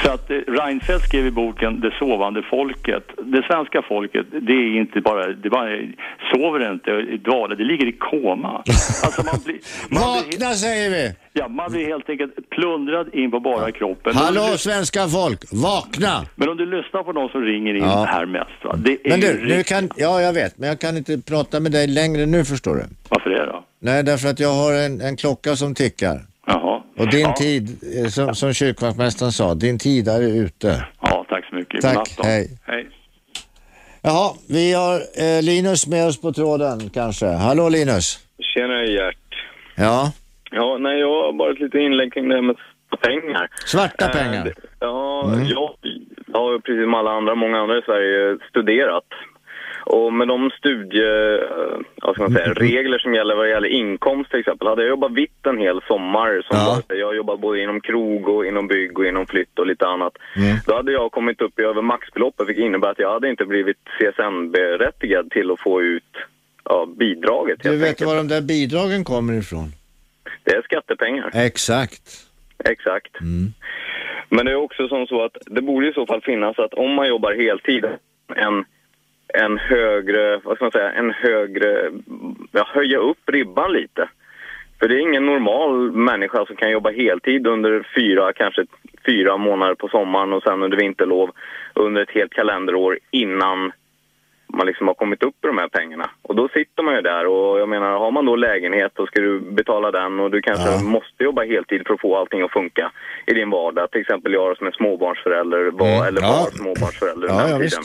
[SPEAKER 23] Så att eh, Reinfeldt skrev i boken Det sovande folket. Det svenska folket, det är inte bara, det bara sover inte, och dvalar, det ligger i koma. Alltså man blir,
[SPEAKER 2] Vakna säger vi!
[SPEAKER 23] Ja, man blir helt enkelt plundrad in på bara kroppen. Men om
[SPEAKER 2] Hallå
[SPEAKER 23] du-
[SPEAKER 2] svenska folk, vakna!
[SPEAKER 23] Men om du lyssnar på någon som ringer in
[SPEAKER 2] Ja.
[SPEAKER 23] här mest, va? det är
[SPEAKER 2] Men
[SPEAKER 23] ju
[SPEAKER 2] du, nu
[SPEAKER 23] rikt-
[SPEAKER 2] kan, ja jag vet, men jag kan inte prata med dig längre nu förstår du.
[SPEAKER 23] Varför det då?
[SPEAKER 2] Nej, därför att jag har en, en klocka som tickar.
[SPEAKER 23] Jaha.
[SPEAKER 2] Och din
[SPEAKER 23] ja.
[SPEAKER 2] tid, eh, som, som kyrkvaktmästaren sa, din tid är ute.
[SPEAKER 23] Ja, tack så mycket.
[SPEAKER 2] Tack,
[SPEAKER 23] Godnatt då.
[SPEAKER 2] hej.
[SPEAKER 23] hej.
[SPEAKER 2] Jaha, vi har eh, Linus med oss på tråden kanske. Hallå Linus!
[SPEAKER 24] Tjena Gert.
[SPEAKER 2] Ja,
[SPEAKER 24] Ja, nej, jag har bara ett litet inlägg kring det här med pengar.
[SPEAKER 2] svarta
[SPEAKER 24] Eh,
[SPEAKER 2] pengar.
[SPEAKER 24] det- Ja, jag har ju precis som alla andra, många andra i Sverige studerat. Och med de studie, eh, vad ska man säga, regler som gäller vad gäller inkomst till exempel. Hade jag jobbat vitt en hel sommar, som
[SPEAKER 11] Ja.
[SPEAKER 24] jag har jobbat både inom krog och inom bygg och inom flytt och lite annat. Då hade jag kommit upp i över maxbeloppet, vilket innebär att jag hade inte blivit CSN-berättigad till att få ut ja, bidraget.
[SPEAKER 2] Du vet var de där bidragen kommer ifrån?
[SPEAKER 24] Det är skattepengar.
[SPEAKER 2] Exakt.
[SPEAKER 24] Exakt. Men det är också som så att det borde i så fall finnas att om man jobbar heltid, en, en högre, vad ska man säga, en högre, ja, höja upp ribban lite. För det är ingen normal människa som kan jobba heltid under fyra, kanske fyra månader på sommaren och sen under vinterlov under ett helt kalenderår innan man liksom har kommit upp i de här pengarna. Och då sitter man ju där och jag menar, har man då lägenhet då ska du betala den och du kanske måste jobba heltid för att få allting att funka i din vardag. Till exempel jag som är småbarnsförälder, var,
[SPEAKER 2] Mm,
[SPEAKER 24] eller
[SPEAKER 2] ja.
[SPEAKER 24] var småbarnsförälder
[SPEAKER 2] Ja,
[SPEAKER 24] den här
[SPEAKER 2] ja,
[SPEAKER 24] tiden.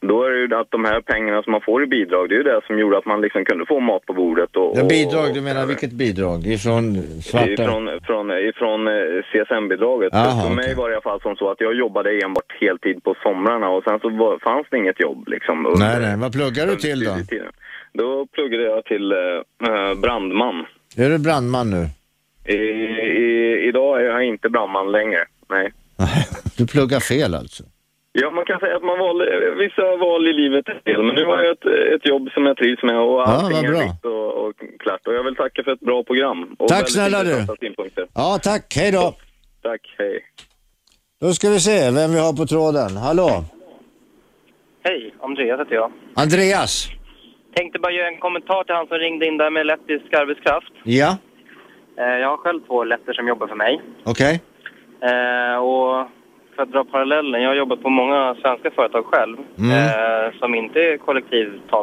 [SPEAKER 24] Då är det ju att de här pengarna som man får i bidrag, det är ju det som gjorde att man liksom kunde få mat på bordet och...
[SPEAKER 2] Ja,
[SPEAKER 24] och-
[SPEAKER 2] bidrag, du menar vilket bidrag? Ifrån svarta?
[SPEAKER 24] Ifrån, från, ifrån eh, CSN-bidraget.
[SPEAKER 2] Aha,
[SPEAKER 24] för mig
[SPEAKER 2] okej.
[SPEAKER 24] var det i alla fall som så att jag jobbade enbart heltid på somrarna och sen så var, fanns det inget jobb liksom. under-
[SPEAKER 2] Nej, nej, vad pluggar du till då?
[SPEAKER 24] studietiden. Då pluggade jag till eh, brandman.
[SPEAKER 2] Är du brandman nu?
[SPEAKER 24] I, i, idag är jag inte brandman längre. Nej.
[SPEAKER 2] Du pluggar fel alltså?
[SPEAKER 24] Ja, man kan säga att man valde, vissa val i livet är fel, men nu har jag ett, ett jobb som jag trivs med och allting
[SPEAKER 2] vad
[SPEAKER 24] är
[SPEAKER 2] bra.
[SPEAKER 24] vitt och, och klart. Och jag vill tacka för ett bra program. Och
[SPEAKER 2] Tack
[SPEAKER 24] väldigt
[SPEAKER 2] snälla du.
[SPEAKER 24] intressanta Synpunkter.
[SPEAKER 2] Ja, tack. Hej då.
[SPEAKER 24] Tack, hej.
[SPEAKER 2] Då ska vi se vem vi har på tråden. Hallå?
[SPEAKER 25] Hej, Andreas heter jag.
[SPEAKER 2] Andreas?
[SPEAKER 25] Tänkte bara göra en kommentar till han som ringde in där med lettisk arbetskraft.
[SPEAKER 2] Ja,
[SPEAKER 25] Eh, Jag har själv två letter som jobbar för mig.
[SPEAKER 2] okej.
[SPEAKER 25] Eh, Och för att dra parallellen, jag har jobbat på många svenska företag själv
[SPEAKER 2] Mm.
[SPEAKER 25] eh, som inte är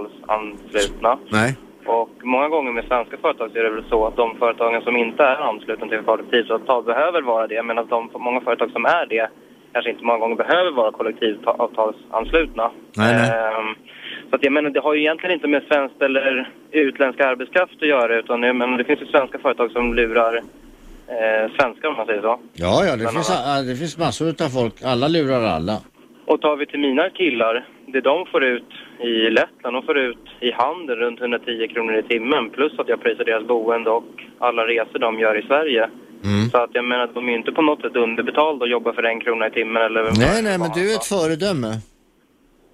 [SPEAKER 25] kollektivtalsanslutna.
[SPEAKER 2] Nej.
[SPEAKER 25] Och många gånger med svenska företag så är det väl så att de företagen som inte är anslutna till kollektivavtal behöver vara det medan de många företag som är det kanske inte många gånger behöver vara kollektivavtalsanslutna.
[SPEAKER 26] Nej, nej.
[SPEAKER 25] Ehm, Så att jag menar, det har ju egentligen inte med svenskt eller utländsk arbetskraft att göra utan jag menar, det finns ju svenska företag som lurar eh, svenskar om man säger så.
[SPEAKER 2] Ja, ja, det
[SPEAKER 25] Bland
[SPEAKER 2] finns,
[SPEAKER 25] annat.
[SPEAKER 2] ja, det finns massor av folk. Alla lurar alla.
[SPEAKER 25] Och tar vi till mina killar, det de får ut i Lettland, de får ut i handeln runt 110 kronor i timmen plus att jag prisar deras boende och alla resor de gör i Sverige.
[SPEAKER 2] Mm.
[SPEAKER 25] Så att jag menar, de är ju inte på något sätt underbetalda och jobbar för en krona i timmen eller vad det
[SPEAKER 2] Nej,
[SPEAKER 25] kan
[SPEAKER 2] nej, men
[SPEAKER 25] vara.
[SPEAKER 2] du är ett föredöme.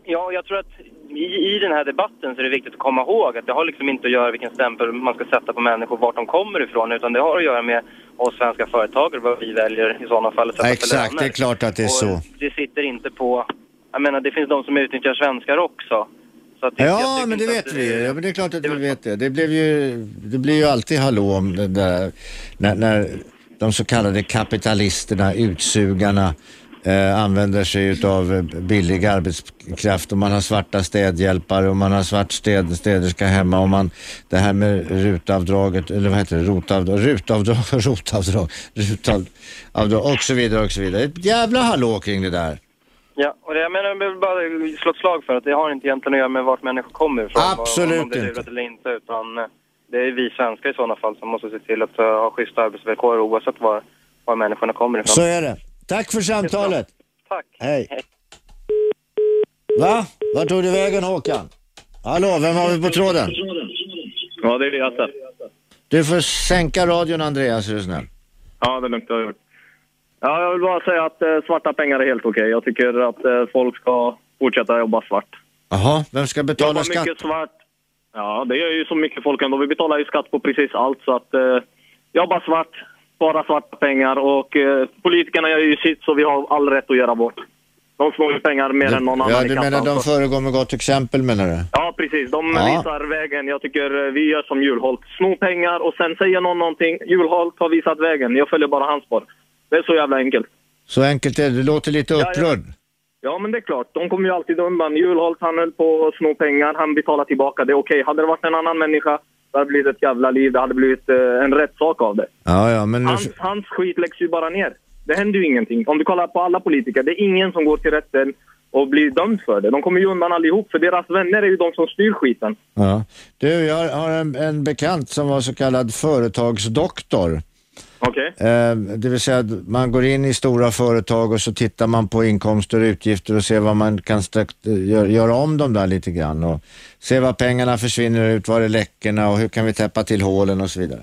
[SPEAKER 25] Ja, jag tror att i, i den här debatten så är det viktigt att komma ihåg att det har liksom inte att göra vilken stämpel man ska sätta på människor, vart de kommer ifrån, utan det har att göra med oss svenska företagare, vad vi väljer i sådana fall att sätta för
[SPEAKER 2] Exakt, det är
[SPEAKER 25] löner
[SPEAKER 2] klart att det är så.
[SPEAKER 25] det sitter inte på... Jag menar, det finns de som utnyttjar svenskar också. Så att det, jag
[SPEAKER 2] Ja,
[SPEAKER 25] tycker
[SPEAKER 2] men det
[SPEAKER 25] inte
[SPEAKER 2] vet
[SPEAKER 25] att
[SPEAKER 2] vi ju. Ja, men det är klart att vi vet det. Det, blev ju, det blir ju alltid hallå om det där när, när de så kallade kapitalisterna, utsugarna, eh, använder sig av billig arbetskraft och man har svarta städhjälpare och man har svart städ, städerska hemma och man, det här med rutavdraget, eller vad heter det, rotavdrag, rutavdrag, rotavdrag, rutavdrag och så vidare och så vidare. Ett jävla hallå kring det där.
[SPEAKER 25] Ja, och det, jag menar, jag vill bara slå ett slag för att det har inte egentligen att göra med vart människor kommer ifrån. vad-
[SPEAKER 2] Absolut
[SPEAKER 25] Om de blir
[SPEAKER 2] inte.
[SPEAKER 25] lurade eller inte, utan eh, det är vi svenskar i sådana fall som måste se till att eh, ha schyssta arbetsvillkor oavsett var, var människorna kommer ifrån.
[SPEAKER 2] Så är det. Tack för samtalet.
[SPEAKER 25] Tack.
[SPEAKER 2] Hej. Va? Vart tog du vägen Håkan? Hallå, vem har vi på tråden?
[SPEAKER 27] Ja, det är Elias.
[SPEAKER 2] Du får sänka radion Andreas, är du snäll.
[SPEAKER 27] Ja, det är lugnt. Jag har gjort. Ja, jag vill bara säga att eh, svarta pengar är helt okej. Jag tycker att eh, folk ska fortsätta jobba svart.
[SPEAKER 2] Jaha, vem ska betala
[SPEAKER 27] Jobba
[SPEAKER 2] skatt?
[SPEAKER 27] mycket svart. Ja, det gör ju så mycket folk ändå. Vi betalar ju skatt på precis allt. Så att eh, jobba svart, spara svarta pengar och eh, politikerna gör ju sitt så vi har all rätt att göra vårt. De slår ju pengar mer än någon
[SPEAKER 2] Ja,
[SPEAKER 27] annan i
[SPEAKER 2] du
[SPEAKER 27] kassan.
[SPEAKER 2] menar de
[SPEAKER 27] så-
[SPEAKER 2] föregår med gott exempel menar du?
[SPEAKER 27] Ja, precis. De
[SPEAKER 2] Ja.
[SPEAKER 27] visar vägen. Jag tycker eh, vi gör som Julholt. Sno pengar och sen säger någon någonting. Julholt har visat vägen. Jag följer bara hans spår. Det är så jävla enkelt.
[SPEAKER 2] Så enkelt är det. Du låter lite
[SPEAKER 27] Ja, ja.
[SPEAKER 2] upprörd.
[SPEAKER 27] Ja, men det är klart. De kommer ju alltid undan. Julholt, han höll på att sno pengar. Han betalar tillbaka. Det är okej. Hade det varit en annan människa, det hade blivit ett jävla liv. Det hade blivit eh, en rättssak av det.
[SPEAKER 2] Ja, ja, men nu...
[SPEAKER 27] Hans, hans skit läggs ju bara ner. Det händer ju ingenting. Om du kollar på alla politiker, det är ingen som går till rätten och blir dömd för det. De kommer ju undan allihop, för deras vänner är ju de som styr skiten.
[SPEAKER 2] Ja. Du, jag har en, en bekant som var så kallad företagsdoktor.
[SPEAKER 27] Okej.
[SPEAKER 2] Eh, Det vill säga att man går in i stora företag och så tittar man på inkomster och utgifter och ser vad man kan strakt, gör, göra om dem där lite grann och se vad pengarna försvinner ut, var är läckorna och hur kan vi täppa till hålen och så vidare.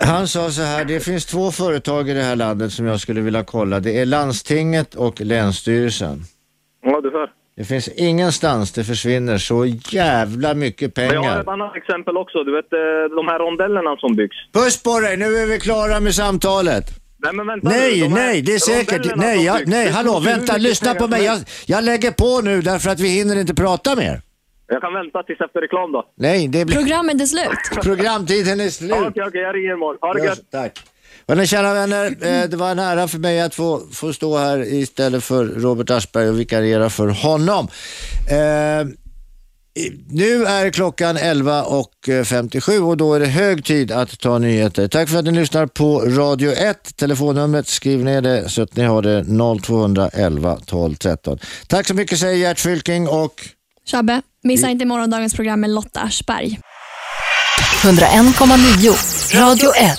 [SPEAKER 2] Han sa så här, det finns två företag i det här landet som jag skulle vilja kolla. Det är landstinget och länsstyrelsen.
[SPEAKER 27] Ja, du hör.
[SPEAKER 2] Det finns ingenstans det försvinner så jävla mycket
[SPEAKER 27] Men jag har
[SPEAKER 2] pengar.
[SPEAKER 27] ett annat exempel också. Du vet eh, de här rondellerna som byggs.
[SPEAKER 2] Puss på dig, nu är vi klara med samtalet.
[SPEAKER 27] Nej, men vänta nu,
[SPEAKER 2] Nej,
[SPEAKER 27] de här
[SPEAKER 2] nej, det är säkert.
[SPEAKER 27] rondellerna
[SPEAKER 2] Nej,
[SPEAKER 27] som
[SPEAKER 2] jag,
[SPEAKER 27] byggs,
[SPEAKER 2] nej,
[SPEAKER 27] det
[SPEAKER 2] hallå,
[SPEAKER 27] tog ju
[SPEAKER 2] vänta,
[SPEAKER 27] mycket
[SPEAKER 2] lyssna
[SPEAKER 27] pengar.
[SPEAKER 2] på mig. Jag, jag lägger på nu därför att vi hinner inte prata mer.
[SPEAKER 27] Jag kan vänta tills efter reklam då.
[SPEAKER 2] Nej, det blir...
[SPEAKER 3] Programmet är slut.
[SPEAKER 2] Programtiden är slut.
[SPEAKER 27] Ja, Okej, okej, jag ringer imorgon. Ha det
[SPEAKER 2] Yes,
[SPEAKER 27] gött.
[SPEAKER 2] Tack. Hörrni, kära vänner, eh, det var en ära för mig att få, få stå här istället för Robert Aschberg och vikariera för honom. Eh, i- nu är klockan 11.57 och då är det hög tid att ta nyheter. Tack för att ni lyssnar på Radio 1. Telefonnumret, skriv ner det så att ni har det 0211 12 13. Tack så mycket säger Gert Fylking och
[SPEAKER 3] Shabbe, missa
[SPEAKER 2] Mm.
[SPEAKER 3] inte morgondagens program med Lotta Aschberg.
[SPEAKER 1] 101,9. Radio 1.